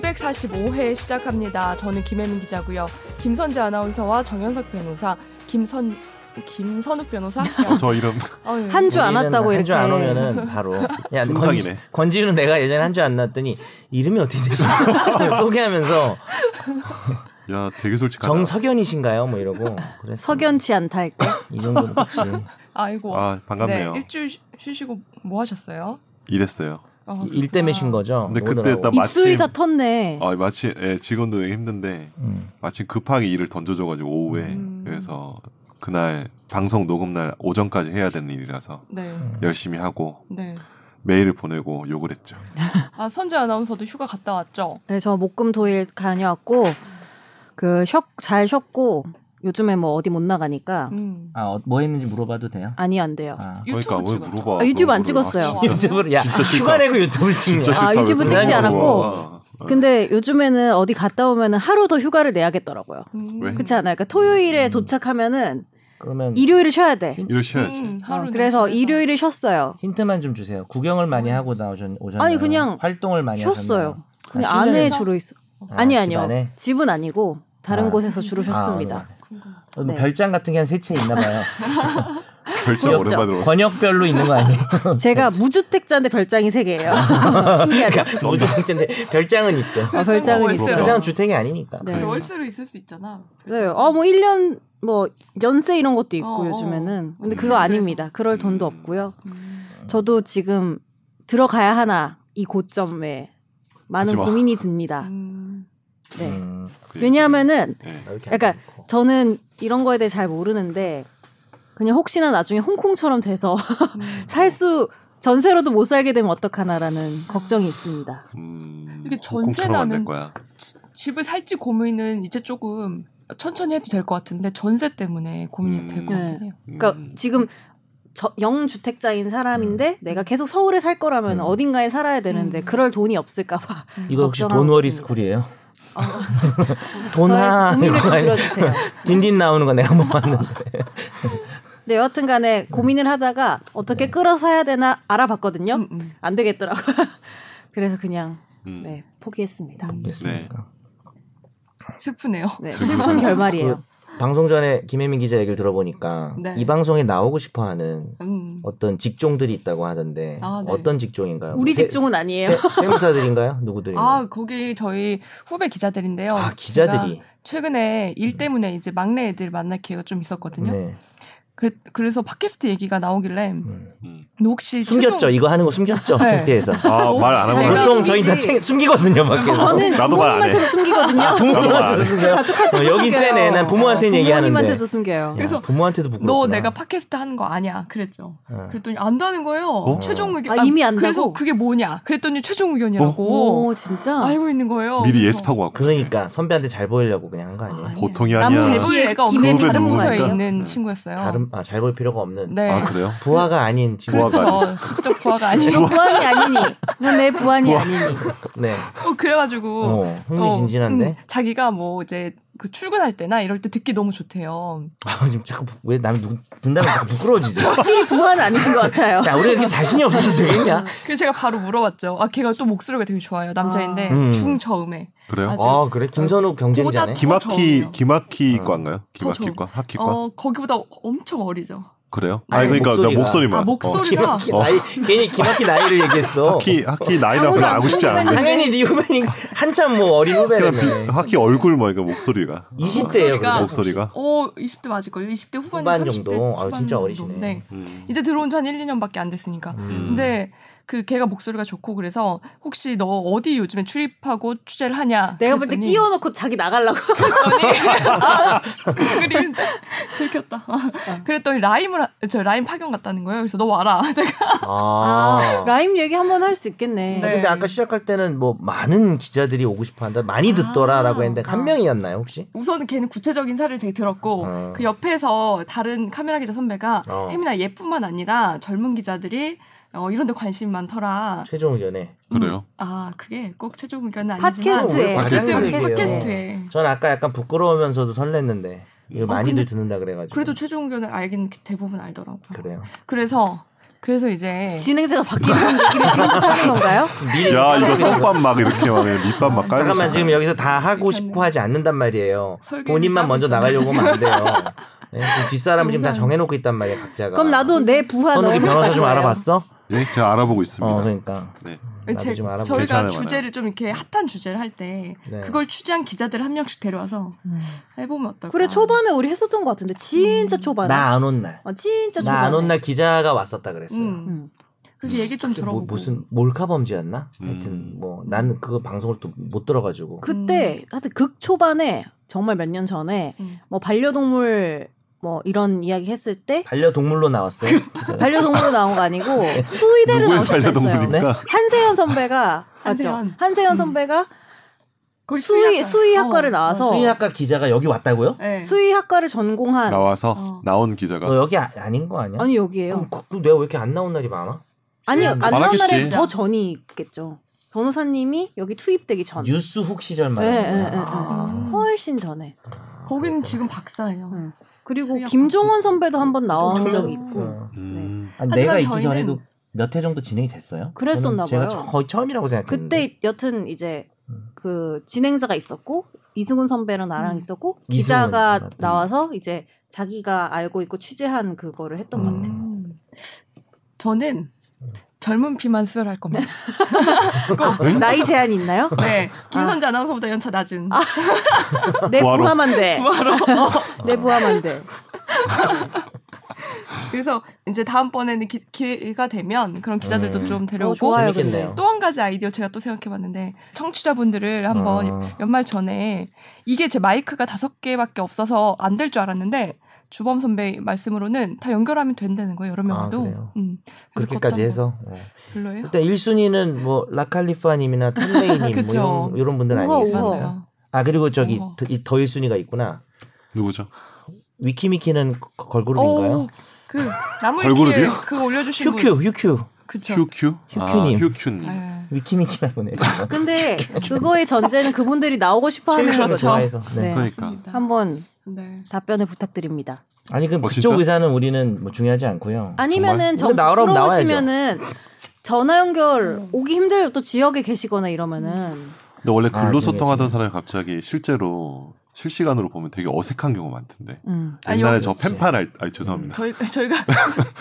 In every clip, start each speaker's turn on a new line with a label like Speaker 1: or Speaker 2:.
Speaker 1: 245회 시작합니다. 저는 김혜민 기자고요. 김선재 아나운서와 정현석 변호사, 김선 김선욱 변호사.
Speaker 2: 어, 저 이름
Speaker 1: 아유,
Speaker 3: 음. 한 주 안 왔다고 이렇게.
Speaker 4: 한주안 오면은 바로 야
Speaker 2: 순삭이네.
Speaker 4: 권지, 권지윤은 내가 예전에 한 주 안 났더니 이름이 어떻게 되시죠? 소개하면서
Speaker 2: 야 되게 솔직하다.
Speaker 4: 정석연이신가요? 뭐 이러고 그래
Speaker 3: 석연치 않다 할까?
Speaker 4: 이 정도는 그치
Speaker 1: 아이고.
Speaker 2: 아 반갑네요.
Speaker 1: 네, 일주일 쉬- 쉬시고 뭐 하셨어요?
Speaker 2: 이랬어요.
Speaker 1: 아,
Speaker 4: 이-
Speaker 1: 그렇구나.
Speaker 4: 일 때문에 신 거죠?
Speaker 2: 근데
Speaker 4: 못
Speaker 2: 그때
Speaker 4: 오더라고.
Speaker 2: 나 마침
Speaker 3: 입술이 다 텄네.
Speaker 4: 어.
Speaker 2: 아 마침 예, 직원도 되게 힘든데
Speaker 4: 음.
Speaker 2: 마침 급하게 일을 던져줘가지고 오후에
Speaker 1: 음.
Speaker 2: 그래서 그날 방송 녹음 날 오전까지 해야 되는 일이라서
Speaker 3: 음.
Speaker 1: 네.
Speaker 2: 열심히 하고
Speaker 1: 네.
Speaker 2: 메일을 보내고 욕을 했죠.
Speaker 1: 아, 선재 아나운서도 휴가 갔다 왔죠?
Speaker 3: 네, 저 목금토일 다녀왔고 그쉬잘 쉬었고 요즘에 뭐 어디 못 나가니까
Speaker 1: 음.
Speaker 4: 아, 어, 뭐 했는지 물어봐도 돼요?
Speaker 3: 아니 안 돼요.
Speaker 4: 아.
Speaker 1: 유튜브
Speaker 2: 그러니까 왜
Speaker 1: 찍었죠?
Speaker 2: 물어봐?
Speaker 3: 아, 유튜브 안
Speaker 2: 그거를.
Speaker 3: 찍었어요.
Speaker 2: 진짜,
Speaker 4: 유튜브를 야
Speaker 2: 진짜 싫다.
Speaker 4: 휴가 내고 유튜브를 찍냐?
Speaker 2: 진짜 싫다.
Speaker 3: 아,
Speaker 2: 왜
Speaker 3: 유튜브
Speaker 2: 그런
Speaker 4: 찍지
Speaker 2: 거
Speaker 3: 않았고. 아,
Speaker 2: 물어봐. 어.
Speaker 3: 근데 요즘에는 어디 갔다 오면은 하루 더 휴가를 내야겠더라고요.
Speaker 1: 음.
Speaker 2: 왜?
Speaker 3: 그렇지 않아요? 그러니까 토요일에
Speaker 4: 음.
Speaker 3: 도착하면은
Speaker 4: 그러면
Speaker 3: 일요일을 쉬어야 돼.
Speaker 2: 일을 쉬어야지.
Speaker 1: 음,
Speaker 3: 어,
Speaker 1: 하루
Speaker 3: 그래서
Speaker 1: 내쉬면서.
Speaker 3: 일요일을 쉬었어요.
Speaker 4: 힌트만 좀 주세요. 구경을 많이 하고 나오셨 오셨나요?
Speaker 3: 아니, 그냥
Speaker 4: 활동을 많이
Speaker 3: 쉬었어요.
Speaker 4: 하셨나요?
Speaker 3: 그냥
Speaker 4: 아,
Speaker 3: 안에
Speaker 4: 시장에서?
Speaker 3: 주로 있어.
Speaker 4: 아,
Speaker 3: 아니 아니요.
Speaker 4: 집 안에?
Speaker 3: 집은 아니고 다른
Speaker 4: 아.
Speaker 3: 곳에서 주로
Speaker 4: 아,
Speaker 3: 쉬었습니다.
Speaker 1: 궁금해.
Speaker 4: 어,
Speaker 3: 네.
Speaker 4: 별장 같은 게 한 세 채 있나 봐요.
Speaker 2: 결제
Speaker 3: 부럽죠.
Speaker 2: 오랜만에 들어.
Speaker 4: 권역별로 있는 거 아니에요?
Speaker 3: 제가 무주택자인데 별장이 세 개예요. 신기하죠?
Speaker 2: 그러니까
Speaker 4: 무주택자인데 별장은 있어.
Speaker 3: 어, 별장은
Speaker 2: 네.
Speaker 1: 월세로.
Speaker 3: 있어요.
Speaker 4: 별장은 주택이 아니니까. 그렇죠.
Speaker 3: 네.
Speaker 1: 월세로 있을 수 있잖아. 그렇죠?
Speaker 3: 네. 어, 뭐 1년 뭐 연세 이런 것도 있고
Speaker 1: 어, 어.
Speaker 3: 요즘에는. 근데
Speaker 2: 음.
Speaker 3: 그거 아닙니다. 그럴 돈도
Speaker 2: 음.
Speaker 3: 없고요.
Speaker 1: 음.
Speaker 3: 저도 지금 들어가야 하나 이 고점에 많은
Speaker 2: 하지 마.
Speaker 3: 고민이 듭니다.
Speaker 1: 음.
Speaker 3: 네.
Speaker 4: 음,
Speaker 3: 왜냐하면은
Speaker 2: 네.
Speaker 4: 나 이렇게
Speaker 3: 약간
Speaker 4: 안 커.
Speaker 3: 저는 이런 거에 대해 잘 모르는데 그냥 혹시나 나중에 홍콩처럼 돼서
Speaker 1: 음.
Speaker 3: 살 수 전세로도 못 살게 되면 어떡하나라는 걱정이 있습니다.
Speaker 2: 음,
Speaker 1: 이게
Speaker 2: 홍콩처럼
Speaker 1: 전세
Speaker 2: 안
Speaker 1: 나는-
Speaker 2: 될 거야.
Speaker 1: 지- 집을 살지 고민은 이제 조금 천천히 해도 될 것 같은데 전세 때문에 고민이
Speaker 2: 음.
Speaker 1: 될 것 같긴 해요.
Speaker 2: 음.
Speaker 3: 그러니까 지금 저- 영주택자인 사람인데 내가 계속 서울에 살 거라면
Speaker 4: 음.
Speaker 3: 어딘가에 살아야 되는데
Speaker 1: 음.
Speaker 3: 그럴 돈이 없을까 봐.
Speaker 4: 이거 혹시
Speaker 3: 걱정하고
Speaker 4: 돈워리
Speaker 3: 있습니다.
Speaker 4: 스쿨이에요?
Speaker 3: 어,
Speaker 4: 돈하
Speaker 3: 저의 고민을
Speaker 4: 이거
Speaker 3: 좀
Speaker 4: 아니-
Speaker 3: 들어주세요.
Speaker 4: 딘딘 나오는 거 내가 못 봤는데.
Speaker 3: 네, 여하튼간에 고민을 하다가 어떻게 끌어서 해야 되나 알아봤거든요.
Speaker 1: 음, 음.
Speaker 3: 안 되겠더라고. 요 그래서 그냥
Speaker 2: 음.
Speaker 3: 네,
Speaker 1: 음.
Speaker 3: 포기했습니다.
Speaker 4: 알겠습니다.
Speaker 1: 슬프네요.
Speaker 3: 네,
Speaker 2: 저기
Speaker 3: 슬픈
Speaker 2: 그-
Speaker 3: 결말이에요.
Speaker 4: 방송 전에 김혜민 기자 얘기를 들어보니까
Speaker 1: 네.
Speaker 4: 이 방송에 나오고 싶어하는
Speaker 1: 음.
Speaker 4: 어떤 직종들이 있다고 하던데
Speaker 1: 아, 네.
Speaker 4: 어떤 직종인가요?
Speaker 2: 그,
Speaker 4: 뭐
Speaker 3: 우리
Speaker 4: 세-
Speaker 3: 직종은 아니에요.
Speaker 4: 세- 세무사들인가요? 누구들인가요?
Speaker 1: 아 거기 저희 후배 기자들인데요.
Speaker 4: 네.
Speaker 3: 네.
Speaker 4: 아, 기자들이.
Speaker 1: 제가 최근에 일 때문에 이제 막내 애들 만날 기회가 좀 있었거든요.
Speaker 4: 네.
Speaker 1: 그래, 그래서 팟캐스트 얘기가 나오길래
Speaker 4: 음.
Speaker 2: 음.
Speaker 1: 너 혹시
Speaker 4: 숨겼죠.
Speaker 1: 최종-
Speaker 4: 이거 하는 거 숨겼죠.
Speaker 1: 네.
Speaker 4: 창피해서.
Speaker 2: 아, 말 안 하고
Speaker 3: 제가-
Speaker 2: 나-
Speaker 4: 보통 저희 다 챙, 숨기거든요 밖에서.
Speaker 3: 저는
Speaker 2: 나도 말안 해.
Speaker 3: 부모님한테도 숨기거든요.
Speaker 2: 나도 말안
Speaker 4: 아, 부모님한테도 그렇죠.
Speaker 2: 해.
Speaker 4: 숨겨요.
Speaker 3: 가족한테도
Speaker 4: 어,
Speaker 3: 숨겨요.
Speaker 4: 여기 세네. 난 부모한테는
Speaker 3: 어,
Speaker 4: 얘기하는데.
Speaker 3: 부모님한테도 숨겨요.
Speaker 1: 그래서
Speaker 4: 야, 부모한테도 부끄럽구나.
Speaker 1: 너 내가 팟캐스트 하는 거 아냐? 그랬죠.
Speaker 4: 어.
Speaker 1: 그랬더니 안다는 거예요.
Speaker 2: 어?
Speaker 1: 최종 의견.
Speaker 3: 아, 이미 안다고? 어.
Speaker 1: 그래서 그게 뭐냐? 그랬더니 최종 의견이라고
Speaker 3: 오, 진짜?
Speaker 1: 알고 있는
Speaker 3: 어,
Speaker 1: 거예요.
Speaker 2: 미리
Speaker 1: 그래서
Speaker 2: 예습하고 왔고.
Speaker 4: 그러니까 선배한테 잘 보이려고 그냥 한 거
Speaker 1: 아,
Speaker 4: 아니에요?
Speaker 1: 아니.
Speaker 2: 보통이 아니야.
Speaker 3: 남자의
Speaker 1: 대부분
Speaker 3: 예,
Speaker 1: 애가 없는
Speaker 3: 김혜민
Speaker 1: 다른
Speaker 3: 전문가예요?
Speaker 1: 부서에 있는
Speaker 2: 네.
Speaker 1: 친구였어요.
Speaker 4: 다른 아, 잘 보일 필요가 없는
Speaker 1: 네.
Speaker 2: 아 그래요?
Speaker 4: 부하가 아닌 직원.
Speaker 2: 부하가
Speaker 1: 그렇죠. 직접 부하가 아니고.
Speaker 3: 이거 부안이 아니니. 이건 내 부안이 아니니.
Speaker 4: 네.
Speaker 1: 어, 그래가지고.
Speaker 4: 어, 흥미진진한데.
Speaker 1: 어, 음, 자기가 뭐 이제 그 출근할 때나 이럴 때 듣기 너무 좋대요.
Speaker 4: 아, 지금 자꾸 부- 왜 남이 누, 든다면 자꾸 부끄러워지지?
Speaker 3: 확실히 부안은 아니신 것 같아요.
Speaker 4: 야, 우리가 이렇게 자신이 없어서
Speaker 1: 아,
Speaker 4: 되겠냐?
Speaker 1: 그래서 제가 바로 물어봤죠. 아, 걔가 또 목소리가 되게 좋아요. 남자인데
Speaker 4: 아. 음.
Speaker 1: 중저음에.
Speaker 2: 그래요?
Speaker 1: 아주-
Speaker 4: 아, 그래? 김선욱
Speaker 1: 보다-
Speaker 4: 경쟁자네.
Speaker 2: 기막히
Speaker 1: 처음이에요.
Speaker 2: 기막히과인가요?
Speaker 1: 처음.
Speaker 2: 기막히과 학기과
Speaker 1: 어, 거기보다 엄청 어리죠.
Speaker 2: 그래요?
Speaker 4: 아니,
Speaker 2: 아니 그러니까
Speaker 4: 목소리가.
Speaker 2: 나 목소리만.
Speaker 1: 아, 목소리.
Speaker 4: 기막히
Speaker 2: 어.
Speaker 4: 나이, 괜히 기막히 나이를
Speaker 2: 어.
Speaker 4: 얘기했어.
Speaker 2: 학기 학기 나이랑
Speaker 3: 아무도
Speaker 2: 별로
Speaker 3: 안
Speaker 2: 알고 싶지
Speaker 3: 궁금해.
Speaker 2: 않은데.
Speaker 4: 당연히 네 후배니 한참 뭐 어린
Speaker 2: 그냥
Speaker 4: 후배라며.
Speaker 2: 비, 학기 얼굴 뭐 이거 목소리가.
Speaker 4: 20대예요.
Speaker 1: 목소리가-
Speaker 2: 목소리가.
Speaker 1: 어, 20대 맞을걸요? 20대 후반
Speaker 4: 후반
Speaker 1: 30대
Speaker 4: 정도?
Speaker 1: 초반
Speaker 4: 아유, 진짜
Speaker 1: 정도.
Speaker 4: 어리시네.
Speaker 1: 네.
Speaker 2: 음.
Speaker 1: 이제 들어온 지 한 1, 2년밖에 안 됐으니까.
Speaker 4: 음.
Speaker 1: 근데 그 걔가 목소리가 좋고 그래서 혹시 너 어디 요즘에 출입하고 취재를 하냐?
Speaker 3: 내가 볼 때
Speaker 1: 그랬더니
Speaker 3: 끼워놓고 자기 나가려고.
Speaker 1: 그림 들켰다. 그랬더니 라임을 하- 저 라임 파견 갔다는 거예요. 그래서 너 와라. 내가
Speaker 3: 아,
Speaker 4: 아.
Speaker 3: 라임 얘기 한 번 할 수
Speaker 1: 네.
Speaker 3: 있겠네.
Speaker 4: 근데 아까 시작할 때는 뭐 많은 기자들이 오고 싶어 한다. 많이
Speaker 1: 아.
Speaker 4: 듣더라라고 했는데 한
Speaker 3: 아.
Speaker 4: 명이었나요, 혹시?
Speaker 1: 우선 걔는 구체적인 사를 제가 들었고
Speaker 4: 어.
Speaker 1: 그 옆에서 다른 카메라 기자 선배가
Speaker 4: 어.
Speaker 1: 혜민아 얘뿐만 아니라 젊은 기자들이 어, 이런 데 관심 많더라.
Speaker 4: 최종 의견에.
Speaker 2: 그래요?
Speaker 1: 아 그게 꼭 최종 의견은 아니지만
Speaker 3: 팟캐스트에.
Speaker 4: 어,
Speaker 1: 어쨌든
Speaker 4: 팟캐스트 얘기예요. 어.
Speaker 1: 팟캐스트에
Speaker 4: 전 아까 약간 부끄러우면서도 설렜는데 이걸
Speaker 1: 어,
Speaker 4: 많이들
Speaker 1: 근데
Speaker 4: 듣는다 그래가지고.
Speaker 1: 그래도 최종 의견을 알긴 대부분 알더라고요.
Speaker 4: 그래요.
Speaker 1: 그래서 그래서 이제
Speaker 3: 진행자가 바뀌는 얘기를 지금 하는 건가요?
Speaker 4: 미리
Speaker 2: 야 이거
Speaker 4: 생각하고 있는 거예요.
Speaker 2: 떡밥 막 이렇게 막 밑밥 막 깔고
Speaker 4: 잠깐만
Speaker 2: 있어.
Speaker 4: 지금 여기서 다 하고
Speaker 1: 괜찮네.
Speaker 4: 싶어 하지 않는단 말이에요.
Speaker 1: 설계를
Speaker 4: 본인만 먼저
Speaker 1: 짜고
Speaker 4: 나가려고 하면 안 돼요. 네, 지금 뒷사람을 지금 다
Speaker 1: 우선.
Speaker 4: 정해놓고 있단 말이에요 각자가.
Speaker 3: 그럼 나도 내 부하
Speaker 4: 선욱이
Speaker 3: 넣어놓을
Speaker 4: 변호사 좀
Speaker 3: 거예요.
Speaker 4: 알아봤어?
Speaker 2: 예, 제가 알아보고 있습니다.
Speaker 4: 어 그러니까.
Speaker 2: 네.
Speaker 4: 나도
Speaker 1: 제-
Speaker 4: 좀 알아보고
Speaker 2: 괜찮아요,
Speaker 1: 저희가
Speaker 2: 많아요.
Speaker 1: 주제를 좀 이렇게 핫한 주제를 할 때
Speaker 4: 네.
Speaker 1: 그걸 취재한 기자들 한 명씩 데려와서 해보면 어떨까?
Speaker 3: 음. 그래 초반에 우리 했었던 것 같은데 진짜
Speaker 1: 음.
Speaker 3: 초반에.
Speaker 4: 나 안 온 날.
Speaker 3: 어, 진짜
Speaker 4: 나
Speaker 3: 초반에.
Speaker 4: 안 온 날 기자가 왔었다 그랬어요.
Speaker 1: 음.
Speaker 3: 음.
Speaker 1: 그래서 얘기 좀
Speaker 4: 그때
Speaker 1: 들어보고
Speaker 4: 뭐, 무슨 몰카 범죄였나? 하여튼
Speaker 2: 음.
Speaker 4: 뭐 나는 그거 방송을 또 못 들어가지고.
Speaker 3: 그때 하여튼 극 초반에 정말 몇 년 전에
Speaker 1: 음.
Speaker 3: 뭐 반려동물 뭐 이런 이야기 했을 때
Speaker 4: 반려동물로 나왔어요. 기자가.
Speaker 3: 반려동물로 나온 거 아니고 수의대로
Speaker 2: 누구의
Speaker 3: 그러니까. 나오셨어요.
Speaker 2: 반려동물입니까?
Speaker 3: 한세현 선배가
Speaker 1: 한세현.
Speaker 3: 맞죠? 한세현
Speaker 1: 음.
Speaker 3: 선배가
Speaker 1: 거기
Speaker 3: 수의 수의학과를
Speaker 1: 어,
Speaker 3: 나와서
Speaker 4: 수의학과 기자가 여기 왔다고요?
Speaker 1: 네.
Speaker 3: 수의학과를 전공한
Speaker 2: 나와서
Speaker 1: 어.
Speaker 2: 나온 기자가
Speaker 4: 너 여기 아, 닌거 아니야?
Speaker 3: 네. 아니 여기에요.
Speaker 4: 그럼 그- 그 내가 왜 이렇게 안 나온 날이 많아?
Speaker 3: 아니 안 나온
Speaker 2: 많았겠지.
Speaker 3: 날에 더 전이 있겠죠. 변호사님이 여기 투입되기 전
Speaker 4: 뉴스 훅 시절 말이야. 아.
Speaker 3: 네, 네, 네, 네.
Speaker 1: 음.
Speaker 3: 훨씬 전에
Speaker 1: 거기는 지금 박사예요.
Speaker 3: 음. 그리고
Speaker 1: 수의학과. 음.
Speaker 3: 김종원 선배도 한 번 나온
Speaker 1: 좀
Speaker 3: 적이
Speaker 1: 좀-
Speaker 3: 있고
Speaker 2: 음.
Speaker 4: 아니,
Speaker 1: 하지만
Speaker 4: 내가 있기
Speaker 1: 저희는-
Speaker 4: 전에도 몇 회 정도 진행이 됐어요?
Speaker 3: 그랬었나
Speaker 4: 저는
Speaker 3: 봐요.
Speaker 4: 제가 처- 거의 처음이라고 생각했는데.
Speaker 3: 그때 여튼 이제
Speaker 4: 음.
Speaker 3: 그 진행자가 있었고 이승훈 선배랑 나랑
Speaker 1: 음.
Speaker 3: 있었고
Speaker 4: 이승훈,
Speaker 3: 기자가
Speaker 4: 맞다.
Speaker 3: 나와서 이제 자기가 알고 있고 취재한 그거를 했던 것 같아요.
Speaker 1: 음. 저는
Speaker 4: 음.
Speaker 1: 젊은 피만 수혈할 겁니다.
Speaker 3: 나이 제한이 있나요?
Speaker 1: 네, 김선재 아. 나운서보다 연차 낮은
Speaker 3: 아. 내
Speaker 2: 부하로.
Speaker 3: 네, 부하만 돼.
Speaker 1: 부하로. 어.
Speaker 3: 내 부하만 돼.
Speaker 1: 그래서 이제 다음번에는 기, 기회가 되면 그런 기자들도
Speaker 4: 음.
Speaker 1: 좀
Speaker 3: 어,
Speaker 1: 데려오고
Speaker 3: 좋아요.
Speaker 4: 재밌겠네요.
Speaker 1: 또 한 가지 아이디어 제가 또 생각해봤는데 청취자분들을 한번
Speaker 4: 아.
Speaker 1: 연말 전에 이게 제 마이크가 다섯 개밖에 없어서 안 될 줄 알았는데 주범 선배 말씀으로는 다 연결하면 된다는 거예요 여러
Speaker 4: 아,
Speaker 1: 명도.
Speaker 4: 그래요?
Speaker 1: 음, 그래서
Speaker 4: 그렇게까지
Speaker 1: 그것도
Speaker 4: 해서 어.
Speaker 1: 한번 별로예요.
Speaker 4: 일단 1순위는 뭐 라칼리파님이나 탐레이님
Speaker 1: 그쵸.
Speaker 4: 뭐 이런, 이런 분들
Speaker 3: 우와,
Speaker 4: 아니겠어요?
Speaker 3: 우와.
Speaker 1: 맞아요.
Speaker 4: 아 그리고 저기
Speaker 1: 우와.
Speaker 4: 더, 이- 더 1순위가 있구나.
Speaker 2: 누구죠?
Speaker 4: 위키미키는 거- 걸그룹인가요?
Speaker 1: 오, 그 나무 위키에
Speaker 2: 걸그룹이요?
Speaker 1: 그거 올려주신 분.
Speaker 4: 휴큐 휴큐
Speaker 1: 그쵸.
Speaker 2: 휴큐?
Speaker 4: 휴큐님.
Speaker 2: 아, 휴큐님.
Speaker 1: 네.
Speaker 4: 위키미키라고네.
Speaker 3: 근데 그거의 전제는 그분들이 나오고 싶어 하는
Speaker 1: 최근에
Speaker 3: 거죠.
Speaker 4: 좋아해서.
Speaker 3: 네.
Speaker 4: 네.
Speaker 2: 그러니까.
Speaker 1: 맞습니다.
Speaker 3: 한번
Speaker 1: 네.
Speaker 3: 답변을 부탁드립니다.
Speaker 4: 아니 그럼
Speaker 2: 어,
Speaker 4: 그쪽
Speaker 2: 진짜?
Speaker 4: 의사는 우리는 뭐 중요하지 않고요.
Speaker 3: 아니면은 정
Speaker 4: 근데 나오라면
Speaker 3: 물어보시면은 전화 연결
Speaker 1: 음.
Speaker 3: 오기 힘들 또 지역에 계시거나 이러면은
Speaker 2: 근데 원래
Speaker 4: 아,
Speaker 2: 글로 소통하던
Speaker 4: 재밌습니다.
Speaker 2: 사람이 갑자기 실제로 실시간으로 보면 되게 어색한 경우 많던데.
Speaker 3: 음.
Speaker 1: 아,
Speaker 2: 옛날에
Speaker 1: 여기
Speaker 2: 저
Speaker 4: 있지.
Speaker 2: 펜팔 알, 아니 죄송합니다.
Speaker 1: 저희 저희가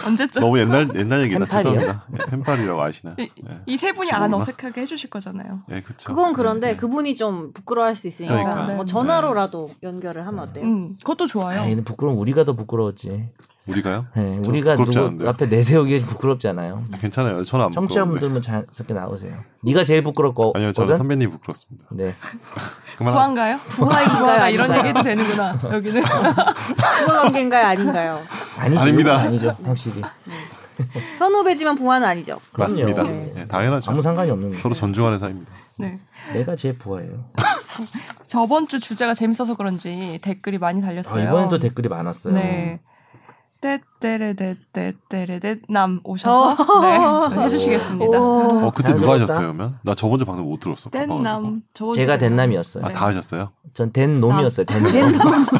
Speaker 1: 언제쯤
Speaker 2: 너무 옛날 옛날 얘기다
Speaker 4: 펜팔이요?
Speaker 2: 죄송합니다. 네, 펜팔이라고 아시나? 예,
Speaker 1: 이 세 분이 안
Speaker 2: 그거구나.
Speaker 1: 어색하게 해주실 거잖아요.
Speaker 2: 네, 그렇죠.
Speaker 4: 음,
Speaker 3: 그건 그런데 그분이 좀 부끄러워할 수 있으니까
Speaker 2: 그러니까.
Speaker 3: 뭐
Speaker 1: 네.
Speaker 3: 전화로라도 연결을 하면 어때요?
Speaker 1: 음, 그것도
Speaker 4: 아,
Speaker 1: 좋아요.
Speaker 4: 얘는 부끄러운 우리가 더 부끄러웠지.
Speaker 2: 우리가요?
Speaker 4: 네,
Speaker 2: 저
Speaker 4: 우리가
Speaker 2: 부끄럽지
Speaker 4: 누구
Speaker 2: 않은데요?
Speaker 4: 앞에 내세우기에 괜부끄럽잖아요
Speaker 2: 괜찮아요. 저는 안 부끄러운데.
Speaker 4: 청취자분들만 자연스럽게 나오세요. 네가 제일 부끄럽고
Speaker 2: 아니요, 저는
Speaker 4: 거든?
Speaker 2: 선배님 부끄럽습니다.
Speaker 4: 네.
Speaker 2: 그만.
Speaker 1: 부한가요?
Speaker 3: 부하인가요?
Speaker 1: 부하다 이런
Speaker 3: 아닌가요?
Speaker 1: 얘기도 되는구나. 여기는
Speaker 3: 부하 관계인가요? 아닌가요?
Speaker 4: 아니죠.
Speaker 2: 아닙니다.
Speaker 4: 아니죠. 확실히.
Speaker 3: 선후배지만 부하는 아니죠.
Speaker 2: 맞습니다.
Speaker 3: 네.
Speaker 2: 예, 당연하죠.
Speaker 4: 아무 상관이 없는 거.
Speaker 2: 서로 존중하는 사이입니다.
Speaker 1: 네.
Speaker 4: 내가 제일 부하예요.
Speaker 1: 저번 주 주제가 재밌어서 그런지 댓글이 많이
Speaker 4: 아,
Speaker 1: 달렸어요.
Speaker 4: 이번에도 댓글이 많았어요.
Speaker 1: 네. 떼떼레떼떼떼레떼 남
Speaker 4: 어.
Speaker 1: 오셔서 네, 해주시겠습니다.
Speaker 3: 오.
Speaker 2: 어, 그때 누가
Speaker 4: 자연스럽다.
Speaker 2: 하셨어요, 그러면? 나 저번 주 방송 못 들었어. 바빠가지고.
Speaker 1: 뗀남 저번 주
Speaker 4: 제가 된남이었어요.
Speaker 2: 아, 다 하셨어요?
Speaker 4: 전 된 놈이었어요. 된 놈.
Speaker 3: 랜덤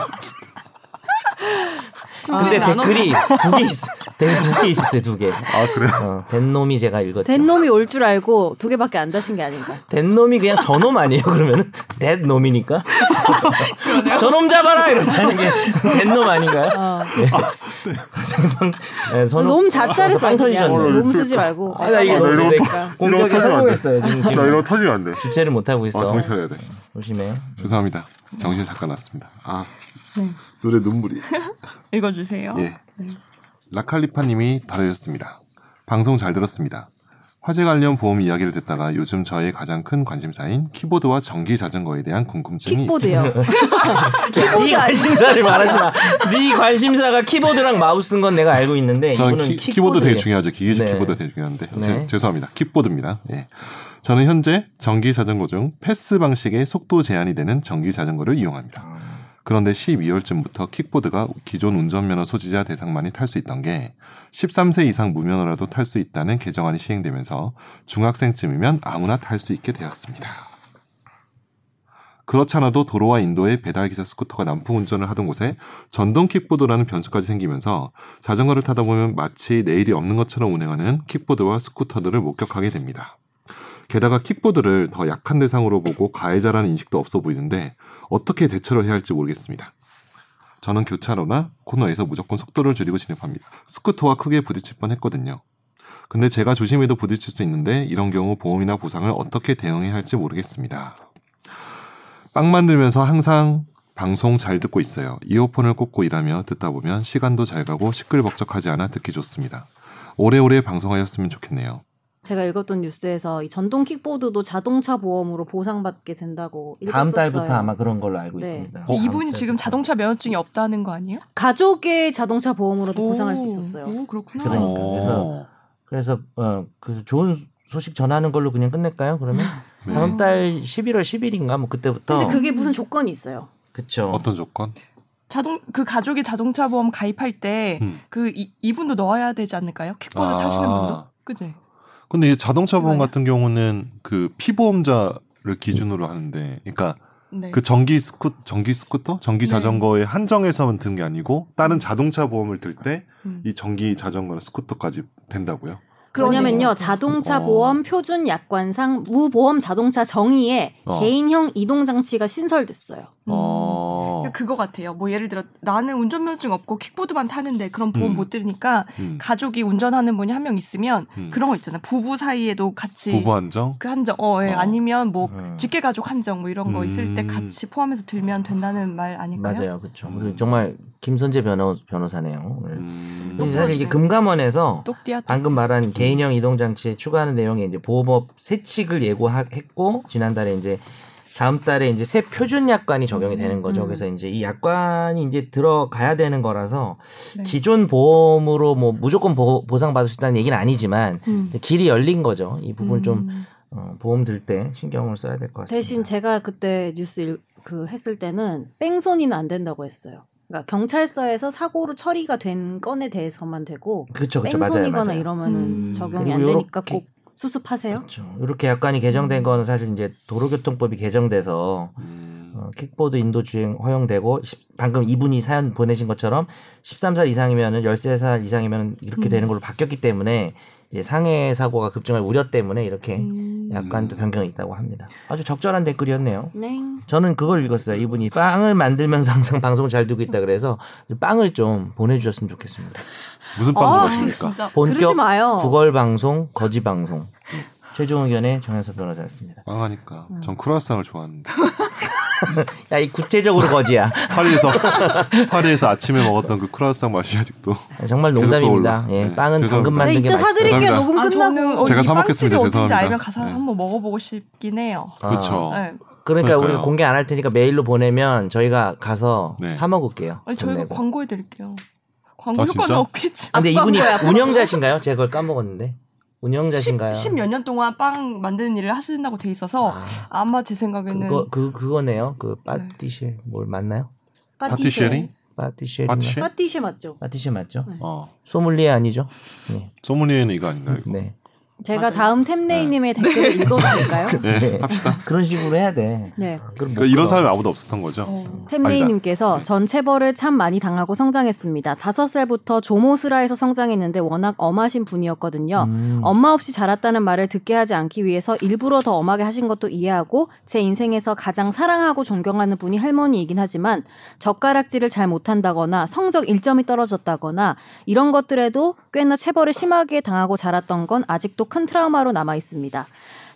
Speaker 1: 두 분이
Speaker 4: 근데
Speaker 1: 나눠서
Speaker 4: 댓글이 두 개 있어. 된두개 있었어요. 두 개.
Speaker 2: 아, 그래요?
Speaker 4: 어, 된 놈이 제가 읽었죠.
Speaker 3: 된 놈이 올 줄 알고 두 개밖에 안 다신 게 아닌가?
Speaker 4: 된 놈이 그냥 저놈 아니에요? 그러면 된 놈이니까 저놈 잡아라 이러다는 게된놈 아닌가요?
Speaker 3: 어.
Speaker 4: 네, 저놈
Speaker 3: 놈 자자를
Speaker 4: 빵
Speaker 3: 써주냐?
Speaker 4: 터지셨네.
Speaker 3: 놈 쓰지 말고. 네.
Speaker 4: 아, 나 이거
Speaker 2: 나 이러고
Speaker 4: 내가
Speaker 2: 이러고
Speaker 4: 공격에
Speaker 2: 터지면 안
Speaker 4: 성공했어요. 지금, 지금.
Speaker 2: 터지면 안 돼.
Speaker 4: 주체를 못 하고
Speaker 2: 아,
Speaker 4: 있어.
Speaker 2: 정신 차려야 돼.
Speaker 4: 조심해요.
Speaker 2: 죄송합니다. 정신 잠깐 났습니다. 아,
Speaker 1: 네.
Speaker 2: 노래 눈물이.
Speaker 1: 읽어주세요.
Speaker 2: 예. 라칼리파님이 다루셨습니다. 방송 잘 들었습니다. 화재 관련 보험 이야기를 듣다가 요즘 저의 가장 큰 관심사인 키보드와 전기 자전거에 대한 궁금증이
Speaker 3: 킥보드요.
Speaker 4: 네 관심사를 말하지 마. 네 관심사가 키보드랑 마우스인 건 내가 알고 있는데
Speaker 2: 저는
Speaker 4: 네, 이분은
Speaker 2: 키, 키보드 되게
Speaker 4: 킥보드예요.
Speaker 2: 중요하죠. 기계식
Speaker 4: 네.
Speaker 2: 키보드 되게 중요한데
Speaker 4: 네.
Speaker 2: 제- 죄송합니다. 킥보드입니다. 예. 저는 현재 전기 자전거 중 패스 방식의 속도 제한이 되는 전기 자전거를 이용합니다. 그런데 12월쯤부터 킥보드가 기존 운전면허 소지자 대상만이 탈 수 있던 게 13세 이상 무면허라도 탈 수 있다는 개정안이 시행되면서 중학생쯤이면 아무나 탈 수 있게 되었습니다. 그렇잖아도 도로와 인도에 배달기사 스쿠터가 난풍 운전을 하던 곳에 전동 킥보드라는 변수까지 생기면서 자전거를 타다 보면 마치 내일이 없는 것처럼 운행하는 킥보드와 스쿠터들을 목격하게 됩니다. 게다가 킥보드를 더 약한 대상으로 보고 가해자라는 인식도 없어 보이는데 어떻게 대처를 해야 할지 모르겠습니다. 저는 교차로나 코너에서 무조건 속도를 줄이고 진입합니다. 스쿠터와 크게 부딪힐 뻔했거든요. 근데 제가 조심해도 부딪힐 수 있는데 이런 경우 보험이나 보상을 어떻게 대응해야 할지 모르겠습니다. 빵 만들면서 항상 방송 잘 듣고 있어요. 이어폰을 꽂고 일하며 듣다 보면 시간도 잘 가고 시끌벅적하지 않아 듣기 좋습니다. 오래오래 방송하셨으면 좋겠네요.
Speaker 3: 제가 읽었던 뉴스에서 이 전동 킥보드도 자동차 보험으로 보상받게 된다고
Speaker 4: 다음
Speaker 3: 읽었었어요.
Speaker 4: 달부터 아마 그런 걸로 알고
Speaker 3: 네.
Speaker 4: 있습니다.
Speaker 2: 어,
Speaker 5: 근데
Speaker 4: 다음
Speaker 5: 이분이
Speaker 4: 달.
Speaker 5: 지금 자동차 면허증이 없다는 거 아니에요?
Speaker 3: 가족의 자동차 보험으로도 보상할 수
Speaker 5: 오,
Speaker 3: 있었어요.
Speaker 5: 오, 그렇구나.
Speaker 4: 그러니까.
Speaker 5: 어.
Speaker 4: 그래서 그래서 어, 그 좋은 소식 전하는 걸로 그냥 끝낼까요? 그러면
Speaker 2: 네.
Speaker 4: 다음 달 11월 10일인가 뭐 그때부터
Speaker 3: 근데 그게 무슨 조건이 있어요.
Speaker 4: 그쵸.
Speaker 2: 어떤 조건?
Speaker 5: 자동 그 가족이 자동차 보험 가입할 때
Speaker 2: 음.
Speaker 5: 그 이, 이분도 넣어야 되지 않을까요? 킥보드
Speaker 2: 아.
Speaker 5: 타시는 분도 그지?
Speaker 2: 근데 이 자동차 보험
Speaker 4: 네.
Speaker 5: 이거냐?
Speaker 2: 같은 경우는 그 피보험자를 기준으로 하는데, 그러니까
Speaker 5: 네.
Speaker 2: 그 전기 스쿠 전기 스쿠터, 전기
Speaker 5: 네.
Speaker 2: 자전거의 한정에서만 든 게 아니고 다른 자동차 보험을 들 때 이
Speaker 5: 음.
Speaker 2: 전기 자전거나 스쿠터까지 된다고요?
Speaker 3: 그러냐면요 자동차
Speaker 2: 어.
Speaker 3: 보험 표준 약관상 무보험 자동차 정의에
Speaker 2: 어.
Speaker 3: 개인형 이동 장치가 신설됐어요.
Speaker 5: 음. 그러니까 그거 같아요. 뭐 예를 들어 나는 운전면허증 없고 킥보드만 타는데 그런 보험
Speaker 2: 음.
Speaker 5: 못 들으니까
Speaker 2: 음.
Speaker 5: 가족이 운전하는 분이 한 명 있으면
Speaker 2: 음.
Speaker 5: 그런 거 있잖아요. 부부 사이에도 같이
Speaker 2: 부부 안정.
Speaker 5: 그 한정, 어, 예.
Speaker 2: 어.
Speaker 5: 아니면 뭐
Speaker 4: 음.
Speaker 5: 직계 가족 한정 뭐 이런 거 있을 때
Speaker 2: 음.
Speaker 5: 같이 포함해서 들면 된다는 말 아닐까요?
Speaker 4: 맞아요, 그렇죠.
Speaker 2: 음.
Speaker 4: 그리고 정말 김선재 변호 변호사네요. 오늘.
Speaker 2: 음.
Speaker 4: 근데 사실 그 이게
Speaker 5: 똑똑하시네.
Speaker 4: 금감원에서
Speaker 5: 똑띠야. 똑-
Speaker 4: 방금 말한 개인형 이동 장치에 추가하는 내용에 이제 보호법 세칙을 예고했고 지난달에 이제 다음 달에 이제 새 표준 약관이 적용이 되는 거죠.
Speaker 3: 음.
Speaker 4: 그래서 이제 이 약관이 이제 들어가야 되는 거라서
Speaker 5: 네.
Speaker 4: 기존 보험으로 뭐 무조건 보, 상받을수 있다는 얘기는 아니지만
Speaker 3: 음.
Speaker 4: 이제 길이 열린 거죠. 이 부분 좀
Speaker 5: 음.
Speaker 4: 어, 보험 들 때 신경을 써야 될 것 같습니다.
Speaker 3: 대신 제가 그때 뉴스 일- 그 했을 때는 뺑소니는 안 된다고 했어요. 그러니까 경찰서에서 사고로 처리가 된 건에 대해서만 되고
Speaker 4: 그렇죠, 그렇죠, 맞아요,
Speaker 3: 뺑소니거나
Speaker 4: 맞아요.
Speaker 3: 이러면은
Speaker 5: 음.
Speaker 3: 적용이 안
Speaker 4: 그리고
Speaker 3: 되니까
Speaker 4: 요렇게-
Speaker 3: 꼭 수습하세요. 음.
Speaker 4: 그렇죠. 이렇게 약관이 개정된 거는 사실 이제 도로교통법이 개정돼서
Speaker 2: 음.
Speaker 4: 어, 킥보드 인도 주행 허용되고 십- 방금 이분이 사연 보내신 것처럼 13살 이상이면은 13살 이상이면은 이렇게
Speaker 5: 음.
Speaker 4: 되는 걸로 바뀌었기 때문에 이제 상해 사고가 급증할 우려 때문에 이렇게
Speaker 5: 음.
Speaker 4: 약간 또
Speaker 2: 음.
Speaker 4: 변경이 있다고 합니다. 아주 적절한 댓글이었네요.
Speaker 3: 네.
Speaker 4: 저는 그걸 읽었어요. 이분이 빵을 만들면서 항상 방송을 잘 듣고 있다 그래서 빵을 좀 보내주셨으면 좋겠습니다.
Speaker 2: 무슨 빵
Speaker 3: 아,
Speaker 2: 먹었습니까?
Speaker 5: 진짜.
Speaker 3: 그러지
Speaker 4: 본격
Speaker 3: 마요.
Speaker 4: 구걸 방송 거지 방송 최종 의견의 정현석 변호사였습니다.
Speaker 2: 빵 하니까 전 크루아상을 좋아하는데
Speaker 4: 야 이 구체적으로 거지야.
Speaker 2: 파리에서 파리에서 아침에 먹었던 그 크루아상 맛이 아직도
Speaker 4: 정말
Speaker 2: 계속
Speaker 4: 농담입니다.
Speaker 2: 떠올라.
Speaker 4: 예,
Speaker 2: 네,
Speaker 4: 빵은 방금
Speaker 2: 죄송합니다.
Speaker 3: 네,
Speaker 4: 만든 게
Speaker 3: 이따
Speaker 4: 맛있어요.
Speaker 3: 사드릴게요.
Speaker 2: 감사합니다.
Speaker 3: 녹음
Speaker 5: 아, 저는
Speaker 3: 끝나고.
Speaker 5: 어,
Speaker 2: 제가
Speaker 5: 이
Speaker 2: 사
Speaker 5: 빵집이
Speaker 2: 먹겠습니다.
Speaker 5: 어딘지
Speaker 2: 죄송합니다.
Speaker 5: 알면 가서
Speaker 2: 네.
Speaker 5: 한번 먹어보고 싶긴 해요.
Speaker 4: 아,
Speaker 2: 그렇죠.
Speaker 5: 네.
Speaker 4: 그러니까
Speaker 2: 그러니까요.
Speaker 4: 우리 공개 안 할 테니까 메일로 보내면 저희가 가서
Speaker 2: 네.
Speaker 4: 사 먹을게요.
Speaker 5: 아니,
Speaker 4: 돈
Speaker 5: 저희가
Speaker 4: 내고.
Speaker 5: 광고해드릴게요. 광고
Speaker 2: 아, 진짜?
Speaker 5: 효과는 없겠지.
Speaker 4: 근데
Speaker 3: 앞광고야,
Speaker 4: 이분이
Speaker 3: 앞광고.
Speaker 4: 운영자신가요? 제가 그걸 까먹었는데 운영자신가요?
Speaker 5: 십몇 년 동안 빵 만드는 일을 하신다고 돼 있어서
Speaker 4: 아,
Speaker 5: 아마 제 생각에는
Speaker 4: 그거 그 그거네요. 그 파티쉐 뭘 맞나요?
Speaker 2: 파티시에리?
Speaker 4: 파티쉐
Speaker 2: 파티쉐?
Speaker 3: 파티쉐 맞죠?
Speaker 4: 파티쉐 맞죠?
Speaker 3: 네.
Speaker 2: 어.
Speaker 4: 소믈리에 아니죠? 네.
Speaker 2: 소믈리에는 이거 아닌가요? 이거?
Speaker 4: 네.
Speaker 3: 제가
Speaker 5: 맞아요.
Speaker 3: 다음 템레이님의 댓글을 읽어도 될까요?
Speaker 2: 네,
Speaker 4: 네.
Speaker 2: 합시다.
Speaker 4: 그런 식으로 해야 돼.
Speaker 3: 네.
Speaker 4: 그럼 못
Speaker 2: 그러니까 이런
Speaker 4: 들어.
Speaker 2: 사람이 아무도 없었던 거죠.
Speaker 5: 어.
Speaker 3: 템레이님께서 전 체벌을 참 많이 당하고 성장했습니다. 다섯 살부터 조모스라에서 성장했는데 워낙 엄하신 분이었거든요.
Speaker 4: 음.
Speaker 3: 엄마 없이 자랐다는 말을 듣게 하지 않기 위해서 일부러 더 엄하게 하신 것도 이해하고 제 인생에서 가장 사랑하고 존경하는 분이 할머니이긴 하지만 젓가락질을 잘 못한다거나 성적 1점이 떨어졌다거나 이런 것들에도 꽤나 체벌을 심하게 당하고 자랐던 건 아직도 큰 트라우마로 남아 있습니다.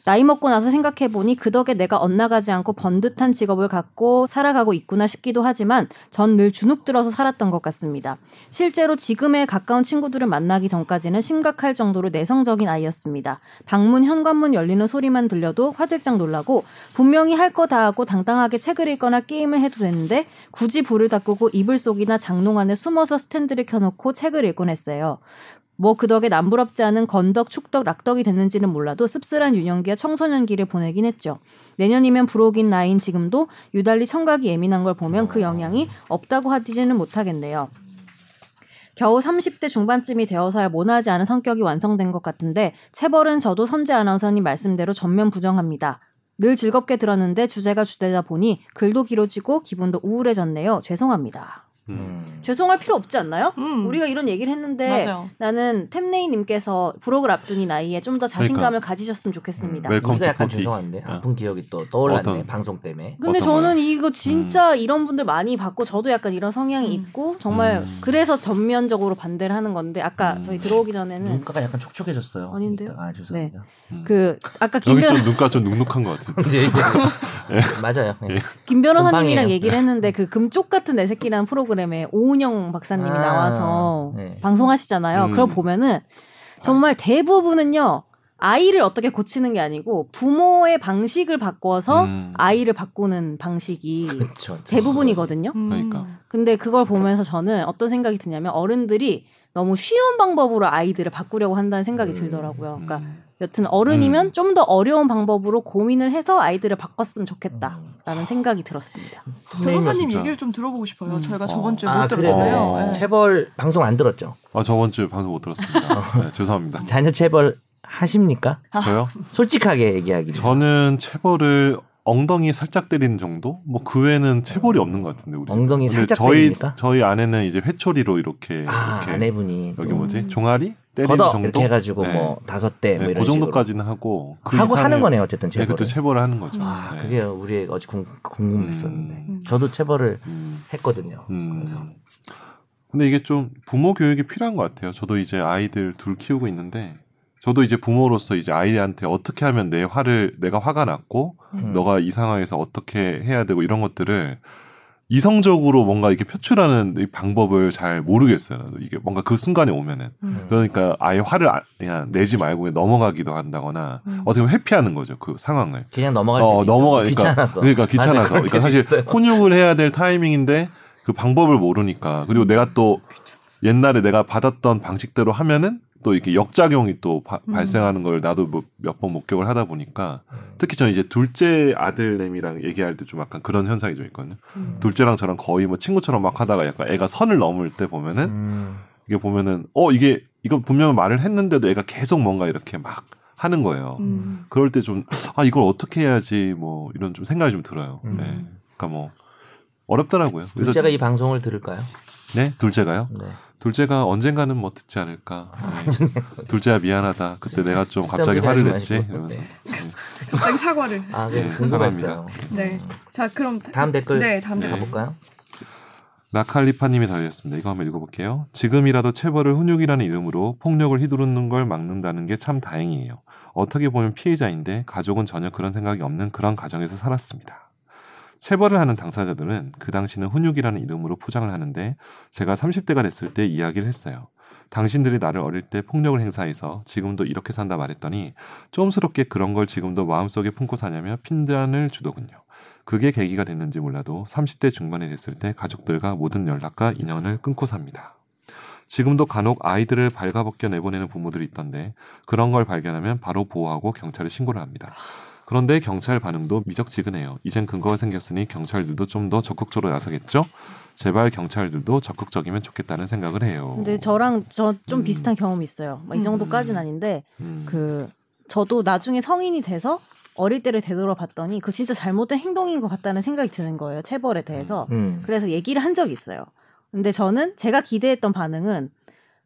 Speaker 3: 나이 먹고 나서 생각해보니 그 덕에 내가 엇나가지 않고 번듯한 직업을 갖고 살아가고 있구나 싶기도 하지만 전 늘 주눅 들어서 살았던 것 같습니다. 실제로 지금의 가까운 친구들을 만나기 전까지는 심각할 정도로 내성적인 아이였습니다. 방문 현관문 열리는 소리만 들려도 화들짝 놀라고 분명히 할 거 다 하고 당당하게 책을 읽거나 게임을 해도 되는데 굳이 불을 다 끄고 이불 속이나 장롱 안에 숨어서 스탠드를 켜놓고 책을 읽곤 했어요. 뭐 그 덕에 남부럽지 않은 건덕, 축덕, 락덕이 됐는지는 몰라도 씁쓸한 유년기와 청소년기를 보내긴 했죠. 내년이면 불혹인 나이인 지금도 유달리 청각이 예민한 걸 보면 그 영향이 없다고 하지는 못하겠네요. 겨우 30대 중반쯤이 되어서야 모나지 않은 성격이 완성된 것 같은데 체벌은 저도 선재 아나운서님 말씀대로 전면 부정합니다. 늘 즐겁게 들었는데 주제가 주제다 보니 글도 길어지고 기분도 우울해졌네요. 죄송합니다.
Speaker 2: 음.
Speaker 3: 죄송할 필요 없지 않나요?
Speaker 5: 음,
Speaker 3: 우리가 이런 얘기를 했는데
Speaker 5: 맞아요.
Speaker 3: 나는 템레이님께서 부록을 앞둔 이 나이에 좀 더 자신감을
Speaker 2: 그러니까.
Speaker 3: 가지셨으면 좋겠습니다.
Speaker 2: 웰- 웰컴
Speaker 4: 우리가 약간
Speaker 2: 투 포티.
Speaker 4: 죄송한데
Speaker 2: 어.
Speaker 4: 아픈 기억이 또 떠올랐네
Speaker 2: 어떤-
Speaker 4: 방송 때문에.
Speaker 3: 근데
Speaker 2: 어떤 음.
Speaker 3: 저는 이거 진짜 이런 분들 많이 봤고 저도 약간 이런 성향이
Speaker 5: 음.
Speaker 3: 있고 정말
Speaker 2: 음.
Speaker 3: 그래서 전면적으로 반대를 하는 건데 아까
Speaker 2: 음.
Speaker 3: 저희 들어오기 전에는
Speaker 4: 눈가가 약간 촉촉해졌어요.
Speaker 3: 네. 아닌데요?
Speaker 4: 아 죄송합니다.
Speaker 2: 음.
Speaker 3: 그 아까 김
Speaker 2: 여기
Speaker 3: 변
Speaker 2: 좀 눈가 좀 눅눅한 것 같은.
Speaker 4: 이제 이제 맞아요. 예.
Speaker 3: 김 변호사님이랑
Speaker 4: 금방이에요.
Speaker 2: 네.
Speaker 3: 얘기를 했는데 그 금쪽 같은 내 새끼라는 프로그램에 오은영 박사님이
Speaker 4: 아,
Speaker 3: 나와서
Speaker 4: 네.
Speaker 3: 방송하시잖아요.
Speaker 2: 음.
Speaker 3: 그럼 보면은 정말 대부분은요 아이를 어떻게 고치는 게 아니고 부모의 방식을 바꿔서
Speaker 2: 음.
Speaker 3: 아이를 바꾸는 방식이
Speaker 4: 그렇죠.
Speaker 3: 대부분이거든요.
Speaker 5: 음.
Speaker 2: 그러니까.
Speaker 3: 근데 그걸 보면서 저는 어떤 생각이 드냐면 어른들이 너무 쉬운 방법으로 아이들을 바꾸려고 한다는 생각이
Speaker 4: 음.
Speaker 3: 들더라고요. 그러니까
Speaker 2: 음.
Speaker 3: 여튼 어른이면
Speaker 2: 음.
Speaker 3: 좀 더 어려운 방법으로 고민을 해서 아이들을 바꿨으면 좋겠다라는
Speaker 4: 음.
Speaker 3: 생각이 들었습니다.
Speaker 5: 변호사님
Speaker 2: 네, 진짜.
Speaker 5: 얘기를 좀 들어보고 싶어요.
Speaker 3: 음.
Speaker 5: 저희가
Speaker 2: 어.
Speaker 5: 저번 주에
Speaker 4: 아,
Speaker 5: 못 들었잖아요.
Speaker 1: 네.
Speaker 3: 네.
Speaker 2: 그래요?
Speaker 5: 예.
Speaker 4: 체벌 방송 안 들었죠.
Speaker 2: 아 저번 주에 방송 못 들었습니다. 네, 죄송합니다.
Speaker 4: 자녀 체벌 하십니까?
Speaker 2: 저요?
Speaker 4: 솔직하게 얘기하기.
Speaker 2: 저는 체벌을 엉덩이 살짝 때리는 정도? 뭐 그 외에는 체벌이 없는 것 같은데 우리.
Speaker 4: 엉덩이
Speaker 2: 근데
Speaker 4: 살짝
Speaker 2: 저희
Speaker 4: 때립니까?
Speaker 2: 저희 아내는 이제 회초리로 이렇게
Speaker 4: 아
Speaker 2: 이렇게
Speaker 4: 아내분이
Speaker 2: 여기
Speaker 4: 또
Speaker 2: 뭐지
Speaker 5: 음.
Speaker 2: 종아리 때리는
Speaker 4: 걷어
Speaker 2: 정도?
Speaker 4: 이렇게 해가지고
Speaker 2: 네.
Speaker 4: 뭐 다섯 대뭐
Speaker 2: 네,
Speaker 4: 이런
Speaker 2: 그 정도까지는 하고 그
Speaker 4: 식으로. 하고
Speaker 2: 이상의-
Speaker 4: 하는 거네요 어쨌든
Speaker 2: 네,
Speaker 4: 체벌.
Speaker 2: 그때 체벌을 하는 거죠.
Speaker 4: 아
Speaker 2: 네.
Speaker 4: 그게 우리의 어제 궁- 궁금했었는데
Speaker 5: 음.
Speaker 4: 저도 체벌을
Speaker 2: 음,
Speaker 4: 했거든요.
Speaker 2: 음.
Speaker 4: 그래서.
Speaker 2: 근데 이게 좀 부모 교육이 필요한 것 같아요. 저도 이제 아이들 둘 키우고 있는데 저도 이제 부모로서 이제 아이한테 어떻게 하면 내 화를 내가 화가 났고
Speaker 4: 음.
Speaker 2: 너가 이 상황에서 어떻게 해야 되고 이런 것들을 이성적으로 뭔가 이렇게 표출하는 이 방법을 잘 모르겠어요. 나도 이게 뭔가 그 순간에 오면은
Speaker 5: 음.
Speaker 2: 그러니까 아예 화를 아- 그냥 내지 말고 그냥 넘어가기도 한다거나
Speaker 5: 음.
Speaker 2: 어떻게 보면 회피하는 거죠 그 상황을.
Speaker 4: 그냥 넘어갈
Speaker 2: 어
Speaker 4: 때도
Speaker 2: 넘어가
Speaker 4: 있죠.
Speaker 2: 그러니까
Speaker 4: 귀찮아서.
Speaker 2: 그러니까
Speaker 4: 맞아요.
Speaker 2: 귀찮아서
Speaker 4: 그럴
Speaker 2: 그러니까
Speaker 4: 때도
Speaker 2: 사실
Speaker 4: 있어요.
Speaker 2: 혼육을 해야 될 타이밍인데 그 방법을 모르니까 그리고 내가
Speaker 4: 음,
Speaker 2: 또 옛날에 내가 받았던 방식대로 하면은 또 이렇게 역작용이 또 바-
Speaker 5: 음.
Speaker 2: 발생하는 걸 나도 뭐 몇 번 목격을 하다 보니까
Speaker 4: 음.
Speaker 2: 특히 저는 이제 둘째 아들내미랑 얘기할 때 좀 약간 그런 현상이 좀 있거든요.
Speaker 5: 음.
Speaker 2: 둘째랑 저랑 거의 뭐 친구처럼 막 하다가 약간 애가 선을 넘을 때 보면은
Speaker 4: 음.
Speaker 2: 이게 보면은 어 이게 이거 분명 말을 했는데도 애가 계속 뭔가 이렇게 막 하는 거예요.
Speaker 5: 음.
Speaker 2: 그럴 때 좀 아 이걸 어떻게 해야지 뭐 이런 좀 생각이 좀 들어요.
Speaker 4: 음.
Speaker 2: 네. 그러니까 뭐 어렵더라고요. 그래서
Speaker 4: 둘째가 이 방송을 들을까요?
Speaker 2: 네 둘째가요.
Speaker 4: 네.
Speaker 2: 둘째가 언젠가는 뭐 듣지 않을까. 네. 둘째야 미안하다. 그때 내가 좀 갑자기 화를
Speaker 4: 쓸데없는
Speaker 2: 냈지.
Speaker 4: 소리 하지 마시고. 네.
Speaker 2: 이러면서.
Speaker 5: 갑자기 사과를.
Speaker 4: 아, 그래서
Speaker 2: 네,
Speaker 4: 궁금했어요.
Speaker 5: 네. 자, 그럼 다-
Speaker 4: 다음 댓글
Speaker 5: 네, 다음 댓글.
Speaker 4: 가볼까요?
Speaker 2: 라칼리파님이 달렸습니다. 이거 한번 읽어볼게요. 지금이라도 체벌을 훈육이라는 이름으로 폭력을 휘두르는 걸 막는다는 게 참 다행이에요. 어떻게 보면 피해자인데 가족은 전혀 그런 생각이 없는 그런 가정에서 살았습니다. 체벌을 하는 당사자들은 그 당시는 훈육이라는 이름으로 포장을 하는데 제가 30대가 됐을 때 이야기를 했어요. 당신들이 나를 어릴 때 폭력을 행사해서 지금도 이렇게 산다 말했더니 좀스럽게 그런 걸 지금도 마음속에 품고 사냐며 핀잔을 주더군요. 그게 계기가 됐는지 몰라도 30대 중반이 됐을 때 가족들과 모든 연락과 인연을 끊고 삽니다. 지금도 간혹 아이들을 발가벗겨 내보내는 부모들이 있던데 그런 걸 발견하면 바로 보호하고 경찰에 신고를 합니다. 그런데 경찰 반응도 미적지근해요. 이젠 근거가 생겼으니 경찰들도 좀 더 적극적으로 나서겠죠? 제발 경찰들도 적극적이면 좋겠다는 생각을 해요.
Speaker 3: 근데 저랑 저 좀
Speaker 2: 어. 음.
Speaker 3: 비슷한 경험이 있어요. 막이
Speaker 5: 음.
Speaker 3: 정도까지는 아닌데
Speaker 2: 음.
Speaker 3: 그 저도 나중에 성인이 돼서 어릴 때를 되돌아봤더니 그 진짜 잘못된 행동인 것 같다는 생각이 드는 거예요. 체벌에 대해서.
Speaker 4: 음.
Speaker 3: 그래서 얘기를 한 적이 있어요. 근데 저는 제가 기대했던 반응은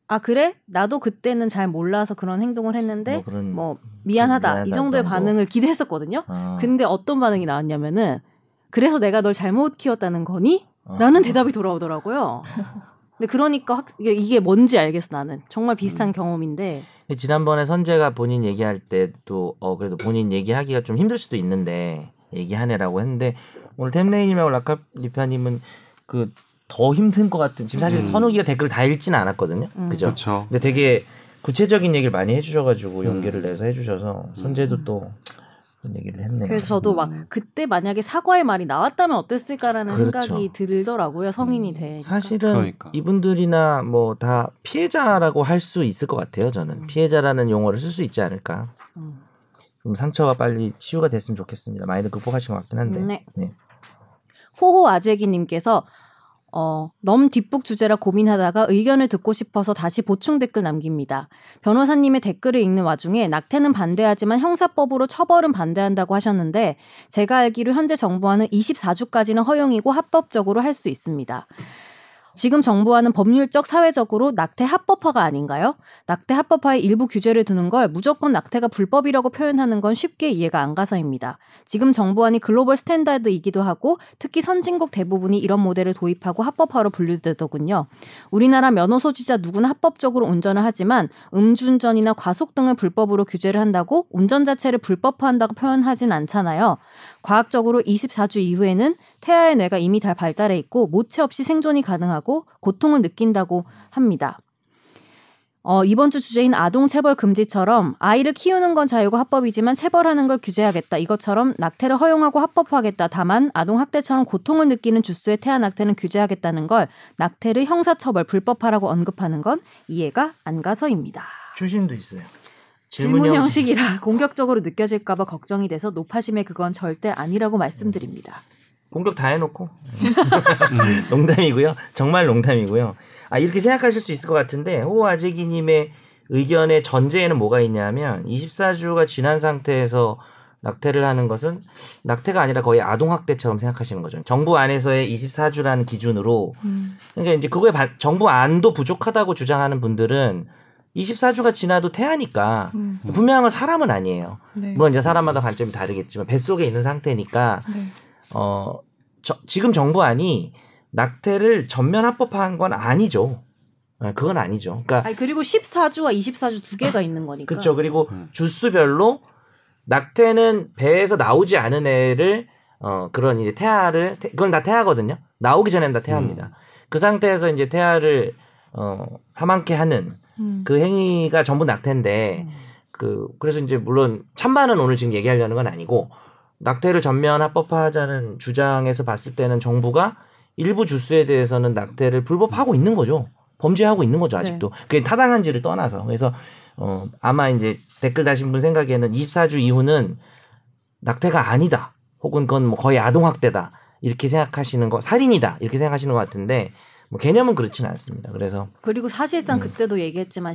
Speaker 3: 아 그래 나도 그때는 잘 몰라서 그런 행동을 했는데
Speaker 4: 그런-
Speaker 3: 뭐 미안하다,
Speaker 4: 미안하다
Speaker 3: 이 정도의
Speaker 4: 정도.
Speaker 3: 반응을 기대했었거든요.
Speaker 4: 아,
Speaker 3: 근데 어떤 반응이 나왔냐면은 그래서 내가 널 잘못 키웠다는 거니?
Speaker 4: 아.
Speaker 3: 라는 대답이 돌아오더라고요. 근데 그러니까 확- 이게- 이게 뭔지 알겠어 나는 정말 비슷한
Speaker 2: 음.
Speaker 3: 경험인데
Speaker 4: 지난번에 선재가 본인 얘기할 때도 어 그래도 본인 얘기하기가 좀 힘들 수도 있는데 얘기하네라고 했는데 오늘 템레이님하고 라카리파님은 그 더 힘든 것 같은 지금 사실
Speaker 2: 음.
Speaker 4: 선우기가 댓글 다 읽지는 않았거든요.
Speaker 3: 음.
Speaker 4: 그죠?
Speaker 2: 그렇죠.
Speaker 4: 근데 되게 구체적인 얘기를 많이 해주셔가지고 용기를
Speaker 2: 음.
Speaker 4: 내서 해주셔서 선재도 또 그런 얘기를 했네요.
Speaker 3: 음. 그래서 저도 막
Speaker 2: 음.
Speaker 3: 그때 만약에 사과의 말이 나왔다면 어땠을까라는
Speaker 4: 그렇죠. 음.
Speaker 3: 생각이 들더라고요 성인이 돼
Speaker 4: 사실은
Speaker 2: 그러니까.
Speaker 4: 이분들이나 뭐 다 피해자라고 할 수 있을 것 같아요. 저는
Speaker 3: 음.
Speaker 4: 피해자라는 용어를 쓸 수 있지 않을까.
Speaker 3: 음.
Speaker 4: 좀 상처가 빨리 치유가 됐으면 네. 좋겠습니다. 많이들 극복하신 것 같긴 한데.
Speaker 3: 네.
Speaker 4: 네.
Speaker 3: 호호 아재기님께서 어, 넘 뒷북 주제라 고민하다가 의견을 듣고 싶어서 다시 보충 댓글 남깁니다. 변호사님의 댓글을 읽는 와중에 낙태는 반대하지만 형사법으로 처벌은 반대한다고 하셨는데 제가 알기로 현재 정부와는 24주까지는 허용이고 합법적으로 할 수 있습니다. 지금 정부와는 법률적, 사회적으로 낙태 합법화가 아닌가요? 낙태 합법화에 일부 규제를 두는 걸 무조건 낙태가 불법이라고 표현하는 건 쉽게 이해가 안 가서입니다. 지금 정부안이 글로벌 스탠다드이기도 하고 특히 선진국 대부분이 이런 모델을 도입하고 합법화로 분류되더군요. 우리나라 면허 소지자 누구나 합법적으로 운전을 하지만 음주운전이나 과속 등을 불법으로 규제를 한다고 운전 자체를 불법화한다고 표현하진 않잖아요. 과학적으로 24주 이후에는 태아의 뇌가 이미 다 발달해 있고 모체 없이 생존이 가능하고 고통을 느낀다고 합니다. 어, 이번 주 주제인 아동 체벌 금지처럼 아이를 키우는 건 자유고 합법이지만 체벌하는 걸 규제하겠다. 이것처럼 낙태를 허용하고 합법화하겠다. 다만 아동 학대처럼 고통을 느끼는 주수의 태아 낙태는 규제하겠다는 걸 낙태를 형사처벌 불법화라고 언급하는 건 이해가 안 가서입니다.
Speaker 4: 추신도 있어요.
Speaker 3: 질문 형식이라 공격적으로 느껴질까봐 걱정이 돼서 노파심에 그건 절대 아니라고 말씀드립니다.
Speaker 4: 공격 다 해놓고 농담이고요. 정말 농담이고요. 아 이렇게 생각하실 수 있을 것 같은데 호아재기님의 의견의 전제에는 뭐가 있냐면 24주가 지난 상태에서 낙태를 하는 것은 낙태가 아니라 거의 아동학대처럼 생각하시는 거죠. 정부 안에서의 24주라는 기준으로
Speaker 5: 음.
Speaker 4: 그러니까 이제 그거에 바- 정부 안도 부족하다고 주장하는 분들은 24주가 지나도 태아니까
Speaker 5: 음.
Speaker 4: 분명한 건 사람은 아니에요.
Speaker 5: 네.
Speaker 4: 물론 이제 사람마다 관점이 다르겠지만 뱃속에 있는 상태니까
Speaker 5: 네.
Speaker 4: 어, 저- 지금 정부안이 낙태를 전면 합법화한 건 아니죠. 어, 그건 아니죠. 그러니까
Speaker 3: 아니 그리고 14주와 24주 두 개가 있는 거니까.
Speaker 4: 그쵸 그리고
Speaker 2: 음.
Speaker 4: 주수별로 낙태는 배에서 나오지 않은 애를 어 그런 이제 태아를 태- 그건 다 태아거든요. 나오기 전엔 다 태아입니다. 그 상태에서 이제 태아를 어 사망케 하는
Speaker 5: 음.
Speaker 4: 그 행위가 전부 낙태인데 그 그래서 이제 물론 찬반은 오늘 지금 얘기하려는 건 아니고 낙태를 전면 합법화하자는 주장에서 봤을 때는 정부가 일부 주수에 대해서는 낙태를 불법하고 있는 거죠. 범죄하고 있는 거죠, 아직도. 그게 타당한지를 떠나서. 그래서 어 아마 이제 댓글 다신 분 생각에는 24주 이후는 낙태가 아니다. 혹은 그건 뭐 거의 아동 학대다. 이렇게 생각하시는 거 살인이다. 이렇게 생각하시는 것 같은데 뭐 개념은 그렇지는 않습니다. 그래서
Speaker 3: 그리고 사실상
Speaker 4: 음.
Speaker 3: 그때도 얘기했지만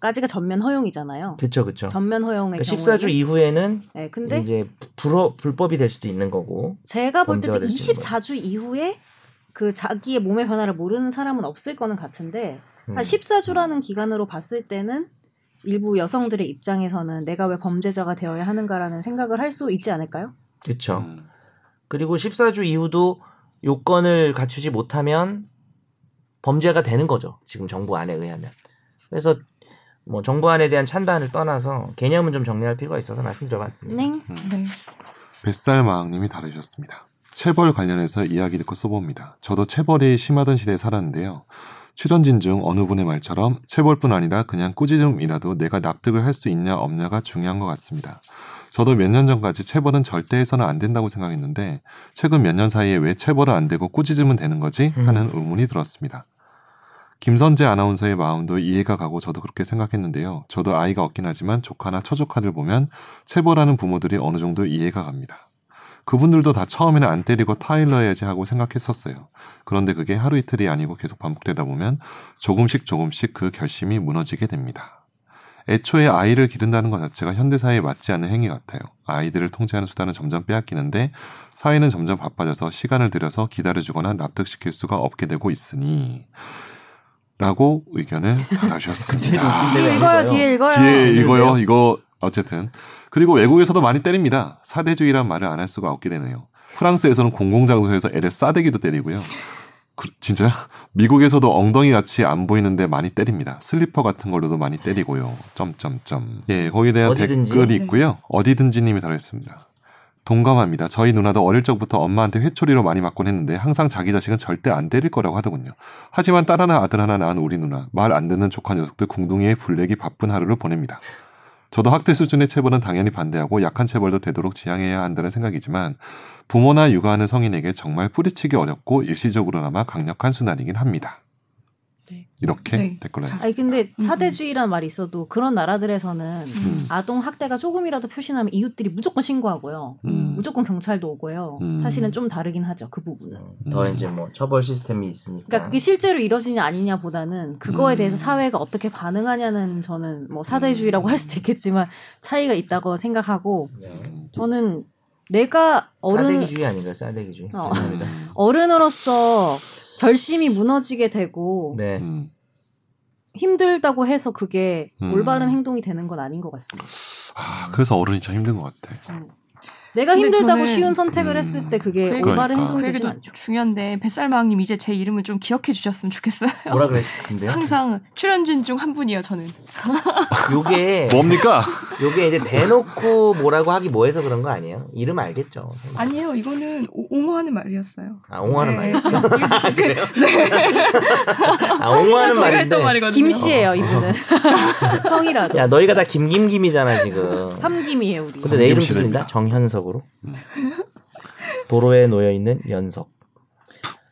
Speaker 3: 14주까지가 전면 허용이잖아요.
Speaker 4: 그렇죠. 그렇죠.
Speaker 3: 전면 허용의
Speaker 4: 그러니까
Speaker 3: 경우에는.
Speaker 4: 14주 이후에는
Speaker 3: 네, 근데
Speaker 4: 이제 불어, 불법이 될 수도 있는 거고.
Speaker 3: 제가 볼 때도
Speaker 4: 범죄가 될수 있는
Speaker 3: 24주 이후에 그 자기의 몸의 변화를 모르는 사람은 없을 거는 같은데
Speaker 4: 음.
Speaker 3: 한 14주라는 기간으로 봤을 때는 일부 여성들의 입장에서는 내가 왜 범죄자가 되어야 하는가라는 생각을 할 수 있지 않을까요?
Speaker 4: 그렇죠.
Speaker 2: 음.
Speaker 4: 그리고 14주 이후도 요건을 갖추지 못하면 범죄가 되는 거죠. 지금 정부 안에 의하면. 그래서 뭐 정부 안에 대한 찬반을 떠나서 개념은 좀 정리할 필요가 있어서 말씀드려봤습니다.
Speaker 5: 네.
Speaker 2: 음. 뱃살마왕님이 다루셨습니다. 체벌 관련해서 이야기 듣고 써봅니다. 저도 체벌이 심하던 시대에 살았는데요. 출연진 중 어느 분의 말처럼 체벌뿐 아니라 그냥 꾸짖음이라도 내가 납득을 할 수 있냐 없냐가 중요한 것 같습니다. 저도 몇 년 전까지 체벌은 절대 해서는 안 된다고 생각했는데 최근 몇 년 사이에 왜 체벌은 안 되고 꾸짖음은 되는 거지 하는 의문이 들었습니다. 김선재 아나운서의 마음도 이해가 가고 저도 그렇게 생각했는데요. 저도 아이가 없긴 하지만 조카나 처조카들 보면 체벌하는 부모들이 어느 정도 이해가 갑니다. 그분들도 다 처음에는 안 때리고 타일러야지 하고 생각했었어요. 그런데 그게 하루 이틀이 아니고 계속 반복되다 보면 조금씩 조금씩 그 결심이 무너지게 됩니다. 애초에 아이를 기른다는 것 자체가 현대사회에 맞지 않는 행위 같아요. 아이들을 통제하는 수단은 점점 빼앗기는데 사회는 점점 바빠져서 시간을 들여서 기다려주거나 납득시킬 수가 없게 되고 있으니 라고 의견을 달아주셨습니다.
Speaker 4: 뒤에 읽어요, 뒤에
Speaker 3: 읽어요.
Speaker 2: 뒤에 이거요. 이거 어쨌든 그리고 외국에서도 많이 때립니다. 사대주의란 말을 안 할 수가 없게 되네요. 프랑스에서는 공공장소에서 애를 싸대기도 때리고요. 그- 진짜요? 미국에서도 엉덩이 같이 안 보이는데 많이 때립니다. 슬리퍼 같은 걸로도 많이 때리고요. 점점점. 예, 거기에 대한
Speaker 4: 어디든지.
Speaker 2: 댓글이
Speaker 5: 네.
Speaker 2: 있고요. 어디든지님이 달아있습니다. 동감합니다. 저희 누나도 어릴 적부터 엄마한테 회초리로 많이 맞곤 했는데 항상 자기 자식은 절대 안 때릴 거라고 하더군요. 하지만 딸 하나 아들 하나 낳은 우리 누나 말 안 듣는 조카 녀석들 궁둥이에 불내기 바쁜 하루를 보냅니다. 저도 학대 수준의 체벌은 당연히 반대하고 약한 체벌도 되도록 지향해야 한다는 생각이지만 부모나 육아하는 성인에게 정말 뿌리치기 어렵고 일시적으로나마 강력한 수단이긴 합니다.
Speaker 1: 네.
Speaker 2: 이렇게
Speaker 1: 네.
Speaker 2: 댓글 을
Speaker 1: 자,
Speaker 3: 아니 근데
Speaker 1: 음.
Speaker 3: 사대주의란 말이 있어도 그런 나라들에서는
Speaker 2: 음.
Speaker 3: 아동 학대가 조금이라도 표시나면 이웃들이 무조건 신고하고요.
Speaker 2: 음.
Speaker 3: 무조건 경찰도 오고요.
Speaker 2: 음.
Speaker 3: 사실은 좀 다르긴 하죠. 그 부분은.
Speaker 4: 더
Speaker 2: 음.
Speaker 4: 이제 뭐 처벌 시스템이 있으니까.
Speaker 3: 그러니까 그게 실제로 이뤄지냐 아니냐보다는 그거에
Speaker 2: 음.
Speaker 3: 대해서 사회가 어떻게 반응하냐는 저는 뭐 사대주의라고 할 수도 있겠지만 차이가 있다고 생각하고
Speaker 4: 네.
Speaker 3: 저는 내가 어른
Speaker 4: 싸대기주의 아닌가요? 싸대기주의.
Speaker 3: 어.
Speaker 4: 죄송합니다.
Speaker 3: 어른으로서 결심이 무너지게 되고
Speaker 4: 네.
Speaker 2: 음.
Speaker 3: 힘들다고 해서 그게
Speaker 2: 음.
Speaker 3: 올바른 행동이 되는 건 아닌 것 같습니다.
Speaker 2: 아, 그래서 어른이 참 힘든 것
Speaker 3: 음.
Speaker 2: 같아.
Speaker 3: 내가
Speaker 1: 근데
Speaker 3: 힘들다고
Speaker 1: 저는-
Speaker 3: 쉬운 선택을
Speaker 2: 음.
Speaker 3: 했을 때 그게
Speaker 1: 그러니까.
Speaker 3: 올바른
Speaker 1: 그
Speaker 3: 행동이 되진
Speaker 1: 얘기도
Speaker 3: 않죠.
Speaker 1: 중요한데 뱃살마왕님 이제 제 이름을 좀 기억해 주셨으면 좋겠어요.
Speaker 4: 뭐라 그랬는데요?
Speaker 1: 항상 출연진 중 한 분이에요 저는.
Speaker 4: 요게
Speaker 2: 뭐 뭡니까?
Speaker 4: 요게 이제 대놓고 뭐라고 하기 뭐해서 그런 거 아니에요? 이름 알겠죠.
Speaker 1: 아니에요 이거는 오- 옹호하는 말이었어요.
Speaker 4: 아 옹호하는
Speaker 1: 네,
Speaker 4: 말이
Speaker 1: 네,
Speaker 4: 아, 그래요? 아
Speaker 1: 제가
Speaker 4: 옹호하는
Speaker 1: 했던
Speaker 4: 말인데.
Speaker 1: 말이거든요.
Speaker 3: 김씨예요 이분은 성이라도
Speaker 4: 야 너희가 다 김김김이잖아 지금.
Speaker 3: 삼김이에요 우리.
Speaker 4: 근데 내 이름
Speaker 2: 김김씨입니다.
Speaker 4: 틀린다. 정현석으로. 도로에 놓여 있는 연석.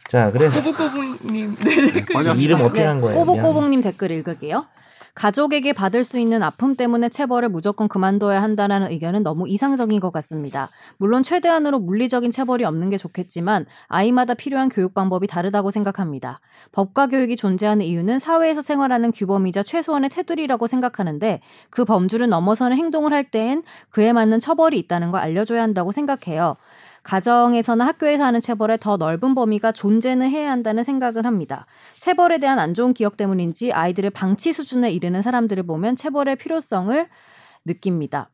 Speaker 4: 자 그래서
Speaker 1: 꼬부꼬부님 네네 그
Speaker 2: 빨리
Speaker 4: 이름
Speaker 3: 네,
Speaker 4: 어필한 거예요.
Speaker 3: 꼬복꼬복님 댓글 읽을게요. 가족에게 받을 수 있는 아픔 때문에 체벌을 무조건 그만둬야 한다라는 의견은 너무 이상적인 것 같습니다. 물론 최대한으로 물리적인 체벌이 없는 게 좋겠지만 아이마다 필요한 교육 방법이 다르다고 생각합니다. 법과 교육이 존재하는 이유는 사회에서 생활하는 규범이자 최소한의 테두리라고 생각하는데 그 범주를 넘어서는 행동을 할 때엔 그에 맞는 처벌이 있다는 걸 알려줘야 한다고 생각해요. 가정에서나 학교에서 하는 체벌의 더 넓은 범위가 존재는 해야 한다는 생각을 합니다. 체벌에 대한 안 좋은 기억 때문인지 아이들을 방치 수준에 이르는 사람들을 보면 체벌의 필요성을 느낍니다.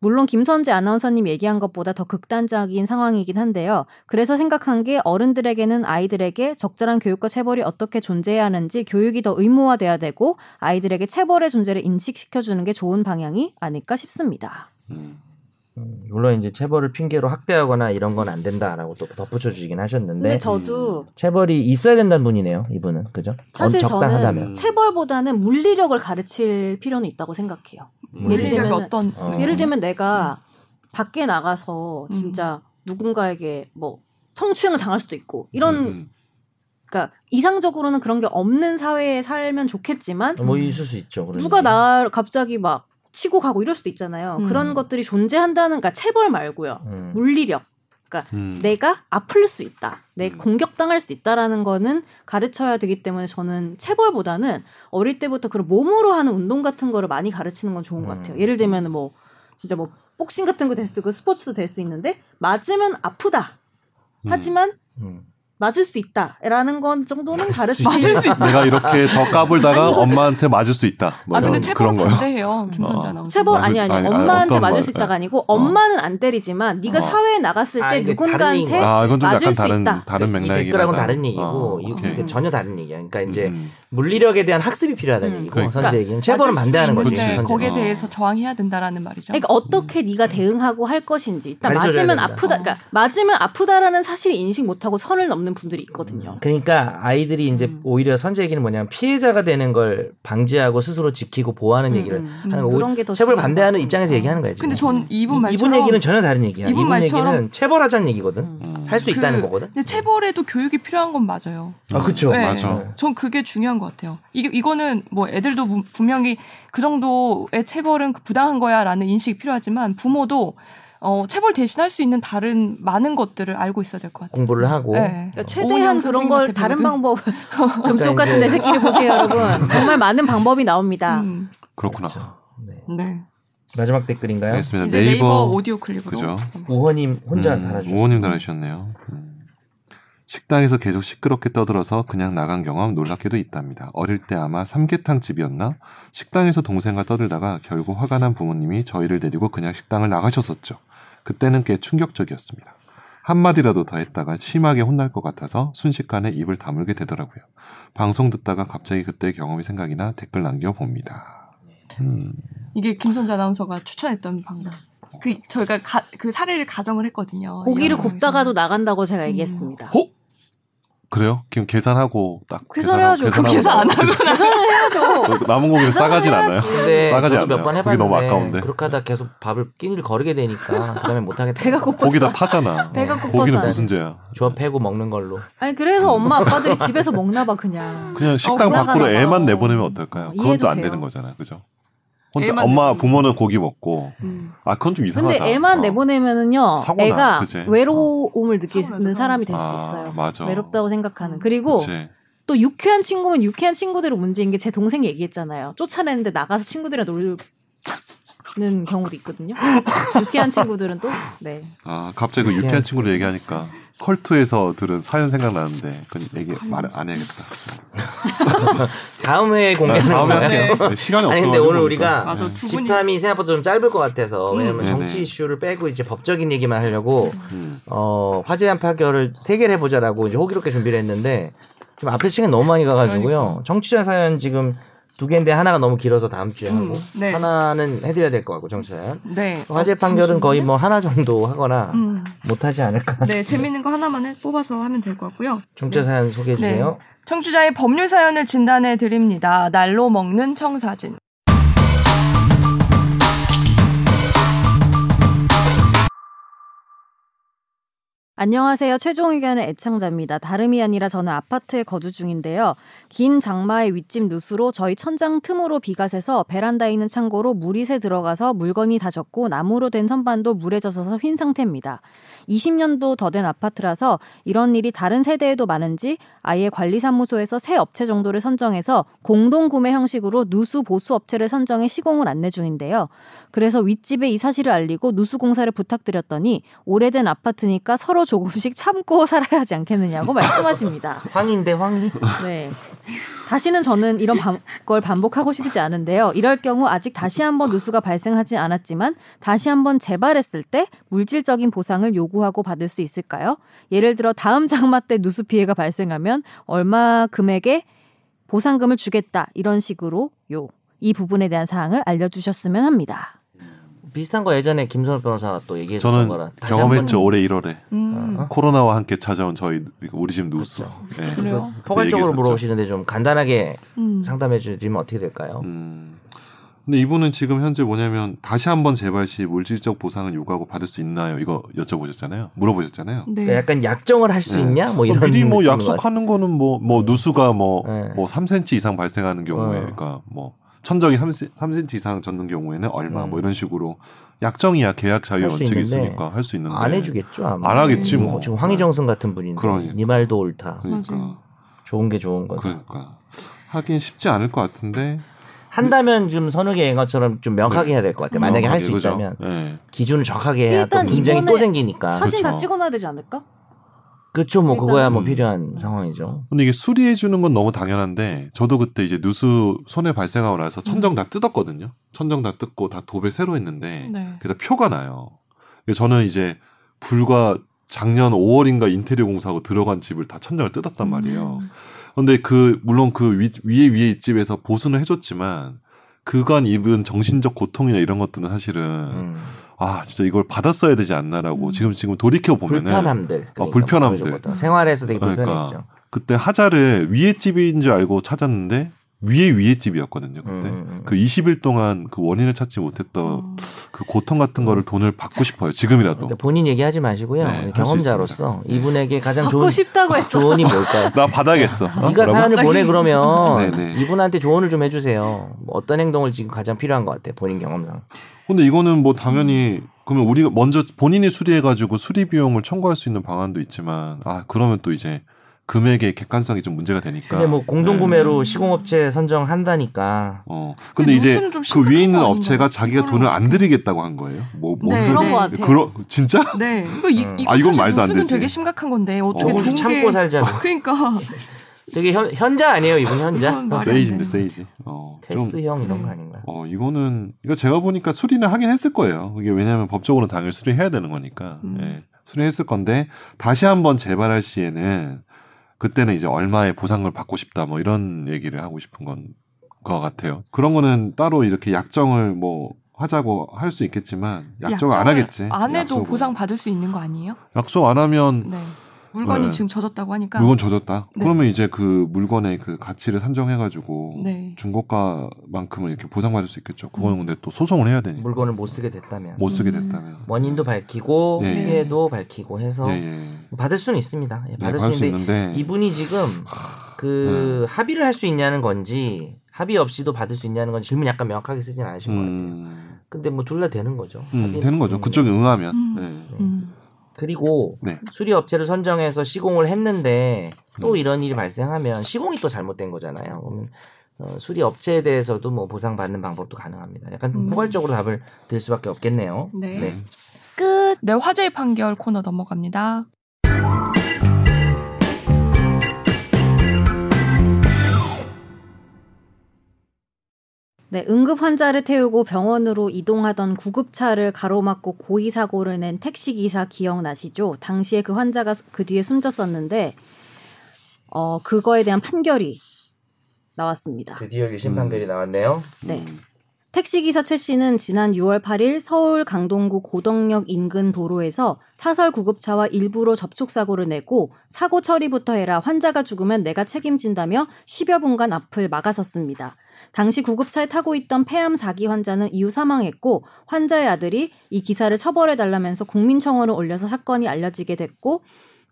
Speaker 3: 물론 김선재 아나운서님 얘기한 것보다 더 극단적인 상황이긴 한데요. 그래서 생각한 게 어른들에게는 아이들에게 적절한 교육과 체벌이 어떻게 존재해야 하는지 교육이 더 의무화돼야 되고 아이들에게 체벌의 존재를 인식시켜주는 게 좋은 방향이 아닐까 싶습니다.
Speaker 2: 음.
Speaker 4: 음, 물론 이제 체벌을 핑계로 학대하거나 이런 건 안 된다라고 또 덧붙여 주시긴 하셨는데
Speaker 3: 근데 저도
Speaker 4: 체벌이 있어야 된다는 분이네요. 이분은 그죠?
Speaker 3: 사실
Speaker 4: 어, 적당하다면.
Speaker 2: 저는-
Speaker 3: 체벌보다는 물리력을 가르칠 필요는 있다고 생각해요. 음. 예를
Speaker 1: 예를
Speaker 3: 들면-
Speaker 1: 들면 어떤 네.
Speaker 4: 어.
Speaker 3: 예를 들면 내가 밖에 나가서
Speaker 1: 음.
Speaker 3: 진짜 누군가에게 뭐 성추행을 당할 수도 있고 이런
Speaker 2: 음.
Speaker 3: 그러니까 이상적으로는 그런 게 없는 사회에 살면 좋겠지만
Speaker 4: 뭐 있을 수 있죠. 그런
Speaker 3: 누가
Speaker 4: 얘기.
Speaker 3: 나 갑자기 막 치고 가고 이럴 수도 있잖아요.
Speaker 1: 음.
Speaker 3: 그런 것들이 존재한다는 그러니까 체벌 말고요.
Speaker 4: 음.
Speaker 3: 물리력
Speaker 2: 음.
Speaker 3: 내가 아플 수 있다. 내
Speaker 2: 음.
Speaker 3: 공격당할 수 있다라는 거는 가르쳐야 되기 때문에 저는 체벌보다는 어릴 때부터 그런 몸으로 하는 운동 같은 거를 많이 가르치는 건 좋은 것
Speaker 4: 음.
Speaker 3: 같아요. 예를 들면 뭐 진짜 뭐 복싱 같은 거 될 수도 있고 스포츠도 될 수 있는데 맞으면 아프다.
Speaker 2: 음.
Speaker 3: 하지만
Speaker 4: 음.
Speaker 3: 맞을 수 있다라는 건 정도는 가르치는
Speaker 1: 맞을 수 있다.
Speaker 2: 내가 이렇게 더 까불다가 엄마한테 맞을 수 있다. 뭐
Speaker 1: 아 근데
Speaker 2: 이런 그런
Speaker 1: 체벌은
Speaker 2: 거요.
Speaker 1: 반대해요 김선재
Speaker 2: 어.
Speaker 1: 아나운서.
Speaker 3: 음. 체벌 아니 아니,
Speaker 2: 아니, 아니,
Speaker 3: 엄마한테
Speaker 2: 어떤
Speaker 3: 맞을
Speaker 2: 말,
Speaker 3: 수 있다가 아니고 엄마는 안 때리지만 네가
Speaker 2: 어.
Speaker 3: 사회에 나갔을 때
Speaker 4: 아, 이게 다른 얘기인
Speaker 3: 누군가한테
Speaker 4: 거야.
Speaker 2: 아, 이건 좀
Speaker 3: 네, 맞을
Speaker 2: 약간
Speaker 3: 수
Speaker 2: 다른
Speaker 3: 있다.
Speaker 2: 다른
Speaker 4: 그 이
Speaker 2: 맥락이다.
Speaker 4: 댓글하고는 다른 얘기고
Speaker 2: 어,
Speaker 4: 이-
Speaker 2: 오케이.
Speaker 4: 이게 전혀 다른 얘기야. 그러니까 이제
Speaker 2: 음.
Speaker 4: 물리력에 대한 학습이 필요하다는
Speaker 3: 음.
Speaker 4: 얘기고
Speaker 2: 그러니까.
Speaker 4: 선재 얘기는 체벌은
Speaker 1: 맞을 수
Speaker 4: 반대하는 거지.
Speaker 1: 있는데
Speaker 2: 그치.
Speaker 4: 선재.
Speaker 1: 네, 거기에
Speaker 2: 어.
Speaker 1: 대해서 저항해야 된다라는 말이죠.
Speaker 3: 뭐
Speaker 4: 음.
Speaker 3: 그러니까 어떻게 네가 대응하고 할 것인지 일단
Speaker 4: 가르쳐줘야
Speaker 3: 맞으면
Speaker 4: 된다. 어.
Speaker 3: 아프다. 그러니까 맞으면 아프다라는 사실을 인식 못하고 선을 넘는 분들이 있거든요.
Speaker 4: 그러니까 아이들이 이제
Speaker 3: 음.
Speaker 4: 오히려 선재 얘기는 뭐냐면 피해자가 되는 걸 방지하고 스스로 지키고 보호하는
Speaker 3: 음,
Speaker 4: 얘기를
Speaker 3: 음.
Speaker 4: 하는 거고
Speaker 3: 그런 게더
Speaker 4: 체벌 반대하는 입장에서 얘기하는 거야.
Speaker 1: 근데
Speaker 4: 지금.
Speaker 1: 전 이분
Speaker 4: 이-
Speaker 1: 말처럼
Speaker 4: 이분 얘기는 전혀 다른 얘기야.
Speaker 1: 이분
Speaker 4: 이분,
Speaker 1: 말처럼-
Speaker 4: 얘기는 체벌하자는 얘기거든.
Speaker 2: 음.
Speaker 4: 할 수
Speaker 1: 그-
Speaker 4: 있다는 거거든.
Speaker 1: 근데 체벌에도 교육이 필요한 건 맞아요.
Speaker 4: 아 그렇죠.
Speaker 1: 네.
Speaker 2: 맞아.
Speaker 1: 전 그게 중요한 것 같아요. 이게 이거는 뭐 애들도 무- 분명히 그 정도의 체벌은 그 부당한 거야라는 인식이 필요하지만 부모도 어, 체벌 대신할 수 있는 다른 많은 것들을 알고 있어야 될 것 같아요.
Speaker 4: 공부를 하고
Speaker 1: 네.
Speaker 4: 음.
Speaker 3: 그러니까
Speaker 2: 어,
Speaker 1: 오은영
Speaker 3: 최대한 그런 걸
Speaker 1: 선생님한테
Speaker 3: 다른
Speaker 1: 배우든.
Speaker 3: 방법 어,
Speaker 4: 그러니까
Speaker 3: 금쪽 같은 내
Speaker 4: 이제-
Speaker 3: 새끼를 보세요, 여러분. 정말 많은 방법이 나옵니다.
Speaker 1: 음,
Speaker 2: 그렇구나.
Speaker 4: 그렇죠. 네.
Speaker 1: 네.
Speaker 4: 마지막 댓글인가요?
Speaker 2: 알겠습니다.
Speaker 1: 이제
Speaker 2: 네이버,
Speaker 1: 네이버, 오디오 클립으로.
Speaker 2: 그죠.
Speaker 4: 우호님 혼자
Speaker 2: 음,
Speaker 4: 달아주셨어요.
Speaker 2: 우호님 달아주셨네요. 음. 식당에서 계속 시끄럽게 떠들어서 그냥 나간 경험 놀랍게도 있답니다. 어릴 때 아마 삼계탕 집이었나? 식당에서 동생과 떠들다가 결국 화가 난 부모님이 저희를 데리고 그냥 식당을 나가셨었죠. 그때는 꽤 충격적이었습니다. 한마디라도 더 했다가 심하게 혼날 것 같아서 순식간에 입을 다물게 되더라고요. 방송 듣다가 갑자기 그때 경험이 생각이나 댓글 남겨봅니다.
Speaker 3: 네.
Speaker 2: 음,
Speaker 1: 이게 김선재 아나운서가 추천했던 방법.
Speaker 4: 네.
Speaker 1: 그 저희가 가- 그 사례를 가정을 했거든요.
Speaker 3: 고기를
Speaker 1: 영상에서.
Speaker 3: 굽다가도 나간다고 제가
Speaker 1: 음.
Speaker 3: 얘기했습니다.
Speaker 2: 어? 그래요? 지금 계산하고 딱
Speaker 3: 계산해야죠.
Speaker 2: 계산하고,
Speaker 3: 그럼
Speaker 1: 계산 안
Speaker 2: 계산하고 그
Speaker 3: 계산을 해야죠.
Speaker 2: 그러니까 남은
Speaker 4: 그
Speaker 2: 고기를 싸가진 않아요.
Speaker 4: 근데
Speaker 2: 싸가지
Speaker 4: 저도
Speaker 2: 않네요.
Speaker 4: 몇 번
Speaker 2: 그게
Speaker 4: 해봤는데
Speaker 2: 너무 아까운데.
Speaker 4: 그렇게 하다 계속 밥을 끼니를 거르게 되니까 그다음에 못 하겠다.
Speaker 3: 배가 고파.
Speaker 2: 고기 다 파잖아.
Speaker 3: 배가
Speaker 2: 어,
Speaker 3: 고팠어요.
Speaker 2: 고기는 무슨 죄야?
Speaker 4: 조합 패고 먹는 걸로.
Speaker 3: 아니 그래서 엄마 아빠들이 집에서 먹나 봐 그냥.
Speaker 2: 그냥 식당
Speaker 3: 불안하다.
Speaker 2: 밖으로 애만 내보내면 어떨까요?
Speaker 3: 어,
Speaker 2: 그건 또
Speaker 3: 이해도
Speaker 2: 안
Speaker 3: 돼요.
Speaker 2: 되는 거잖아, 그죠? 혼자
Speaker 1: 애만
Speaker 2: 엄마
Speaker 1: 내보내면.
Speaker 2: 부모는 고기 먹고 아 그건 좀 이상하다.
Speaker 3: 근데 애만
Speaker 2: 어.
Speaker 3: 내보내면은요
Speaker 2: 사고 나,
Speaker 3: 애가
Speaker 2: 그치?
Speaker 3: 외로움을 느끼는
Speaker 1: 사고 나죠,
Speaker 3: 사람이 될
Speaker 2: 사고
Speaker 3: 수
Speaker 2: 나죠.
Speaker 3: 있어요.
Speaker 2: 아, 맞아.
Speaker 3: 외롭다고 생각하는. 그리고
Speaker 2: 그치.
Speaker 3: 또 유쾌한 친구면 유쾌한 친구들의 문제인 게 제 동생 이 얘기했잖아요. 쫓아내는데 나가서 친구들이랑 놀는 경우도 있거든요. 유쾌한 친구들은 또 네.
Speaker 2: 아 갑자기 그 유쾌한 친구를 얘기하니까 컬투에서 들은 사연 생각나는데 그건 얘기 말 안 해야겠다.
Speaker 4: 다음 회에 공개하는
Speaker 2: 네, 다음에
Speaker 4: 건가요?
Speaker 2: 할게요. 시간이 그러니까. 네. 없어.
Speaker 4: 아니, 근데 오늘 우리가
Speaker 1: 맞아 두 분이
Speaker 4: 네. 집탐이 생각보다 좀 짧을 것 같아서 왜냐면
Speaker 2: 네네.
Speaker 4: 정치 이슈를 빼고 이제 법적인 얘기만 하려고 어 화제한 판결을 세 개를 해보자라고 이제 호기롭게 준비를 했는데 지금 앞에 시간 너무 많이 가가지고요 정치자 사연 지금 두 개인데 하나가 너무 길어서 다음 주에 뭐 하고
Speaker 1: 음, 네.
Speaker 4: 하나는 해드려야 될 것 같고 정치 사연
Speaker 1: 네.
Speaker 4: 화제 판결은 거의 뭐 하나 정도 하거나
Speaker 1: 음.
Speaker 4: 못하지 않을까
Speaker 6: 네, 재밌는 거 하나만 해- 뽑아서 하면 될 것 같고요.
Speaker 4: 정치 사연 소개해 주세요
Speaker 1: 청취자의 법률 사연을 진단해 드립니다. 날로 먹는 청사진.
Speaker 3: 안녕하세요. 최종 의견의 애청자입니다. 다름이 아니라 저는 아파트에 거주 중인데요. 긴 장마의 윗집 누수로 저희 천장 틈으로 비가 새서 베란다에 있는 창고로 물이 새 들어가서 물건이 다 젖고 나무로 된 선반도 물에 젖어서 휜 상태입니다. 20년도 더 된 아파트라서 이런 일이 다른 세대에도 많은지 아예 관리사무소에서 세 업체 정도를 선정해서 공동구매 형식으로 누수 보수 업체를 선정해 시공을 안내 중인데요. 그래서 윗집에 이 사실을 알리고 누수공사를 부탁드렸더니 오래된 아파트니까 서로 조금씩 참고 살아야 하지 않겠느냐고 말씀하십니다.
Speaker 4: 황인데 황이
Speaker 3: 네. 다시는 저는 이런 반- 걸 반복하고 싶지 않은데요. 이럴 경우 아직 다시 한번 누수가 발생하지 않았지만 다시 한번 재발했을 때 물질적인 보상을 요구하고 받을 수 있을까요? 예를 들어 다음 장마 때 누수 피해가 발생하면 얼마 금액의 보상금을 주겠다 이런 식으로요. 이 부분에 대한 사항을 알려주셨으면 합니다.
Speaker 4: 비슷한 거 예전에 김선호 변호사가 또 얘기해 줬던 거라
Speaker 2: 저는
Speaker 4: 다시
Speaker 2: 경험했죠. 올해 1월에
Speaker 1: 음.
Speaker 4: 한번- 어?
Speaker 2: 코로나와 함께 찾아온 저희 우리 집 누수.
Speaker 3: 그렇죠.
Speaker 2: 예.
Speaker 1: 그래요.
Speaker 4: 포괄적으로
Speaker 2: 얘기했었죠.
Speaker 4: 물어보시는데 좀 간단하게
Speaker 1: 음.
Speaker 4: 상담해 주시면 어떻게 될까요?
Speaker 2: 음. 근데 이분은 지금 현재 뭐냐면 다시 한번 재발 시 물질적 보상을 요구하고 받을 수 있나요? 이거 여쭤보셨잖아요. 물어보셨잖아요.
Speaker 6: 네.
Speaker 4: 그러니까 약간 약정을 할 수
Speaker 2: 네.
Speaker 4: 있냐? 뭐 이런
Speaker 2: 그럼 미리 뭐
Speaker 4: 느낌인 것
Speaker 2: 약속하는 거는 뭐 뭐 누수가 뭐
Speaker 4: 네.
Speaker 2: 뭐 3cm 이상 발생하는 경우에
Speaker 4: 어.
Speaker 2: 그러니까 뭐 천정이 3cm 이상 젖는 경우에는 얼마
Speaker 4: 음.
Speaker 2: 뭐 이런 식으로 약정이야 계약 자유
Speaker 4: 할수
Speaker 2: 원칙이
Speaker 4: 있는데
Speaker 2: 있으니까 할 수 있는데
Speaker 4: 같아요. 안 해주겠죠. 아마.
Speaker 2: 안 하겠지
Speaker 4: 음,
Speaker 2: 뭐.
Speaker 4: 지금 황희정승 같은 분인데
Speaker 2: 그러니까.
Speaker 4: 네 말도 옳다.
Speaker 2: 그러니까
Speaker 6: 맞아요.
Speaker 4: 좋은 게 좋은 거죠.
Speaker 2: 그러니까 하긴 쉽지 않을 것 같은데
Speaker 4: 한다면 지금 선욱의 애가처럼 좀 명확하게 해야 될 것 같아요. 만약에 할 수
Speaker 2: 네. 어, 음. 그죠?
Speaker 4: 있다면
Speaker 2: 네.
Speaker 4: 기준을 정확하게 해야 또
Speaker 3: 일단
Speaker 4: 분쟁이
Speaker 3: 이번에
Speaker 4: 또 생기니까.
Speaker 3: 사진
Speaker 2: 그렇죠.
Speaker 3: 다 찍어놔야 되지 않을까?
Speaker 4: 그쵸, 뭐 그거야 뭐
Speaker 2: 음.
Speaker 4: 필요한 상황이죠.
Speaker 2: 근데 이게 수리해 주는 건 너무 당연한데 저도 그때 이제 누수 손해 발생하고 나서 천정
Speaker 4: 음.
Speaker 2: 다 뜯었거든요. 천정 다 뜯고 다 도배 새로 했는데
Speaker 1: 네.
Speaker 2: 그다 표가 나요. 그래서 저는 이제 불과 작년 5월인가 인테리어 공사하고 들어간 집을 다 천장을 뜯었단 말이에요.
Speaker 4: 음.
Speaker 2: 근데 그 물론 그 위, 위에 위에 이 집에서 보수는 해줬지만 그간 입은 정신적 고통이나 이런 것들은 사실은
Speaker 4: 음.
Speaker 2: 아 진짜 이걸 받았어야 되지 않나라고 지금 지금 돌이켜 보면은 어,
Speaker 4: 불편함들. 그러니까
Speaker 2: 불편함들.
Speaker 4: 그런 것보다. 생활에서 되게
Speaker 2: 그러니까.
Speaker 4: 불편했죠.
Speaker 2: 그때 하자를 위에 집인 줄 알고 찾았는데 위에 위에 집이었거든요. 그때
Speaker 4: 음, 음, 음.
Speaker 2: 그 20일 동안 그 원인을 찾지 못했던
Speaker 1: 음. 어.
Speaker 2: 그 고통 같은 거를 돈을 받고 싶어요. 지금이라도.
Speaker 4: 그러니까 본인 얘기하지 마시고요.
Speaker 2: 네, 할수 네.
Speaker 4: 경험자로서 이분에게 가장 좋은
Speaker 3: 받고
Speaker 2: 아,
Speaker 3: 싶다고 했어.
Speaker 4: 조언이 뭘까요?
Speaker 2: 나 받아야겠어. 어?
Speaker 4: 네가
Speaker 2: 뭐라고?
Speaker 4: 사연을 보내 그러면
Speaker 2: 네, 네.
Speaker 4: 이분한테 조언을 좀 해주세요. 뭐 어떤 행동을 지금 가장 필요한 것 같아요. 본인 경험상.
Speaker 2: 근데 이거는 뭐 당연히
Speaker 1: 음.
Speaker 2: 그러면 우리가 먼저 본인이 수리해가지고 수리 비용을 청구할 수 있는 방안도 있지만 아 그러면 또 이제 금액의 객관성이 좀 문제가 되니까.
Speaker 4: 근데 뭐
Speaker 2: 음.
Speaker 4: 공동구매로 시공업체 선정한다니까
Speaker 2: 어 근데
Speaker 1: 근데
Speaker 2: 이제
Speaker 1: 무슨 좀
Speaker 2: 그
Speaker 1: 심각한
Speaker 2: 위에 있는
Speaker 1: 거 아닌가요?
Speaker 2: 업체가 자기가
Speaker 1: 그거랑-
Speaker 2: 돈을 안 드리겠다고 한 거예요. 뭐, 뭐
Speaker 1: 네,
Speaker 2: 무슨-
Speaker 3: 그런
Speaker 1: 네.
Speaker 3: 것 같아요.
Speaker 2: 그러- 진짜?
Speaker 1: 네. 이거 이,
Speaker 4: 음.
Speaker 1: 이거
Speaker 2: 아, 이건
Speaker 1: 사실
Speaker 2: 말도 안
Speaker 1: 뉴스는
Speaker 2: 되지.
Speaker 1: 되게 심각한 건데 어떻게
Speaker 2: 어,
Speaker 1: 좋은
Speaker 4: 조금씩 참고
Speaker 1: 게
Speaker 4: 살자고.
Speaker 1: 그러니까
Speaker 4: 되게 현, 현자 아니에요 이분 현자?
Speaker 1: 이건 말이 안 되는
Speaker 2: 세이지인데 세이지. 어, 좀
Speaker 4: 텍스형 이런
Speaker 3: 음.
Speaker 4: 거 아닌가요?
Speaker 2: 어, 이거는, 이거 제가 보니까 수리는 하긴 했을 거예요. 이게 왜냐하면 법적으로는 당연히 수리해야 되는 거니까.
Speaker 1: 음.
Speaker 2: 예. 수리했을 건데, 다시 한번 재발할 시에는, 그때는 이제 얼마의 보상을 받고 싶다, 뭐 이런 얘기를 하고 싶은 건, 것 같아요. 그런 거는 따로 이렇게 약정을 뭐, 하자고 할 수 있겠지만, 약정을 안 하겠지.
Speaker 1: 안 해도
Speaker 2: 약속은.
Speaker 1: 보상 받을 수 있는 거 아니에요?
Speaker 2: 약속 안 하면,
Speaker 1: 네. 물건이
Speaker 2: 네.
Speaker 1: 지금 젖었다고 하니까
Speaker 2: 물건 젖었다.
Speaker 1: 네.
Speaker 2: 그러면 이제 그 물건의 그 가치를 산정해가지고
Speaker 1: 네.
Speaker 2: 중고가만큼은 이렇게 보상받을 수 있겠죠. 그거는 근데 또 소송을 해야 되니까
Speaker 4: 물건을 못 쓰게 됐다면
Speaker 2: 네. 못 쓰게
Speaker 1: 음.
Speaker 2: 됐다면
Speaker 4: 원인도 밝히고
Speaker 2: 예, 예.
Speaker 3: 네.
Speaker 4: 피해도 밝히고 해서
Speaker 2: 예, 예.
Speaker 4: 받을 수는 있습니다. 예,
Speaker 2: 네,
Speaker 4: 받을
Speaker 2: 받을
Speaker 4: 수
Speaker 2: 수
Speaker 4: 있는데
Speaker 2: 있는데
Speaker 4: 이분이 지금 그 합의를 할 수 있냐는 건지 합의 없이도 받을 수 있냐는 건지 질문 약간 명확하게 쓰진 않으신 것 같아요.
Speaker 2: 음,
Speaker 4: 근데 뭐 둘 다 되는 거죠.
Speaker 2: 음,
Speaker 4: 합의는.
Speaker 2: 되는 거죠.
Speaker 4: 음.
Speaker 2: 그쪽이 응하면
Speaker 6: 음.
Speaker 2: 네.
Speaker 1: 음.
Speaker 4: 그리고
Speaker 2: 네.
Speaker 4: 수리 업체를 선정해서 시공을 했는데 또
Speaker 2: 음.
Speaker 4: 이런 일이 발생하면 시공이 또 잘못된 거잖아요. 그러면 어, 수리 업체에 대해서도 뭐 보상받는 방법도 가능합니다. 약간
Speaker 1: 음.
Speaker 4: 포괄적으로 답을 드릴 수밖에 없겠네요.
Speaker 6: 네.
Speaker 4: 네.
Speaker 3: 끝.
Speaker 1: 네, 화제의 판결 코너 넘어갑니다.
Speaker 3: 네, 응급 환자를 태우고 병원으로 이동하던 구급차를 가로막고 고의 사고를 낸 택시 기사 기억나시죠? 당시에 그 환자가 그 뒤에 숨졌었는데 어, 그거에 대한 판결이 나왔습니다.
Speaker 4: 드디어 유심
Speaker 2: 음.
Speaker 4: 판결이 나왔네요.
Speaker 3: 네.
Speaker 2: 음,
Speaker 3: 택시기사 최 씨는 지난 6월 8일 서울 강동구 고덕역 인근 도로에서 사설 구급차와 일부러 접촉사고를 내고 사고 처리부터 해라 환자가 죽으면 내가 책임진다며 10여 분간 앞을 막아섰습니다. 당시 구급차에 타고 있던 폐암 4기 환자는 이후 사망했고 환자의 아들이 이 기사를 처벌해달라면서 국민청원을 올려서 사건이 알려지게 됐고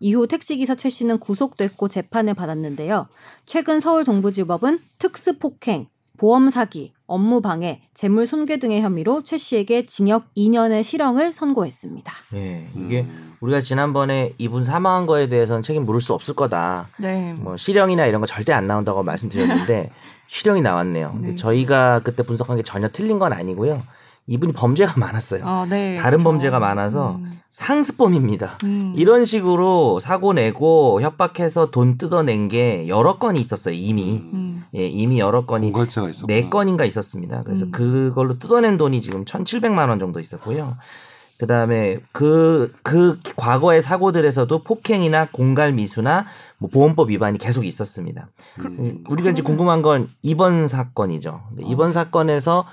Speaker 3: 이후 택시기사 최 씨는 구속됐고 재판을 받았는데요. 최근 서울 동부지법은 특수폭행, 보험 사기, 업무 방해, 재물 손괴 등의 혐의로 최 씨에게 징역 2년의 실형을 선고했습니다.
Speaker 4: 예,
Speaker 2: 음,
Speaker 4: 이게 우리가 지난번에 이분 사망한 거에 대해서는 책임 물을 수 없을 거다.
Speaker 1: 네.
Speaker 4: 뭐 실형이나 이런 거 절대 안 나온다고 말씀드렸는데 실형이 나왔네요. 근데
Speaker 1: 네.
Speaker 4: 저희가 그때 분석한 게 전혀 틀린 건 아니고요. 이분이 범죄가 많았어요.
Speaker 1: 아, 네.
Speaker 4: 다른 범죄가 많아서
Speaker 1: 음,
Speaker 4: 상습범입니다.
Speaker 1: 음.
Speaker 4: 이런 식으로 사고 내고 협박해서 돈 뜯어낸 게 여러 건이 있었어요. 이미
Speaker 1: 음.
Speaker 4: 예, 이미 여러 건이
Speaker 2: 공갈채가 있었고
Speaker 4: 네 건인가 있었습니다. 그래서
Speaker 1: 음.
Speaker 4: 그걸로 뜯어낸 돈이 지금 1,700만 원 정도 있었고요. 그다음에 그 그 과거의 사고들에서도 폭행이나 공갈 미수나 뭐 보험법 위반이 계속 있었습니다. 음,
Speaker 2: 아,
Speaker 4: 우리가 이제 궁금한 건 이번 사건이죠. 근데 이번 사건에서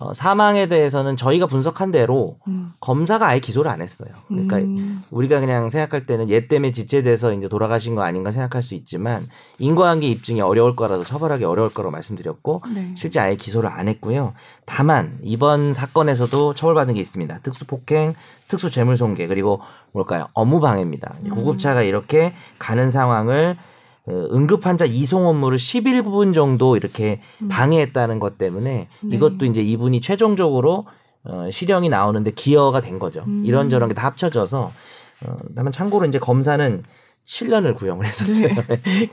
Speaker 4: 어, 사망에 대해서는 저희가 분석한 대로
Speaker 1: 음.
Speaker 4: 검사가 아예 기소를 안 했어요. 그러니까
Speaker 1: 음.
Speaker 4: 우리가 그냥 생각할 때는 얘 때문에 지체돼서 이제 돌아가신 거 아닌가 생각할 수 있지만 인과관계 입증이 어려울 거라서 처벌하기 어려울 거로 말씀드렸고
Speaker 1: 네.
Speaker 4: 실제 아예 기소를 안 했고요. 다만 이번 사건에서도 처벌받은 게 있습니다. 특수폭행, 특수재물손괴 그리고 뭘까요? 업무방해입니다.
Speaker 1: 음.
Speaker 4: 구급차가 이렇게 가는 상황을 어, 응급환자 이송 업무를 11분 정도 이렇게
Speaker 1: 음.
Speaker 4: 방해했다는 것 때문에
Speaker 1: 네.
Speaker 4: 이것도 이제 이분이 최종적으로 어, 실형이 나오는데 기여가 된 거죠.
Speaker 1: 음.
Speaker 4: 이런저런 게 다 합쳐져서 어, 다만 참고로 이제 검사는 7년을 구형을 했었어요.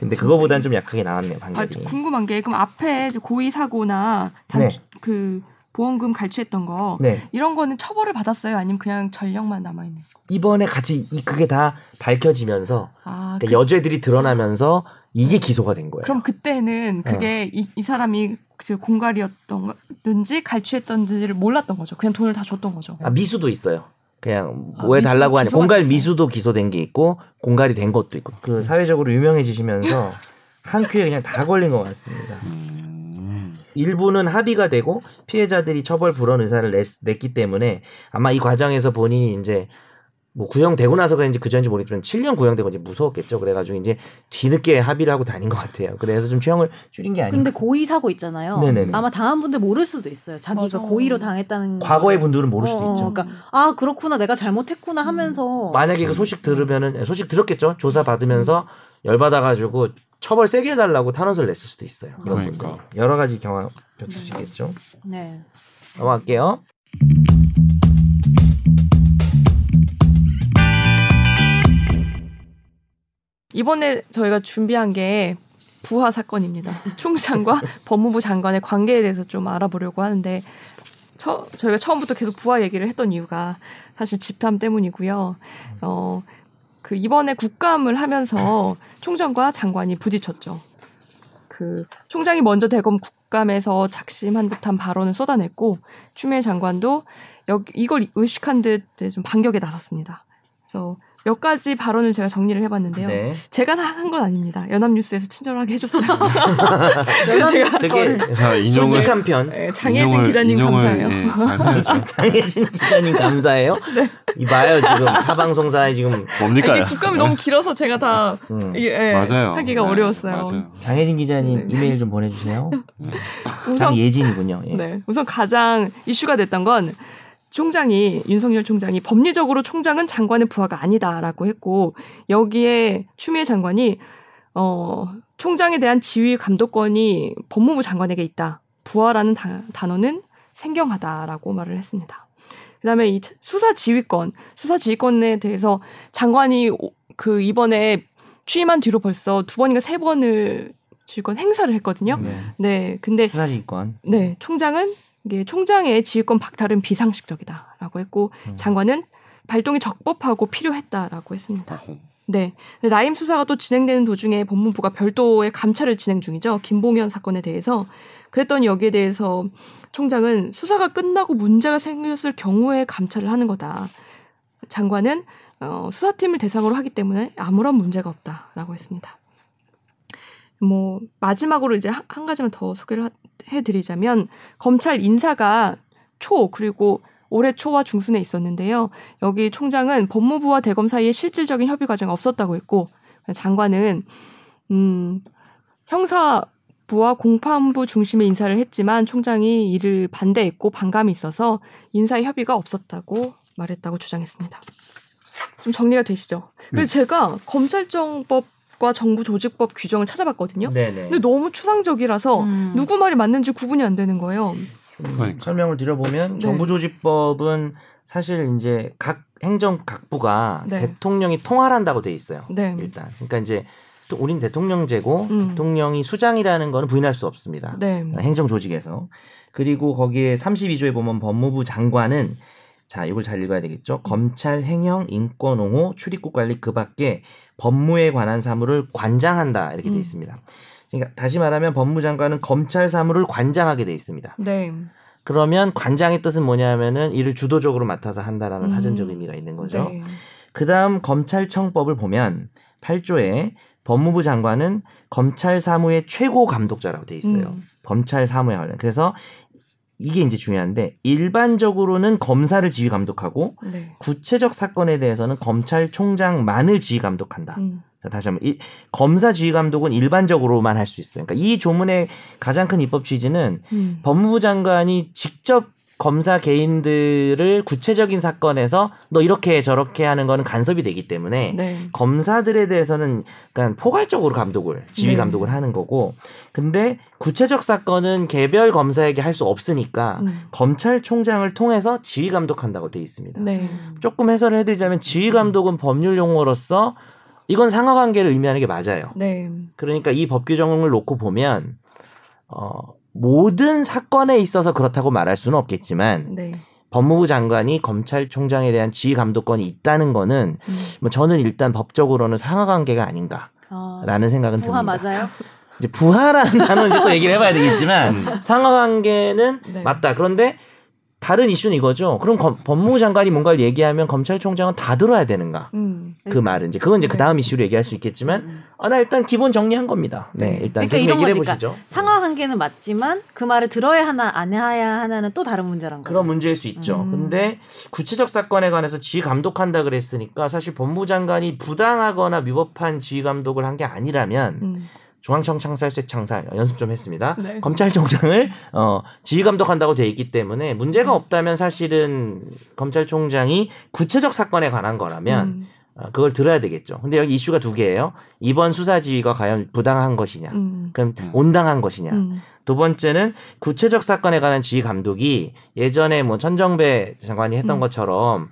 Speaker 4: 근데 그거보다는 좀 약하게 나왔네요
Speaker 1: 네. 아,
Speaker 4: 판결이.
Speaker 1: 좀 궁금한 게 그럼 앞에 이제 고의 사고나
Speaker 4: 네.
Speaker 1: 단추, 그 보험금 갈취했던 거
Speaker 4: 네.
Speaker 1: 이런 거는 처벌을 받았어요? 아니면 그냥 전력만 남아 있는?
Speaker 4: 이번에 같이 이 그게 다 밝혀지면서
Speaker 1: 아,
Speaker 4: 그러니까 여죄들이 드러나면서 이게 기소가 된 거예요.
Speaker 1: 그럼 그때는 그게
Speaker 4: 어.
Speaker 1: 이, 이 사람이 그 공갈이었던지 갈취했던지를 몰랐던 거죠. 그냥 돈을 다 줬던 거죠.
Speaker 4: 아, 미수도 있어요. 그냥
Speaker 1: 아,
Speaker 4: 왜
Speaker 1: 미수
Speaker 4: 달라고 하냐.
Speaker 1: 기소가
Speaker 4: 공갈
Speaker 1: 됐어요.
Speaker 4: 미수도 기소된 게 있고 공갈이 된 것도 있고. 그 사회적으로 유명해지시면서 한 큐에 그냥 다 걸린 것 같습니다.
Speaker 2: 음,
Speaker 4: 일부는 합의가 되고 피해자들이 처벌 불원 의사를 냈, 냈기 때문에 아마 이 과정에서 본인이 이제 뭐 구형되고 나서 그런지 그전인지 모르겠지만 7년 구형되고 이제 무서웠겠죠. 그래가지고 이제 뒤늦게 합의를 하고 다닌 것 같아요. 그래서 좀 취형을 줄인 게 아닌가.
Speaker 3: 근데 고의 사고 있잖아요.
Speaker 4: 네네네.
Speaker 3: 아마 당한 분들 모를 수도 있어요. 자기가
Speaker 1: 맞아.
Speaker 3: 고의로
Speaker 1: 음,
Speaker 3: 당했다는
Speaker 4: 과거의
Speaker 1: 네.
Speaker 3: 거를.
Speaker 4: 분들은 모를 수도
Speaker 3: 어,
Speaker 4: 있죠.
Speaker 3: 어, 그러니까 아 그렇구나 내가 잘못했구나
Speaker 1: 어.
Speaker 3: 하면서 네.
Speaker 4: 만약에 그 소식 들으면은 소식 들었겠죠. 조사 받으면서 열 받아가지고 처벌 세게 해달라고 탄원서를 냈을 수도 있어요. 그런
Speaker 2: 그러니까.
Speaker 4: 분들이. 여러 가지 경험 겹칠 수 있겠죠.
Speaker 3: 네.
Speaker 4: 넘어갈게요.
Speaker 1: 이번에 저희가 준비한 게 부하 사건입니다. 총장과 법무부 장관의 관계에 대해서 좀 알아보려고 하는데 처- 저희가 처음부터 계속 부하 얘기를 했던 이유가 사실 집탐 때문이고요. 어, 그 이번에 국감을 하면서 총장과 장관이 부딪혔죠. 그 총장이 먼저 대검 국감에서 작심한 듯한 발언을 쏟아냈고 추미애 장관도 여- 이걸 의식한 듯 이제 좀 반격에 나섰습니다. 그래서 몇 가지 발언을 제가 정리를 해봤는데요.
Speaker 4: 네.
Speaker 1: 제가 다 한 건 아닙니다. 연합뉴스에서 친절하게 해줬어요.
Speaker 2: 아,
Speaker 1: 그래서
Speaker 3: 연합뉴스
Speaker 1: 제가
Speaker 4: 되게
Speaker 2: 자 인용을
Speaker 4: 솔직한 편.
Speaker 1: 네, 장혜진 음. 네, 기자님
Speaker 2: 인용을,
Speaker 1: 감사해요.
Speaker 2: 예, 잘 해야죠.
Speaker 1: 네.
Speaker 4: 장혜진 기자님 감사해요. 이봐요 지금 타방송사에 지금
Speaker 2: 뭡니까요?
Speaker 1: 이게 국감이 너무 길어서 제가 다
Speaker 4: 음.
Speaker 1: 이게 예,
Speaker 2: 맞아요.
Speaker 1: 하기가
Speaker 2: 네,
Speaker 1: 어려웠어요.
Speaker 2: 맞아요.
Speaker 4: 장혜진 기자님
Speaker 1: 네.
Speaker 4: 이메일 좀 보내주세요.
Speaker 2: 네.
Speaker 1: 우선
Speaker 4: 장예진이군요. 예.
Speaker 1: 네. 우선 가장 이슈가 됐던 건 총장이 윤석열 총장이 법리적으로 총장은 장관의 부하가 아니다라고 했고 여기에 추미애 장관이 어 총장에 대한 지휘 감독권이 법무부 장관에게 있다. 부하라는 다- 단어는 생경하다라고 말을 했습니다. 그다음에 이 차- 수사 지휘권, 수사 지휘권에 대해서 장관이 오- 그 이번에 취임한 뒤로 벌써 두 번인가 세 번을 지휘권 행사를 했거든요.
Speaker 4: 네.
Speaker 1: 네. 근데
Speaker 4: 수사지휘권.
Speaker 1: 네, 총장은 이게 총장의 지휘권 박탈은 비상식적이다라고 했고
Speaker 4: 음.
Speaker 1: 장관은 발동이 적법하고 필요했다라고 했습니다.
Speaker 2: 아호.
Speaker 1: 네, 라임 수사가 또 진행되는 도중에 법무부가 별도의 감찰을 진행 중이죠. 김봉현 사건에 대해서 그랬더니 여기에 대해서 총장은 수사가 끝나고 문제가 생겼을 경우에 감찰을 하는 거다. 장관은 어, 수사팀을 대상으로 하기 때문에 아무런 문제가 없다라고 했습니다. 뭐 마지막으로 이제 한, 한 가지만 더 소개를 하- 해드리자면 검찰 인사가 초 그리고 올해 초와 중순에 있었는데요. 여기 총장은 법무부와 대검 사이에 실질적인 협의 과정이 없었다고 했고 장관은 음, 형사부와 공판부 중심의 인사를 했지만 총장이 이를 반대했고 반감이 있어서 인사 협의가 없었다고 말했다고 주장했습니다. 좀 정리가 되시죠? 그래서 제가 검찰정법과 정부조직법 규정을 찾아봤거든요.
Speaker 4: 네네.
Speaker 1: 근데 너무 추상적이라서
Speaker 3: 음.
Speaker 1: 누구 말이 맞는지 구분이 안 되는 거예요.
Speaker 2: 그러니까.
Speaker 4: 음, 설명을 드려보면
Speaker 1: 네.
Speaker 4: 정부조직법은 사실 이제 각 행정 각부가
Speaker 1: 네.
Speaker 4: 대통령이 통할한다고 돼 있어요.
Speaker 1: 네.
Speaker 4: 일단 그러니까 이제 또 우린 대통령제고
Speaker 1: 음.
Speaker 4: 대통령이 수장이라는 거는 부인할 수 없습니다. 그러니까
Speaker 1: 네.
Speaker 4: 행정 조직에서 그리고 거기에 32조에 보면 법무부 장관은 자 이걸 잘 읽어야
Speaker 1: 음.
Speaker 4: 되겠죠. 검찰 행영 인권 옹호 출입국 관리 그밖에 법무에 관한 사무를 관장한다 이렇게 돼
Speaker 1: 음.
Speaker 4: 있습니다. 그러니까 다시 말하면 법무부 장관은 검찰 사무를 관장하게 돼 있습니다.
Speaker 1: 네.
Speaker 4: 그러면 관장의 뜻은 뭐냐면은 이를 주도적으로 맡아서
Speaker 1: 음.
Speaker 4: 한다라는 사전적 의미가 있는 거죠.
Speaker 1: 네.
Speaker 4: 그다음 검찰청법을 보면 8조에 법무부 장관은 검찰 사무의 최고 감독자라고 돼 있어요.
Speaker 1: 음.
Speaker 4: 검찰 사무에 관련. 그래서 이게 이제 중요한데 일반적으로는 검사를 지휘 감독하고
Speaker 1: 네.
Speaker 4: 구체적 사건에 대해서는 검찰총장만을 지휘 감독한다.
Speaker 1: 음.
Speaker 4: 자, 다시 한번 이- 검사 지휘 감독은 일반적으로만 할 수 있어요. 그러니까 이 조문의 가장 큰 입법 취지는
Speaker 1: 음.
Speaker 4: 법무부 장관이 직접 검사 개인들을 구체적인 사건에서 너 이렇게 저렇게 하는 거는 간섭이 되기 때문에
Speaker 1: 네.
Speaker 4: 검사들에 대해서는 약간 포괄적으로 감독을 지휘
Speaker 1: 네.
Speaker 4: 감독을 하는 거고 근데 구체적 사건은 개별 검사에게 할 수 없으니까
Speaker 1: 음.
Speaker 4: 검찰총장을 통해서 지휘 감독한다고 돼 있습니다.
Speaker 1: 네.
Speaker 3: 음.
Speaker 4: 조금 해설을 해드리자면 지휘 감독은 법률 용어로서 이건 상하관계를 의미하는 게 맞아요.
Speaker 1: 네.
Speaker 4: 그러니까 이 법 규정을 놓고 보면 어, 모든 사건에 있어서 그렇다고 말할 수는 없겠지만
Speaker 1: 네.
Speaker 4: 법무부 장관이 검찰총장에 대한 지휘 감독권이 있다는 거는
Speaker 1: 음.
Speaker 4: 뭐 저는 일단 법적으로는 상하관계가 아닌가라는
Speaker 3: 아,
Speaker 4: 생각은
Speaker 3: 부하
Speaker 4: 듭니다.
Speaker 3: 맞아요?
Speaker 4: 이제 부하라는 단어는 이제 또 얘기를 해봐야 되겠지만
Speaker 2: 음.
Speaker 4: 상하관계는
Speaker 1: 네.
Speaker 4: 맞다. 그런데 다른 이슈는 이거죠. 그럼 검- 법무부 장관이 뭔가를 얘기하면 검찰총장은 다 들어야 되는가?
Speaker 1: 음.
Speaker 4: 그 말은 이제 그건 이제
Speaker 3: 네.
Speaker 4: 그 다음 이슈로 얘기할 수 있겠지만
Speaker 3: 음.
Speaker 4: 아, 나 일단 기본 정리한 겁니다. 네, 일단
Speaker 3: 그러니까
Speaker 4: 계속
Speaker 3: 이런
Speaker 4: 얘기를
Speaker 3: 거지,
Speaker 4: 해보시죠. 네.
Speaker 3: 상하 관계는 맞지만 그 말을 들어야 하나 안 해야 하나는 또 다른 문제란 거죠.
Speaker 4: 그런 문제일 수 있죠.
Speaker 1: 음.
Speaker 4: 근데 구체적 사건에 관해서 지휘 감독한다 그랬으니까 사실 법무부 장관이 부당하거나 위법한 지휘 감독을 한 게 아니라면
Speaker 1: 음.
Speaker 4: 중앙청 창살 쇠창살 연습 좀 했습니다.
Speaker 1: 네.
Speaker 4: 검찰총장을 어, 지휘 감독한다고 돼 있기 때문에 문제가
Speaker 3: 음.
Speaker 4: 없다면 사실은 검찰총장이 구체적 사건에 관한 거라면
Speaker 1: 음.
Speaker 4: 어, 그걸 들어야 되겠죠. 근데 여기 이슈가 두 개예요. 이번 수사 지휘가 과연 부당한 것이냐,
Speaker 1: 음.
Speaker 4: 그럼
Speaker 2: 음.
Speaker 4: 온당한 것이냐.
Speaker 1: 음.
Speaker 4: 두 번째는 구체적 사건에 관한 지휘 감독이 예전에 뭐 천정배 장관이 했던
Speaker 1: 음.
Speaker 4: 것처럼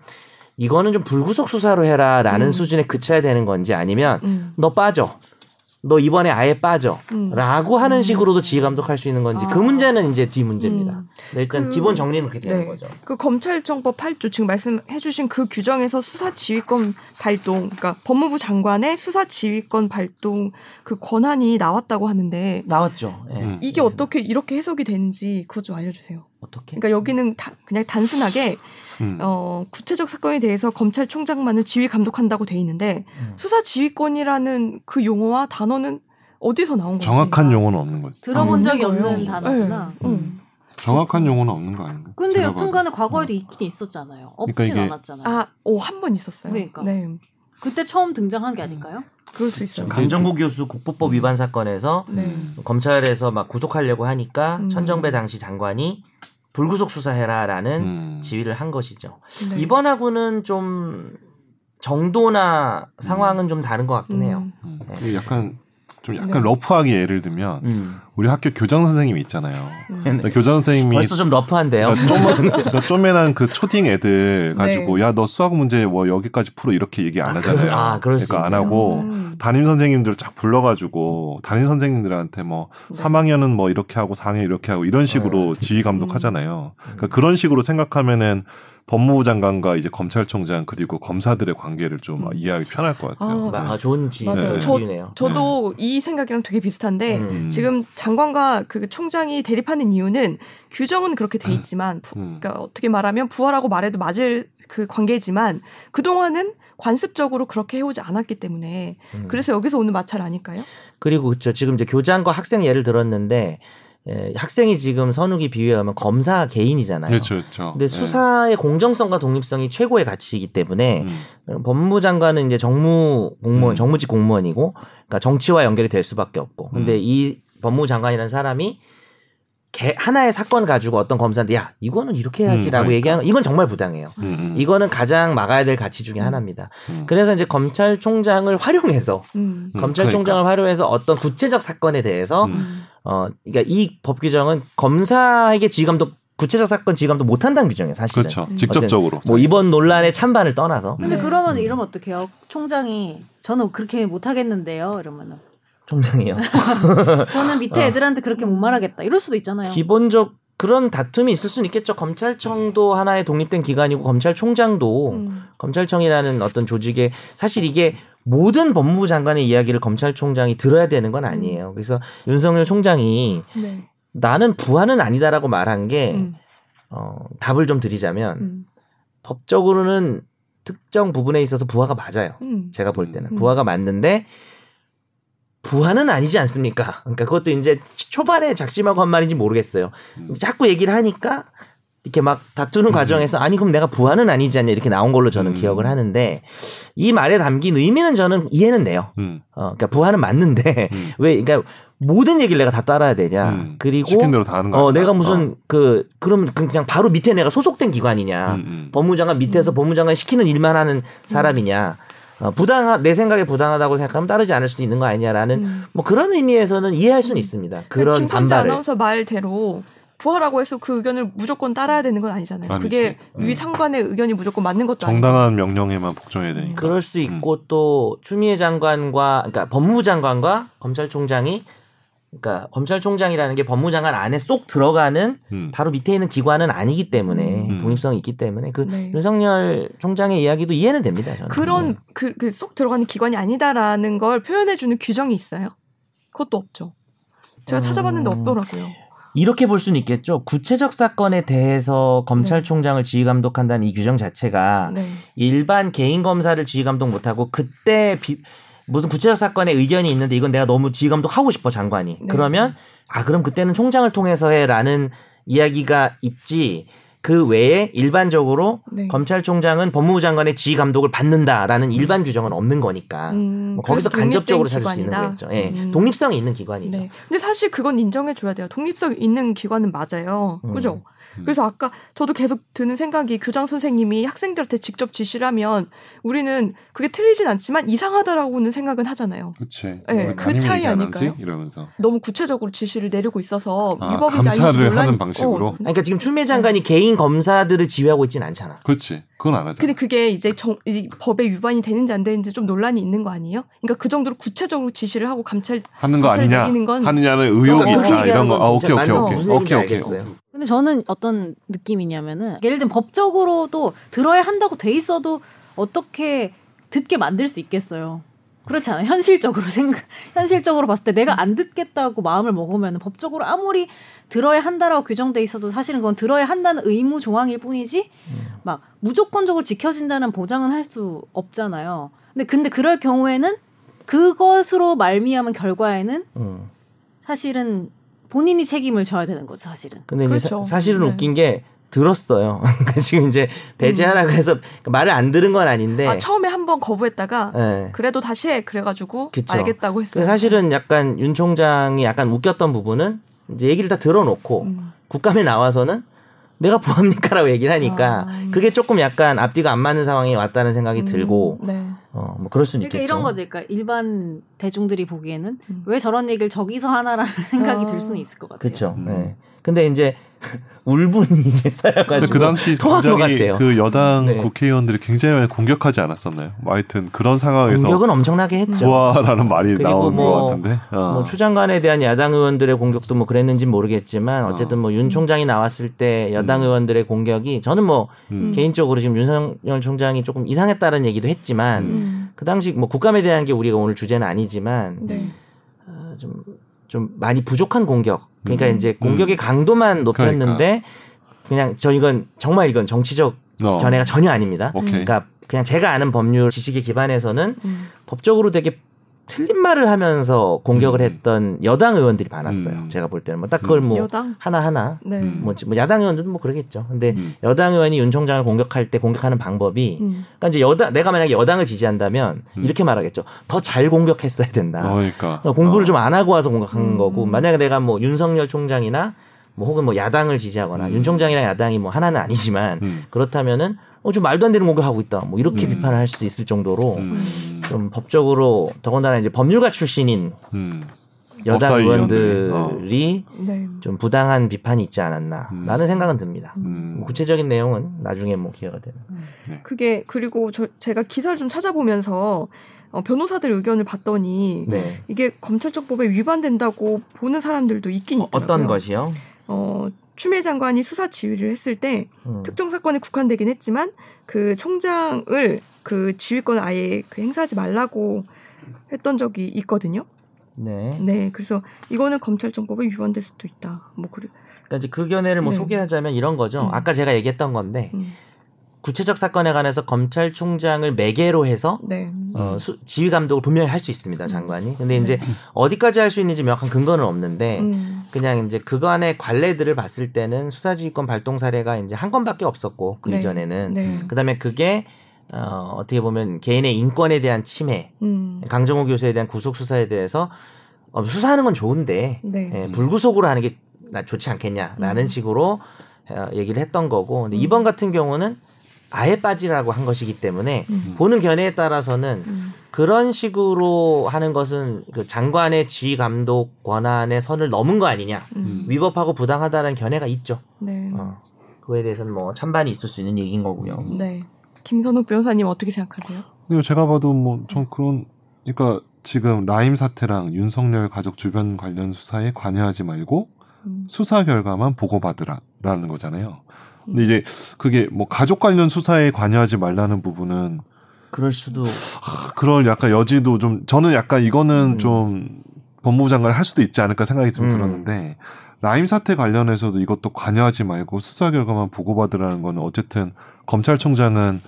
Speaker 4: 이거는 좀 불구속 수사로 해라라는
Speaker 1: 음.
Speaker 4: 수준에 그쳐야 되는 건지 아니면
Speaker 1: 음.
Speaker 4: 너 빠져. 너 이번에 아예 빠져.
Speaker 1: 음.
Speaker 4: 라고 하는 식으로도 지휘 감독할 수 있는 건지 그
Speaker 3: 아.
Speaker 4: 문제는 이제 뒤 문제입니다.
Speaker 1: 음.
Speaker 4: 근데 일단
Speaker 1: 그-
Speaker 4: 기본 정리는 그렇게 되는
Speaker 1: 네.
Speaker 4: 거죠.
Speaker 1: 그 검찰청법 8조 지금 말씀해주신 그 규정에서 수사지휘권 발동, 그러니까 법무부 장관의 수사지휘권 발동 그 권한이 나왔다고 하는데
Speaker 4: 나왔죠. 예.
Speaker 2: 음.
Speaker 1: 이게 어떻게 이렇게 해석이 되는지 그것 좀 알려주세요.
Speaker 4: 어떻게?
Speaker 1: 그러니까 여기는 다- 그냥 단순하게
Speaker 2: 음.
Speaker 1: 어, 구체적 사건에 대해서 검찰총장만을 지휘 감독한다고 돼 있는데
Speaker 4: 음.
Speaker 1: 수사 지휘권이라는 그 용어와 단어는 어디서 나온 건지
Speaker 2: 정확한 용어는 없는 거지.
Speaker 3: 들어본
Speaker 1: 음.
Speaker 3: 적이 없는
Speaker 1: 음.
Speaker 3: 단어구나.
Speaker 1: 음.
Speaker 2: 정확한 용어는 없는 거 아닌가?
Speaker 3: 근데
Speaker 2: 제가
Speaker 3: 여튼간에
Speaker 2: 봐도.
Speaker 3: 과거에도 있긴 있었잖아요. 없진
Speaker 2: 어. 그러니까 이게-
Speaker 3: 않았잖아요.
Speaker 1: 아, 오, 한 번 있었어요.
Speaker 3: 그러니까.
Speaker 1: 네.
Speaker 3: 그때 처음 등장한 게 아닐까요?
Speaker 1: 그럴 수 있어요.
Speaker 2: 그렇죠.
Speaker 4: 강정구 교수
Speaker 2: 음.
Speaker 4: 국보법 위반 사건에서
Speaker 1: 네.
Speaker 4: 검찰에서 막 구속하려고 하니까
Speaker 1: 음.
Speaker 4: 천정배 당시 장관이 불구속 수사해라라는
Speaker 2: 음.
Speaker 4: 지휘를 한 것이죠.
Speaker 1: 네.
Speaker 4: 이번하고는 좀 정도나 상황은 좀 다른 것 같긴 해요.
Speaker 1: 음.
Speaker 2: 음.
Speaker 4: 네.
Speaker 2: 그 약간 좀 약간
Speaker 1: 네.
Speaker 2: 러프하게 예를 들면
Speaker 4: 음.
Speaker 2: 우리 학교 교장 선생님이 있잖아요.
Speaker 1: 음.
Speaker 4: 네.
Speaker 2: 교장 선생님이
Speaker 4: 벌써 좀 러프한데요. 네.
Speaker 2: 나 쪼매- 나 쪼매난 그 초딩 애들 가지고
Speaker 1: 네.
Speaker 2: 야 너 수학 문제 뭐 여기까지 풀어 이렇게 얘기 안
Speaker 4: 아,
Speaker 2: 하잖아요.
Speaker 4: 그러- 아, 그럴 수
Speaker 2: 그러니까 안
Speaker 4: 있네요.
Speaker 2: 하고
Speaker 1: 음.
Speaker 2: 담임 선생님들 쫙 불러가지고 담임 선생님들한테 뭐
Speaker 1: 네.
Speaker 2: 3학년은 뭐 이렇게 하고 4학년 이렇게 하고
Speaker 4: 네.
Speaker 2: 이런 식으로 지휘
Speaker 4: 음.
Speaker 2: 감독하잖아요. 그러니까 그런 식으로 생각하면은 법무부 장관과 이제 검찰총장 그리고 검사들의 관계를 좀
Speaker 4: 음.
Speaker 2: 이해하기 편할 것 같아요.
Speaker 1: 아,
Speaker 4: 아, 좋은 지
Speaker 1: 맞아요.
Speaker 4: 네.
Speaker 1: 저- 네.
Speaker 4: 지휘네요.
Speaker 1: 저도 이 생각이랑 되게 비슷한데
Speaker 4: 음.
Speaker 1: 지금 장관과 그 총장이 대립하는 이유는 규정은 그렇게 돼 있지만 부-
Speaker 2: 음.
Speaker 1: 그러니까 어떻게 말하면 부하라고 말해도 맞을 그 관계지만 그동안은 관습적으로 그렇게 해오지 않았기 때문에
Speaker 4: 음.
Speaker 1: 그래서 여기서 오는 마찰 아닐까요?
Speaker 4: 그리고 그쵸 지금 이제 교장과 학생 예를 들었는데 예, 학생이 지금 선욱이 비유에 하면 검사 개인이잖아요.
Speaker 2: 그렇죠, 그렇죠.
Speaker 4: 근데
Speaker 2: 네.
Speaker 4: 수사의 공정성과 독립성이 최고의 가치이기 때문에
Speaker 2: 음.
Speaker 4: 법무장관은 이제 정무 공무원,
Speaker 2: 음.
Speaker 4: 정무직 공무원이고, 그러니까 정치와 연결이 될 수밖에 없고. 근데
Speaker 2: 음.
Speaker 4: 이 법무장관이라는 사람이 개, 하나의 사건 가지고 어떤 검사한테 야 이거는 이렇게
Speaker 2: 음,
Speaker 4: 해야지라고
Speaker 2: 그러니까.
Speaker 4: 얘기하면 이건 정말 부당해요.
Speaker 2: 음, 음,
Speaker 4: 이거는 가장 막아야 될 가치 중에 하나입니다.
Speaker 2: 음.
Speaker 4: 그래서 이제 검찰총장을 활용해서
Speaker 1: 음.
Speaker 2: 음,
Speaker 4: 검찰총장을 활용해서 어떤 구체적 사건에 대해서
Speaker 2: 음.
Speaker 4: 어 그러니까 이 법 규정은 검사에게 지휘감독 구체적 사건 지휘감독 못한다는 규정이에요 사실은.
Speaker 2: 그렇죠. 음. 직접적으로.
Speaker 4: 뭐 이번 논란의 찬반을 떠나서
Speaker 3: 근데
Speaker 1: 네.
Speaker 3: 그러면 이러면 어떡해요? 총장이 저는 그렇게 못 하겠는데요. 이러면은
Speaker 4: 총장이요.
Speaker 3: 저는 밑에
Speaker 4: 어.
Speaker 3: 애들한테 그렇게 못 말하겠다. 이럴 수도 있잖아요.
Speaker 4: 기본적 그런 다툼이 있을 수는 있겠죠. 검찰청도 하나의 독립된 기관이고 검찰총장도
Speaker 1: 음.
Speaker 4: 검찰청이라는 어떤 조직에 사실 이게 모든 법무부 장관의 이야기를 검찰총장이 들어야 되는 건 아니에요.
Speaker 1: 음.
Speaker 4: 그래서 윤석열 총장이
Speaker 1: 네.
Speaker 4: 나는 부하는 아니다라고 말한 게
Speaker 1: 음.
Speaker 4: 어, 답을 좀 드리자면
Speaker 1: 음.
Speaker 4: 법적으로는 특정 부분에 있어서 부하가 맞아요.
Speaker 1: 음.
Speaker 4: 제가 볼 때는
Speaker 1: 음.
Speaker 4: 부하가 맞는데 부하는 아니지 않습니까? 그러니까 그것도 이제 초반에 작심하고 한 말인지 모르겠어요.
Speaker 2: 음.
Speaker 4: 이제 자꾸 얘기를 하니까 이렇게 막 다투는
Speaker 2: 음.
Speaker 4: 과정에서 아니 그럼 내가 부하는 아니지 않냐 이렇게 나온 걸로 저는
Speaker 2: 음.
Speaker 4: 기억을 하는데 이 말에 담긴 의미는 저는 이해는 돼요.
Speaker 2: 음,
Speaker 4: 어, 그러니까 부하는 맞는데
Speaker 2: 음.
Speaker 4: 왜 그러니까 모든 얘기를 내가 다 따라야 되냐?
Speaker 2: 음.
Speaker 4: 그리고
Speaker 2: 시킨 대로 다 하는 거.
Speaker 4: 어
Speaker 2: 아니야? 음,
Speaker 4: 내가 무슨 그 그럼 그냥 바로 밑에 내가 소속된
Speaker 2: 어.
Speaker 4: 기관이냐?
Speaker 2: 음, 음.
Speaker 4: 법무장관 밑에서 법무장관 시키는 일만 하는 사람이냐?
Speaker 1: 음.
Speaker 4: 어, 부당하 내 생각에 부당하다고 생각하면 따르지 않을 수도 있는 거 아니냐라는
Speaker 1: 음.
Speaker 4: 뭐 그런 의미에서는 이해할 수는 있습니다. 그런
Speaker 1: 김선재
Speaker 4: 반발을.
Speaker 1: 아나운서 말대로 부하라고 해서 그 의견을 무조건 따라야 되는 건 아니잖아요.
Speaker 2: 아니지.
Speaker 1: 그게
Speaker 2: 음.
Speaker 1: 위 상관의 의견이 무조건 맞는 것도 아니고.
Speaker 2: 정당한 명령에만 복종해야 되니까.
Speaker 4: 그럴 수 있고 또 추미애 장관과 그러니까 법무부 장관과 검찰총장이 그러니까 검찰총장이라는 게 법무장관 안에 쏙 들어가는
Speaker 2: 음.
Speaker 4: 바로 밑에 있는 기관은 아니기 때문에
Speaker 2: 음.
Speaker 4: 독립성이 있기 때문에 그
Speaker 1: 네.
Speaker 4: 윤석열 총장의 이야기도 이해는 됩니다. 저는.
Speaker 1: 그런 그 그 쏙 들어가는 기관이 아니다라는 걸 표현해 주는 규정이 있어요. 그것도 없죠. 제가
Speaker 4: 음.
Speaker 1: 찾아봤는데 없더라고요.
Speaker 4: 이렇게 볼 수는 있겠죠. 구체적 사건에 대해서 검찰총장을 지휘감독한다는 이 규정 자체가
Speaker 1: 네.
Speaker 4: 일반 개인 검사를 지휘감독 못하고 그때 비- 무슨 구체적 사건에 의견이 있는데 이건 내가 너무 지휘감독 하고 싶어 장관이
Speaker 1: 네.
Speaker 4: 그러면 아 그럼 그때는 총장을 통해서 해라는 이야기가 있지 그 외에 일반적으로
Speaker 1: 네.
Speaker 4: 검찰총장은 법무부 장관의 지휘감독을 받는다라는 일반 규정은 없는 거니까
Speaker 1: 음,
Speaker 4: 뭐
Speaker 1: 그래서
Speaker 4: 거기서
Speaker 1: 독립된
Speaker 4: 간접적으로 찾을 수 있는
Speaker 1: 기관이다.
Speaker 4: 거겠죠. 예,
Speaker 1: 음.
Speaker 4: 독립성이 있는 기관이죠.
Speaker 1: 네. 근데 사실 그건 인정해 줘야 돼요. 독립성 있는 기관은 맞아요.
Speaker 4: 음.
Speaker 1: 그죠?
Speaker 2: 음.
Speaker 1: 그래서 아까 저도 계속 드는 생각이 교장 선생님이 학생들한테 직접 지시를 하면 우리는 그게 틀리진 않지만 이상하다라고는 생각은 하잖아요.
Speaker 2: 그렇지.
Speaker 1: 네, 그 차이 아닐까요?
Speaker 2: 이러면서.
Speaker 1: 너무 구체적으로 지시를 내리고 있어서
Speaker 2: 아,
Speaker 1: 위법인지 아닌지
Speaker 2: 감찰을
Speaker 1: 몰라.
Speaker 2: 하는 방식으로?
Speaker 1: 어,
Speaker 4: 아니, 그러니까 지금 추미애 장관이 개인 검사들을 지휘하고 있지는 않잖아.
Speaker 2: 그렇지. 그건 안 하잖아.
Speaker 1: 근데 그게 이제 정, 이 법에 위반이 되는지 안 되는지 좀 논란이 있는 거 아니에요? 그러니까 그 정도로 구체적으로 지시를 하고 감찰
Speaker 2: 하는 거
Speaker 1: 검찰
Speaker 2: 아니냐?
Speaker 1: 내리는 건-
Speaker 2: 하느냐는 의혹이
Speaker 4: 그러니까
Speaker 1: 어,
Speaker 2: 있다.
Speaker 1: 어,
Speaker 2: 이런 거. 아, 오케이,
Speaker 4: 진짜
Speaker 2: 오케이,
Speaker 4: 나는
Speaker 2: 오케이.
Speaker 4: 무슨
Speaker 2: 오케이,
Speaker 4: 얘기인지
Speaker 2: 오케이.
Speaker 4: 알겠어요.
Speaker 3: 근데 저는 어떤 느낌이냐면은 예를 들면 법적으로도 들어야 한다고 돼 있어도 어떻게 듣게 만들 수 있겠어요. 그렇지 않아요. 현실적으로 생각, 현실적으로 봤을 때 내가 안 듣겠다고 마음을 먹으면 법적으로 아무리 들어야 한다라고 규정돼 있어도 사실은 그건 들어야 한다는 의무 조항일 뿐이지
Speaker 4: 음.
Speaker 3: 막 무조건적으로 지켜진다는 보장은 할 수 없잖아요. 근데 근데 그럴 경우에는 그것으로 말미암은 결과에는
Speaker 4: 음.
Speaker 3: 사실은 본인이 책임을 져야 되는 거죠 사실은.
Speaker 4: 근데 이제
Speaker 1: 그렇죠.
Speaker 4: 사, 실은
Speaker 1: 네.
Speaker 4: 웃긴 게 들었어요. 그러니까 지금 이제 배제하라고 해서 그러니까 말을 안 들은 건 아닌데.
Speaker 1: 아, 처음에 한 번 거부했다가
Speaker 4: 예.
Speaker 1: 그래도 다시 해 그래가지고
Speaker 4: 그쵸.
Speaker 1: 알겠다고
Speaker 4: 그
Speaker 1: 했어요.
Speaker 4: 사실은 약간 윤 총장이 약간 웃겼던 부분은 이제 얘기를 다 들어놓고
Speaker 1: 음.
Speaker 4: 국감에 나와서는 내가 부합니까라고 얘기를 하니까
Speaker 1: 아.
Speaker 4: 그러니까 그게 조금 약간 앞뒤가 안 맞는 상황이 왔다는 생각이 들고
Speaker 1: 네.
Speaker 4: 어, 뭐 그럴 수는
Speaker 3: 그러니까
Speaker 4: 있겠죠.
Speaker 3: 이런 거지. 그러니까 일반 대중들이 보기에는
Speaker 1: 음.
Speaker 3: 왜 저런 얘기를 저기서 하나라는 생각이 들 수는 있을 것 같아요.
Speaker 4: 그렇죠.
Speaker 2: 음.
Speaker 4: 예. 근데 이제 울분이
Speaker 2: 근데
Speaker 4: 이제 쌓여가지고
Speaker 2: 그 당시
Speaker 4: 통한 것
Speaker 2: 굉장히
Speaker 4: 같아요.
Speaker 2: 그 여당
Speaker 4: 네.
Speaker 2: 국회의원들이 굉장히 많이 공격하지 않았었나요? 뭐 하여튼 그런 상황에서
Speaker 4: 공격은 엄청나게 했죠.
Speaker 2: 부하라는 말이
Speaker 4: 그리고
Speaker 2: 나온
Speaker 4: 뭐-
Speaker 2: 것 같은데. 어.
Speaker 4: 뭐 추장관에 대한 야당 의원들의 공격도 뭐 그랬는지 모르겠지만
Speaker 2: 어.
Speaker 4: 어쨌든 뭐 윤 총장이 나왔을 때 여당
Speaker 2: 음.
Speaker 4: 의원들의 공격이 저는 뭐
Speaker 2: 음.
Speaker 4: 개인적으로 지금 윤석열 총장이 조금 이상했다는 얘기도 했지만
Speaker 1: 음.
Speaker 4: 그 당시 뭐 국감에 대한 게 우리가 오늘 주제는
Speaker 2: 음.
Speaker 4: 아니지만
Speaker 1: 네.
Speaker 4: 어, 좀, 좀 많이 부족한 공격 그러니까
Speaker 1: 음.
Speaker 4: 이제 공격의 강도만 높였는데
Speaker 2: 그러니까.
Speaker 4: 그냥저 이건 정말 이건 정치적
Speaker 2: 어.
Speaker 4: 견해가 전혀 아닙니다.
Speaker 2: 오케이.
Speaker 4: 그러니까 그냥 제가 아는 법률 지식에 기반해서는
Speaker 1: 음.
Speaker 4: 법적으로 되게 틀린 말을 하면서 공격을
Speaker 2: 음.
Speaker 4: 했던 여당 의원들이 많았어요.
Speaker 2: 음.
Speaker 4: 제가 볼 때는 뭐 딱 그걸
Speaker 2: 음.
Speaker 4: 뭐
Speaker 1: 여당.
Speaker 4: 하나 하나
Speaker 1: 네.
Speaker 2: 음.
Speaker 4: 뭐, 지- 뭐 야당 의원들도 뭐 그러겠죠. 근데
Speaker 2: 음.
Speaker 4: 여당 의원이 윤 총장을 공격할 때 공격하는 방법이
Speaker 1: 음.
Speaker 4: 그러니까 이제 여당 내가 만약에 여당을 지지한다면
Speaker 2: 음.
Speaker 4: 이렇게 말하겠죠. 더 잘 공격했어야 된다.
Speaker 2: 어, 그러니까
Speaker 4: 아, 공부를
Speaker 2: 어.
Speaker 4: 좀 안 하고 와서 공격한
Speaker 1: 음.
Speaker 4: 거고 만약에 내가 뭐 윤석열 총장이나 뭐 혹은 뭐 야당을 지지하거나
Speaker 2: 음.
Speaker 4: 윤 총장이랑 야당이 뭐 하나는 아니지만
Speaker 2: 음.
Speaker 4: 그렇다면은 어좀 말도 안 되는 공격하고 있다. 뭐 이렇게
Speaker 2: 음.
Speaker 4: 비판을 할 수 있을 정도로
Speaker 2: 음.
Speaker 4: 좀 법적으로 더군다나 이제 법률가 출신인
Speaker 2: 음.
Speaker 4: 여당
Speaker 2: 법사위원들이.
Speaker 4: 의원들이
Speaker 1: 네.
Speaker 4: 좀 부당한 비판이 있지 않았나라는
Speaker 2: 음.
Speaker 4: 생각은 듭니다.
Speaker 2: 음.
Speaker 4: 구체적인 내용은 나중에 뭐 기회가 되면.
Speaker 1: 그게 그리고 저, 제가 기사를 좀 찾아보면서 어, 변호사들 의견을 봤더니
Speaker 4: 네.
Speaker 1: 이게 검찰청법에 위반된다고 보는 사람들도 있긴 있더라고요.
Speaker 4: 어떤 것이요?
Speaker 1: 어, 추미애 장관이 수사 지휘를 했을 때
Speaker 4: 음.
Speaker 1: 특정 사건에 국한되긴 했지만 그 총장을 그 지휘권 아예 그 행사하지 말라고 했던 적이 있거든요.
Speaker 4: 네.
Speaker 1: 네, 그래서 이거는 검찰청법에 위반될 수도 있다. 뭐 그래.
Speaker 4: 그러니까 이제 그 견해를 뭐
Speaker 1: 네.
Speaker 4: 소개하자면 이런 거죠.
Speaker 1: 음.
Speaker 4: 아까 제가 얘기했던 건데
Speaker 1: 음,
Speaker 4: 구체적 사건에 관해서 검찰총장을 매개로 해서
Speaker 1: 네,
Speaker 2: 음.
Speaker 4: 어, 수- 지휘 감독을 분명히 할 수 있습니다, 장관이. 근데 이제 어디까지 할 수 있는지 명확한 근거는 없는데
Speaker 1: 음,
Speaker 4: 그냥 이제 그간의 관례들을 봤을 때는 수사지휘권 발동 사례가 이제 한 건밖에 없었고 그
Speaker 1: 네.
Speaker 4: 이전에는
Speaker 1: 네,
Speaker 4: 그다음에 그게 어, 어떻게 보면 개인의 인권에 대한 침해,
Speaker 1: 음,
Speaker 4: 강정호 교수에 대한 구속 수사에 대해서 어, 수사하는 건 좋은데
Speaker 1: 네,
Speaker 4: 예,
Speaker 2: 음.
Speaker 4: 불구속으로 하는 게 나 좋지 않겠냐라는
Speaker 1: 음.
Speaker 4: 식으로 어, 얘기를 했던 거고 근데 이번 같은 경우는 아예 빠지라고 한 것이기 때문에
Speaker 1: 음,
Speaker 4: 보는 견해에 따라서는
Speaker 1: 음,
Speaker 4: 그런 식으로 하는 것은 그 장관의 지휘 감독 권한의 선을 넘은 거 아니냐
Speaker 1: 음,
Speaker 4: 위법하고 부당하다는 견해가 있죠.
Speaker 1: 네,
Speaker 4: 어. 그거에 대해서는 뭐 찬반이 있을 수 있는 얘기인 거고요.
Speaker 1: 네. 김선욱 변호사님 어떻게 생각하세요?
Speaker 2: 근데 제가 봐도 뭐 전 그런 그러니까 지금 라임 사태랑 윤석열 가족 주변 관련 수사에 관여하지 말고
Speaker 1: 음,
Speaker 2: 수사 결과만 보고받으라라는 거잖아요. 근데 이제 그게 뭐 가족 관련 수사에 관여하지 말라는 부분은
Speaker 4: 그럴 수도
Speaker 2: 아, 그럴 약간 여지도 좀 저는 약간 이거는
Speaker 4: 음.
Speaker 2: 좀 법무부 장관을 할 수도 있지 않을까 생각이 좀
Speaker 4: 음.
Speaker 2: 들었는데 라임 사태 관련해서도 이것도 관여하지 말고 수사 결과만 보고받으라는 건 어쨌든 검찰총장은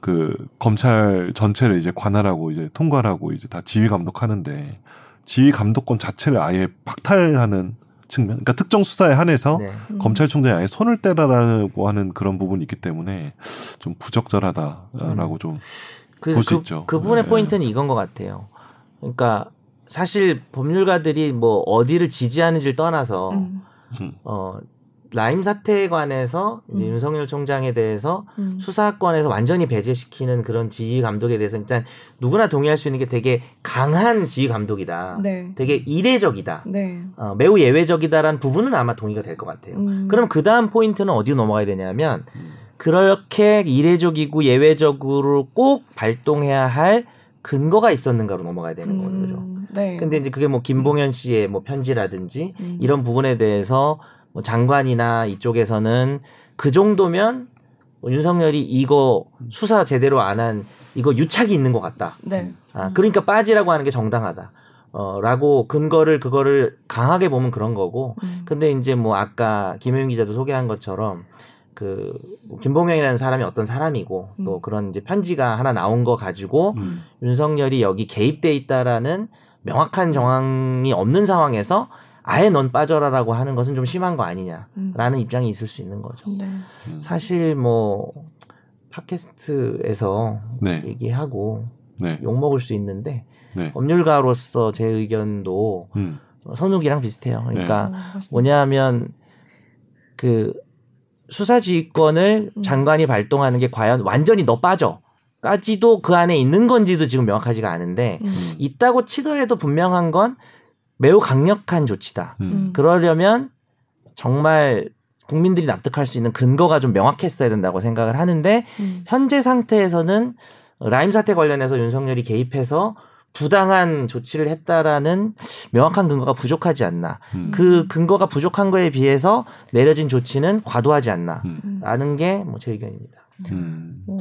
Speaker 2: 그 검찰 전체를 이제 관할하고 이제 통괄하고 이제 다 지휘 감독하는데 지휘 감독권 자체를 아예 박탈하는 측면, 그러니까 특정 수사에 한해서
Speaker 4: 네.
Speaker 1: 음.
Speaker 2: 검찰총장이 아예 손을 떼라라고 하는 그런 부분이 있기 때문에 좀
Speaker 4: 음.
Speaker 2: 부적절하다라고 좀
Speaker 4: 그래서
Speaker 2: 볼수
Speaker 4: 그,
Speaker 2: 있죠.
Speaker 4: 그 부분의
Speaker 2: 네.
Speaker 4: 포인트는 이건 것 같아요. 그러니까 사실 법률가들이 뭐 어디를 지지하는지를 떠나서
Speaker 1: 음,
Speaker 2: 음.
Speaker 4: 어 라임 사태에 관해서 이제
Speaker 1: 음.
Speaker 4: 윤석열 총장에 대해서
Speaker 1: 음,
Speaker 4: 수사권에서 완전히 배제시키는 그런 지휘 감독에 대해서 일단 누구나 동의할 수 있는 게 되게 강한 지휘 감독이다.
Speaker 1: 네,
Speaker 4: 되게 이례적이다.
Speaker 1: 네.
Speaker 4: 어, 매우 예외적이다라는 부분은 아마 동의가 될 것 같아요.
Speaker 1: 음,
Speaker 4: 그럼 그 다음 포인트는 어디로 넘어가야 되냐면
Speaker 2: 음.
Speaker 4: 그렇게 이례적이고 예외적으로 꼭 발동해야 할 근거가 있었는가로 넘어가야 되는 그 거죠.
Speaker 1: 음, 네.
Speaker 4: 근데 이제 그게 뭐 김봉현 씨의 뭐 편지라든지
Speaker 1: 음,
Speaker 4: 이런 부분에 대해서 뭐 장관이나 이쪽에서는 그 정도면 뭐 윤석열이 이거 수사 제대로 안 한 이거 유착이 있는 것 같다.
Speaker 1: 네.
Speaker 4: 아,
Speaker 1: 음.
Speaker 4: 그러니까 빠지라고 하는 게 정당하다. 어, 라고 근거를 그거를 강하게 보면 그런 거고
Speaker 1: 음,
Speaker 4: 근데 이제 뭐 아까 김효윤 기자도 소개한 것처럼 그뭐 김봉현이라는 사람이 어떤 사람이고 또
Speaker 1: 음.
Speaker 4: 그런 이제 편지가 하나 나온 거 가지고
Speaker 2: 음.
Speaker 4: 윤석열이 여기 개입돼 있다라는 명확한 정황이 없는 상황에서 아예 넌 빠져라라고 하는 것은 좀 심한 거 아니냐라는 입장이 있을 수 있는 거죠.
Speaker 1: 음. 네.
Speaker 2: 음.
Speaker 4: 어, 사실 뭐 팟캐스트에서
Speaker 2: 네.
Speaker 4: 얘기하고
Speaker 2: 네.
Speaker 4: 욕 먹을 수 있는데
Speaker 2: 네.
Speaker 4: 법률가로서 제 의견도
Speaker 2: 음.
Speaker 4: 선욱이랑 비슷해요. 그러니까
Speaker 1: 어, 그렇습니다.
Speaker 4: 뭐냐하면 그 수사지휘권을
Speaker 1: 음.
Speaker 4: 장관이 발동하는 게 과연 완전히 너 빠져까지도 그 안에 있는 건지도 지금 명확하지가 않은데
Speaker 2: 음.
Speaker 4: 있다고 치더라도 분명한 건 매우 강력한 조치다.
Speaker 2: 음.
Speaker 4: 그러려면 정말 국민들이 납득할 수 있는 근거가 좀 명확했어야 된다고 생각을 하는데
Speaker 1: 음.
Speaker 4: 현재 상태에서는 라임 사태 관련해서 윤석열이 개입해서 부당한 조치를 했다라는 명확한 근거가 부족하지 않나.
Speaker 2: 음.
Speaker 4: 그 근거가 부족한 거에 비해서 내려진 조치는 과도하지 않나.
Speaker 2: 음.
Speaker 4: 라는 게 뭐 제 의견입니다.
Speaker 2: 음.
Speaker 1: 오.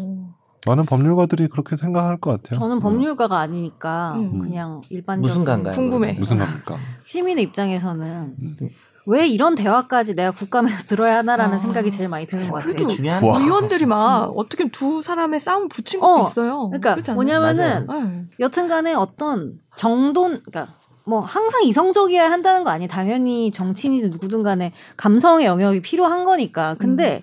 Speaker 2: 많은 법률가들이 그렇게 생각할 것 같아요.
Speaker 3: 저는
Speaker 2: 음.
Speaker 3: 법률가가 아니니까
Speaker 1: 음.
Speaker 3: 그냥 일반적인
Speaker 4: 무슨 간가요?
Speaker 1: 궁금해.
Speaker 2: 무슨 겁니까?
Speaker 3: 시민의 입장에서는
Speaker 2: 음.
Speaker 3: 왜 이런 대화까지 내가 국감에서 들어야 하나라는
Speaker 1: 네. 아.
Speaker 3: 생각이 제일 많이 드는 것 같아요.
Speaker 1: 그래도 뭐
Speaker 4: 중요한
Speaker 2: 우와.
Speaker 1: 의원들이 막
Speaker 4: 음.
Speaker 1: 어떻게 두 사람의 싸움 붙인
Speaker 3: 어,
Speaker 1: 것도 있어요.
Speaker 3: 그러니까
Speaker 1: 그렇지 않아요?
Speaker 3: 뭐냐면은
Speaker 4: 맞아요.
Speaker 1: 네.
Speaker 3: 여튼간에 어떤 정돈, 그러니까 뭐 항상 이성적이어야 한다는 거 아니? 당연히 정치인이든 누구든 간에 감성의 영역이 필요한 거니까. 근데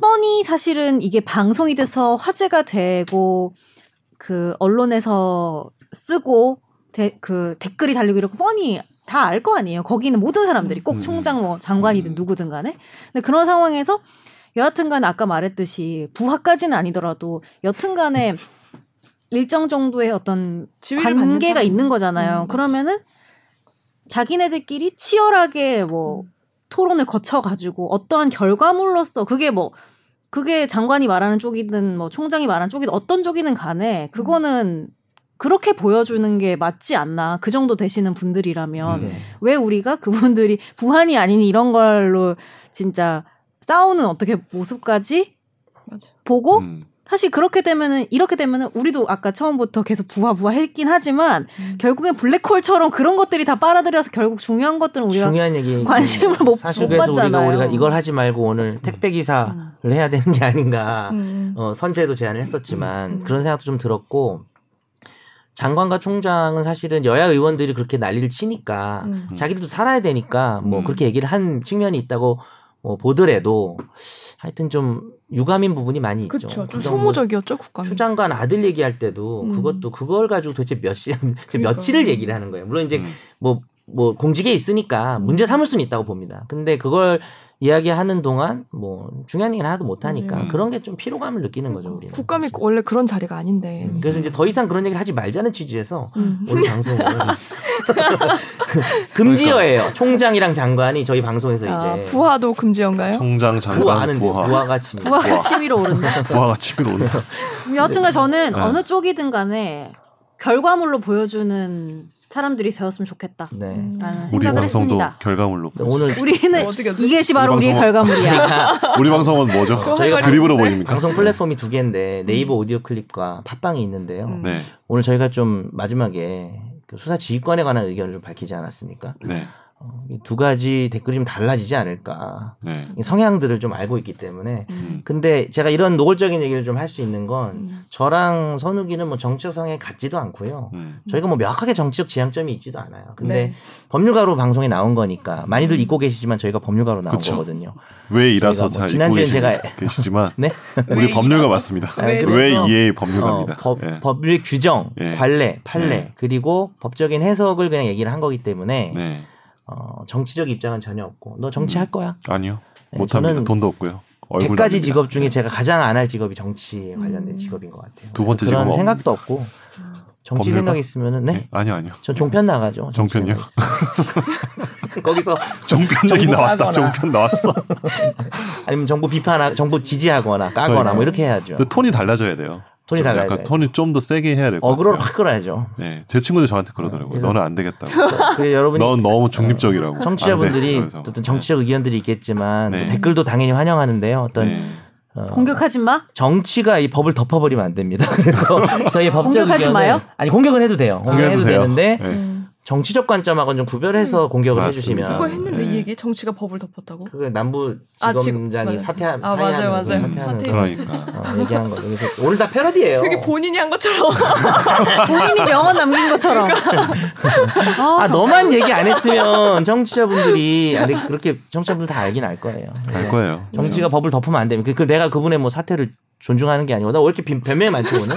Speaker 3: 뻔히 사실은 이게 방송이 돼서 화제가 되고 그 언론에서 쓰고 대- 그 댓글이 달리고 이렇게 뻔히 다 알 거 아니에요. 거기는 모든 사람들이
Speaker 2: 음.
Speaker 3: 꼭 총장 뭐 장관이든
Speaker 2: 음.
Speaker 3: 누구든 간에. 근데 그런 상황에서 여하튼간 아까 말했듯이 부하까지는 아니더라도 여튼간에 일정 정도의 어떤
Speaker 1: 지위를 받는
Speaker 3: 관계가
Speaker 1: 사람.
Speaker 3: 있는 거잖아요.
Speaker 1: 음,
Speaker 3: 그러면은 자기네들끼리 치열하게 뭐
Speaker 1: 음.
Speaker 3: 토론을 거쳐가지고 어떠한 결과물로서 그게 뭐 그게 장관이 말하는 쪽이든 뭐 총장이 말하는 쪽이든 어떤 쪽이든 간에
Speaker 1: 음.
Speaker 3: 그거는 그렇게 보여주는 게 맞지 않나 그 정도 되시는 분들이라면
Speaker 2: 음.
Speaker 4: 네.
Speaker 3: 왜 우리가 그분들이 부한이 아닌 이런 걸로 진짜 싸우는 어떻게 모습까지
Speaker 1: 맞아.
Speaker 3: 보고
Speaker 2: 음.
Speaker 3: 사실 그렇게 되면은 이렇게 되면은 우리도 아까 처음부터 계속 부하 부하 했긴 하지만
Speaker 1: 음.
Speaker 3: 결국엔 블랙홀처럼 그런 것들이 다 빨아들여서 결국 중요한 것들은 우리가
Speaker 4: 중요한 얘기 뭐
Speaker 3: 관심을 못-
Speaker 4: 사실
Speaker 3: 못
Speaker 4: 그래서 우리가
Speaker 3: 받잖아요.
Speaker 4: 우리가 이걸 하지 말고 오늘 택배 기사를
Speaker 3: 음.
Speaker 4: 해야 되는 게 아닌가
Speaker 1: 음.
Speaker 4: 어, 선제도 제안을 했었지만
Speaker 1: 음.
Speaker 4: 그런 생각도 좀 들었고 장관과 총장은 사실은 여야 의원들이 그렇게 난리를 치니까
Speaker 1: 음.
Speaker 4: 자기들도 살아야 되니까 뭐
Speaker 2: 음.
Speaker 4: 그렇게 얘기를 한 측면이 있다고 뭐 보더라도 하여튼 좀 유감인 부분이 많이 있죠.
Speaker 1: 그렇죠. 좀
Speaker 4: 그래서 뭐
Speaker 1: 소모적이었죠 국감이.
Speaker 4: 추장관 아들 얘기할 때도
Speaker 1: 음.
Speaker 4: 그것도 그걸 가지고 도대체 몇 시, 그
Speaker 1: 그러니까요.
Speaker 4: 며칠을 얘기를 하는 거예요. 물론 이제
Speaker 2: 음.
Speaker 4: 뭐, 뭐 공직에 있으니까
Speaker 1: 음.
Speaker 4: 문제 삼을 수는 있다고 봅니다. 근데 그걸 이야기하는 동안 뭐 중요한 얘기는 하나도 못 하니까
Speaker 2: 맞아요.
Speaker 4: 그런 게 좀 피로감을 느끼는 거죠, 우리는.
Speaker 1: 음. 국감이
Speaker 4: 사실.
Speaker 1: 원래 그런 자리가 아닌데.
Speaker 4: 음, 그래서 이제 더 이상 그런 얘기를 하지 말자는 취지에서
Speaker 1: 음.
Speaker 4: 오늘 그러니까. 방송은 금지어예요. 총장이랑 장관이 저희 방송에서
Speaker 1: 아,
Speaker 4: 이제
Speaker 1: 부하도 금지인가요?
Speaker 2: 총장 장관
Speaker 4: 그 부하하는데
Speaker 2: 부하
Speaker 4: 부하가 지
Speaker 2: 아.
Speaker 3: 부하가 그 취미로 오른다.
Speaker 2: 부하가 집에 온다.
Speaker 3: 여하튼간 저는
Speaker 2: 어. 네.
Speaker 3: 어느 쪽이든 간에 결과물로 보여주는 사람들이 되었으면 좋겠다라는
Speaker 4: 네.
Speaker 3: 생각을
Speaker 2: 음. 우리 방송도
Speaker 3: 했습니다.
Speaker 2: 결과물로.
Speaker 4: 근데 네, 오늘
Speaker 3: 음.
Speaker 5: 네,
Speaker 3: 우리는
Speaker 1: 어떻게 어떻게-
Speaker 3: 이것이 바로
Speaker 2: 우리
Speaker 3: 우리의 결과물이야.
Speaker 2: 우리 방송은 뭐죠?
Speaker 4: 저희가
Speaker 2: 드립으로 보입니까?
Speaker 4: 방송 플랫폼이 두 개인데 네이버 오디오 클립과 팟빵이 있는데요.
Speaker 1: 음.
Speaker 2: 네,
Speaker 4: 오늘 저희가 좀 마지막에 그 수사 지휘권에 관한 의견을 좀 밝히지 않았습니까?
Speaker 2: 네,
Speaker 4: 어, 이두 가지 댓글이 좀 달라지지 않을까.
Speaker 2: 네.
Speaker 4: 이 성향들을 좀 알고 있기 때문에.
Speaker 2: 음.
Speaker 4: 근데 제가 이런 노골적인 얘기를 좀 할 수 있는 건
Speaker 1: 음.
Speaker 4: 저랑 선욱이는 뭐 정치적 성향이 같지도 않고요.
Speaker 2: 음.
Speaker 4: 저희가 뭐 명확하게 정치적 지향점이 있지도 않아요. 근데
Speaker 1: 네.
Speaker 4: 법률가로 방송에 나온 거니까 많이들 잊고 계시지만 저희가 법률가로 나온
Speaker 2: 그쵸.
Speaker 4: 거거든요.
Speaker 2: 왜 일하서
Speaker 4: 저희가
Speaker 2: 잘
Speaker 4: 뭐
Speaker 2: 읽고
Speaker 4: 지난주엔
Speaker 2: 계시,
Speaker 4: 제가-
Speaker 2: 계시지만
Speaker 4: 네.
Speaker 2: 우리 법률가 맞습니다.
Speaker 4: 아,
Speaker 2: 왜,
Speaker 4: 그래서-
Speaker 2: 이해
Speaker 4: 어,
Speaker 2: 법률가입니다.
Speaker 4: 법,
Speaker 2: 예.
Speaker 4: 법률의 규정,
Speaker 2: 예.
Speaker 4: 관례, 판례,
Speaker 2: 예.
Speaker 4: 그리고 법적인 해석을 그냥 얘기를 한 거기 때문에
Speaker 2: 네,
Speaker 4: 어, 정치적 입장은 전혀 없고 너 정치 할 거야?
Speaker 2: 아니요,
Speaker 4: 네,
Speaker 2: 못합니다.
Speaker 4: 저는
Speaker 2: 돈도 없고요. 얼굴
Speaker 4: 100가지
Speaker 2: 납니다. 네.
Speaker 4: 직업 중에 제가 가장 안 할 직업이 정치에 관련된 직업인 것 같아요.
Speaker 2: 두 번째
Speaker 4: 그런
Speaker 2: 직업은
Speaker 4: 생각도 없고 정치
Speaker 2: 법률가?
Speaker 4: 생각 있으면은 네.
Speaker 2: 네, 아니요, 아니요.
Speaker 4: 전 종편 나가죠. 정치
Speaker 2: 종편이요?
Speaker 4: 생각 있으면. 거기서
Speaker 2: 종편 얘기
Speaker 4: 정보
Speaker 2: 나왔다.
Speaker 4: 까거나.
Speaker 2: 종편 나왔어.
Speaker 4: 아니면 정부 비판하, 정부 지지하거나 까거나 뭐 이렇게 해야죠.
Speaker 2: 근데 톤이 달라져야 돼요.
Speaker 4: 톤이
Speaker 2: 좀
Speaker 4: 달라야
Speaker 2: 약간
Speaker 4: 돼요.
Speaker 2: 그 톤이 좀 더 세게 해야 될 것
Speaker 4: 어그로를
Speaker 2: 같아요.
Speaker 4: 확 끌어야죠.
Speaker 2: 네, 제 친구들 저한테 그러더라고요.
Speaker 4: 그래서-
Speaker 2: 너는 안 되겠다고.
Speaker 4: 그래 여러분
Speaker 2: 넌 너무 중립적이라고. 안 돼.
Speaker 4: 청취자분들이
Speaker 2: 그래서.
Speaker 4: 어떤 정치적 의견들이 있겠지만
Speaker 2: 네.
Speaker 4: 뭐 댓글도 당연히 환영하는데요. 어떤
Speaker 2: 네.
Speaker 4: 어,
Speaker 3: 공격하지 마.
Speaker 4: 정치가 이 법을 덮어버리면 안 됩니다. 그래서 저희 법적
Speaker 3: 공격하지
Speaker 4: 의견을
Speaker 3: 마요?
Speaker 4: 아니 공격은 해도 돼요. 공격해도
Speaker 2: 공개해도 돼요.
Speaker 4: 되는데
Speaker 2: 네.
Speaker 1: 음.
Speaker 4: 정치적 관점하고는 좀 구별해서 공격을
Speaker 2: 맞습니다.
Speaker 4: 해주시면
Speaker 5: 누가 했는데
Speaker 4: 네.
Speaker 5: 이 얘기 정치가 법을 덮었다고?
Speaker 4: 그게 남부
Speaker 5: 아, 지금,
Speaker 4: 지검장이
Speaker 5: 맞아요.
Speaker 4: 사퇴하,
Speaker 5: 아, 맞아요,
Speaker 4: 사퇴하면서
Speaker 5: 맞아요.
Speaker 4: 사퇴하면서
Speaker 5: 사퇴.
Speaker 2: 음, 그러니까.
Speaker 4: 어, 얘기한 거죠. 그래서 오늘 다 패러디예요.
Speaker 5: 되게 본인이 한
Speaker 4: 어.
Speaker 5: 것처럼
Speaker 3: 본인이 명언 남긴 것처럼. 어,
Speaker 4: 그러니까. 아 너만 얘기 안 했으면 청취자분들이 아니 그렇게 청취자분들 다 알긴 알 거예요.
Speaker 2: 알 거예요.
Speaker 4: 정치가 법을 덮으면 안 됩니다. 그, 그 내가 그분의 뭐 사태를 존중하는 게 아니고 나 왜 이렇게 빈- 변명이 많지 오늘?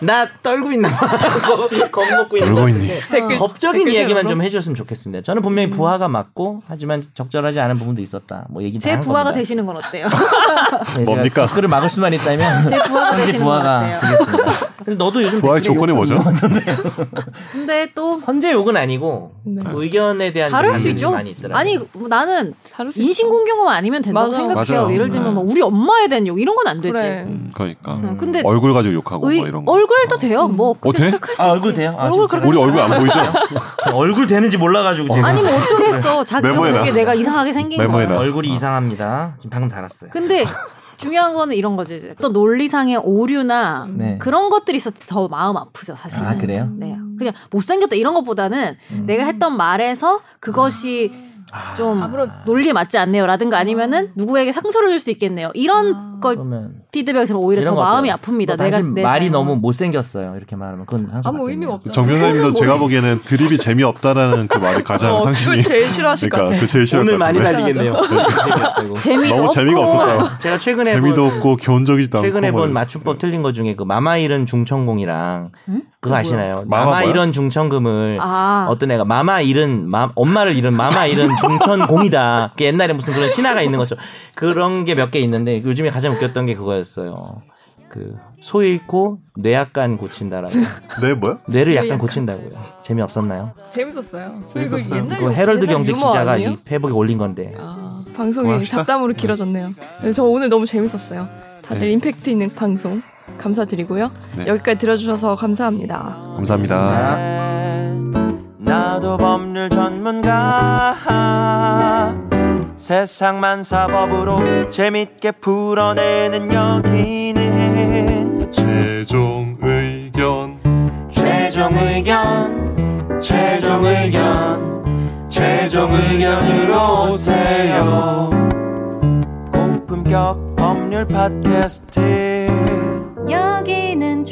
Speaker 4: 나 떨고 있나 봐. 겁- 겁먹고 있나
Speaker 2: 놀고
Speaker 4: 봐.
Speaker 2: 있니?
Speaker 5: 댓글
Speaker 4: 법적인
Speaker 3: 그,
Speaker 5: 댓글
Speaker 4: 이야기만
Speaker 5: 세우러?
Speaker 4: 좀 해줬으면 좋겠습니다. 저는
Speaker 3: 음.
Speaker 4: 분명히 부하가 맞고 하지만 적절하지 않은 부분도 있었다. 뭐 얘기
Speaker 3: 제 부하가 되시는 건 어때요?
Speaker 2: 뭡니까?
Speaker 4: 그를 막을 수만 있다면
Speaker 3: 제 부하가
Speaker 4: 제
Speaker 3: 되시는 건
Speaker 4: 부하가
Speaker 3: 어때요?
Speaker 4: 되겠습니다. 근데 너도 요즘
Speaker 2: 부하의
Speaker 4: 댓글에
Speaker 2: 조건이
Speaker 4: 욕
Speaker 2: 뭐죠?
Speaker 4: 좀 넣었는데
Speaker 3: 근데 또
Speaker 4: 선제 욕은 아니고
Speaker 5: 네.
Speaker 4: 의견에 대한
Speaker 3: 다를 수
Speaker 4: 비판들이
Speaker 3: 있죠.
Speaker 4: 많이 있더라고요.
Speaker 3: 아니 뭐 나는
Speaker 5: 다룰 수 있어.
Speaker 3: 인신공격만 아니면 된다고
Speaker 5: 맞아.
Speaker 3: 생각해요.
Speaker 2: 맞아요.
Speaker 3: 예를 들면
Speaker 2: 네.
Speaker 3: 뭐 우리 엄마에 대한 욕 이런 건 안 되지.
Speaker 5: 그래.
Speaker 2: 음, 그러니까.
Speaker 4: 음.
Speaker 3: 근데
Speaker 2: 얼굴 가지고 욕하고
Speaker 3: 의,
Speaker 2: 뭐 이런 거.
Speaker 3: 얼굴도 돼요. 뭐 그렇게
Speaker 2: 돼?
Speaker 3: 생각할 수
Speaker 4: 아,
Speaker 3: 있지.
Speaker 4: 얼굴 돼요? 아,
Speaker 3: 얼굴
Speaker 4: 진짜?
Speaker 3: 그렇게
Speaker 2: 우리 얼굴 안 보이죠?
Speaker 4: 얼굴 되는지 몰라가지고 제가
Speaker 3: 아니면 어쩌겠어. 자기도
Speaker 2: 메모해놔.
Speaker 3: 모르게 내가 이상하게 생긴
Speaker 2: 메모해놔.
Speaker 3: 거야.
Speaker 4: 얼굴이 이상합니다. 지금 방금 달았어요.
Speaker 3: 근데 중요한 거는 이런 거지. 이제. 또 논리상의 오류나
Speaker 4: 네.
Speaker 3: 그런 것들이 있을 때 더 마음 아프죠, 사실은.
Speaker 4: 아 그래요?
Speaker 3: 네.
Speaker 1: 음.
Speaker 3: 그냥 못생겼다 이런 것보다는
Speaker 4: 음.
Speaker 3: 내가 했던 말에서 그것이
Speaker 4: 아,
Speaker 3: 좀 논리에 맞지 않네요. 라든가 아니면은 누구에게 상처를 줄 수 있겠네요. 이런 거
Speaker 4: 그러면
Speaker 3: 피드백이 들면 오히려
Speaker 4: 이런
Speaker 3: 더
Speaker 4: 거
Speaker 3: 마음이
Speaker 4: 어때요?
Speaker 3: 아픕니다.
Speaker 4: 너
Speaker 3: 내가
Speaker 4: 당신
Speaker 3: 내
Speaker 4: 말이
Speaker 3: 잘못.
Speaker 4: 너무 못생겼어요. 이렇게 말하면 그건 상처
Speaker 5: 아무 의미가
Speaker 4: 받겠네요.
Speaker 5: 없잖아.
Speaker 2: 정 변호사님도 제가 보기에는 드립이 재미없다라는 그 말이 가장
Speaker 5: 어,
Speaker 2: 상심이.
Speaker 5: 그걸 제일 싫어하실 것
Speaker 2: 그러니까
Speaker 5: 같아.
Speaker 2: 그 제일 싫어.
Speaker 4: 오늘 많이 달리겠네요. 네. 재미없다고.
Speaker 3: 재미도
Speaker 2: 너무
Speaker 3: 없고
Speaker 2: 재미가 없었다.
Speaker 4: 제가 최근에
Speaker 2: 재미도
Speaker 4: 본, 음,
Speaker 2: 없고 교훈적이지도 않고.
Speaker 4: 최근에
Speaker 2: 뭐
Speaker 4: 본
Speaker 2: 이래서.
Speaker 4: 맞춤법 틀린 거 중에 그 마마 잃은 중천공이랑
Speaker 3: 응?
Speaker 4: 그거 아시나요?
Speaker 2: 마마
Speaker 4: 마마
Speaker 2: 뭐야?
Speaker 4: 잃은 중천금을
Speaker 3: 아,
Speaker 4: 어떤 애가 마마 잃은 마- 엄마를 잃은 마마 잃은 중천공이다. 그 옛날에 무슨 그런 신화가 있는 것처럼 그런 게 몇 개 있는데 요즘에 가장 웃겼던 게 그거였어요. 그 소 잃고 뇌 약간 고친다라고
Speaker 2: 네 뭐야?
Speaker 4: 뇌를 약간 고친다고요. 재미 없었나요?
Speaker 5: 재밌었어요. 저
Speaker 2: 재밌었어요.
Speaker 5: 이거 옛날
Speaker 4: 그 헤럴드
Speaker 5: 옛날
Speaker 4: 경제
Speaker 5: 유머
Speaker 4: 기자가
Speaker 5: 아니에요?
Speaker 4: 이 페북에 올린 건데
Speaker 5: 아, 방송이
Speaker 2: 고맙시다.
Speaker 5: 잡담으로 길어졌네요. 네, 저 오늘 너무 재밌었어요. 다들
Speaker 2: 네.
Speaker 5: 임팩트 있는 방송 감사드리고요.
Speaker 2: 네.
Speaker 5: 여기까지 들어주셔서 감사합니다.
Speaker 2: 감사합니다.
Speaker 7: 나도 법률 전문가 세상만 사법으로 재밌게 풀어내는 여기는
Speaker 2: 최종 의견.
Speaker 7: 최종 의견 최종 의견 최종 의견으로 오세요 고품격 법률 팟캐스트
Speaker 8: 여기는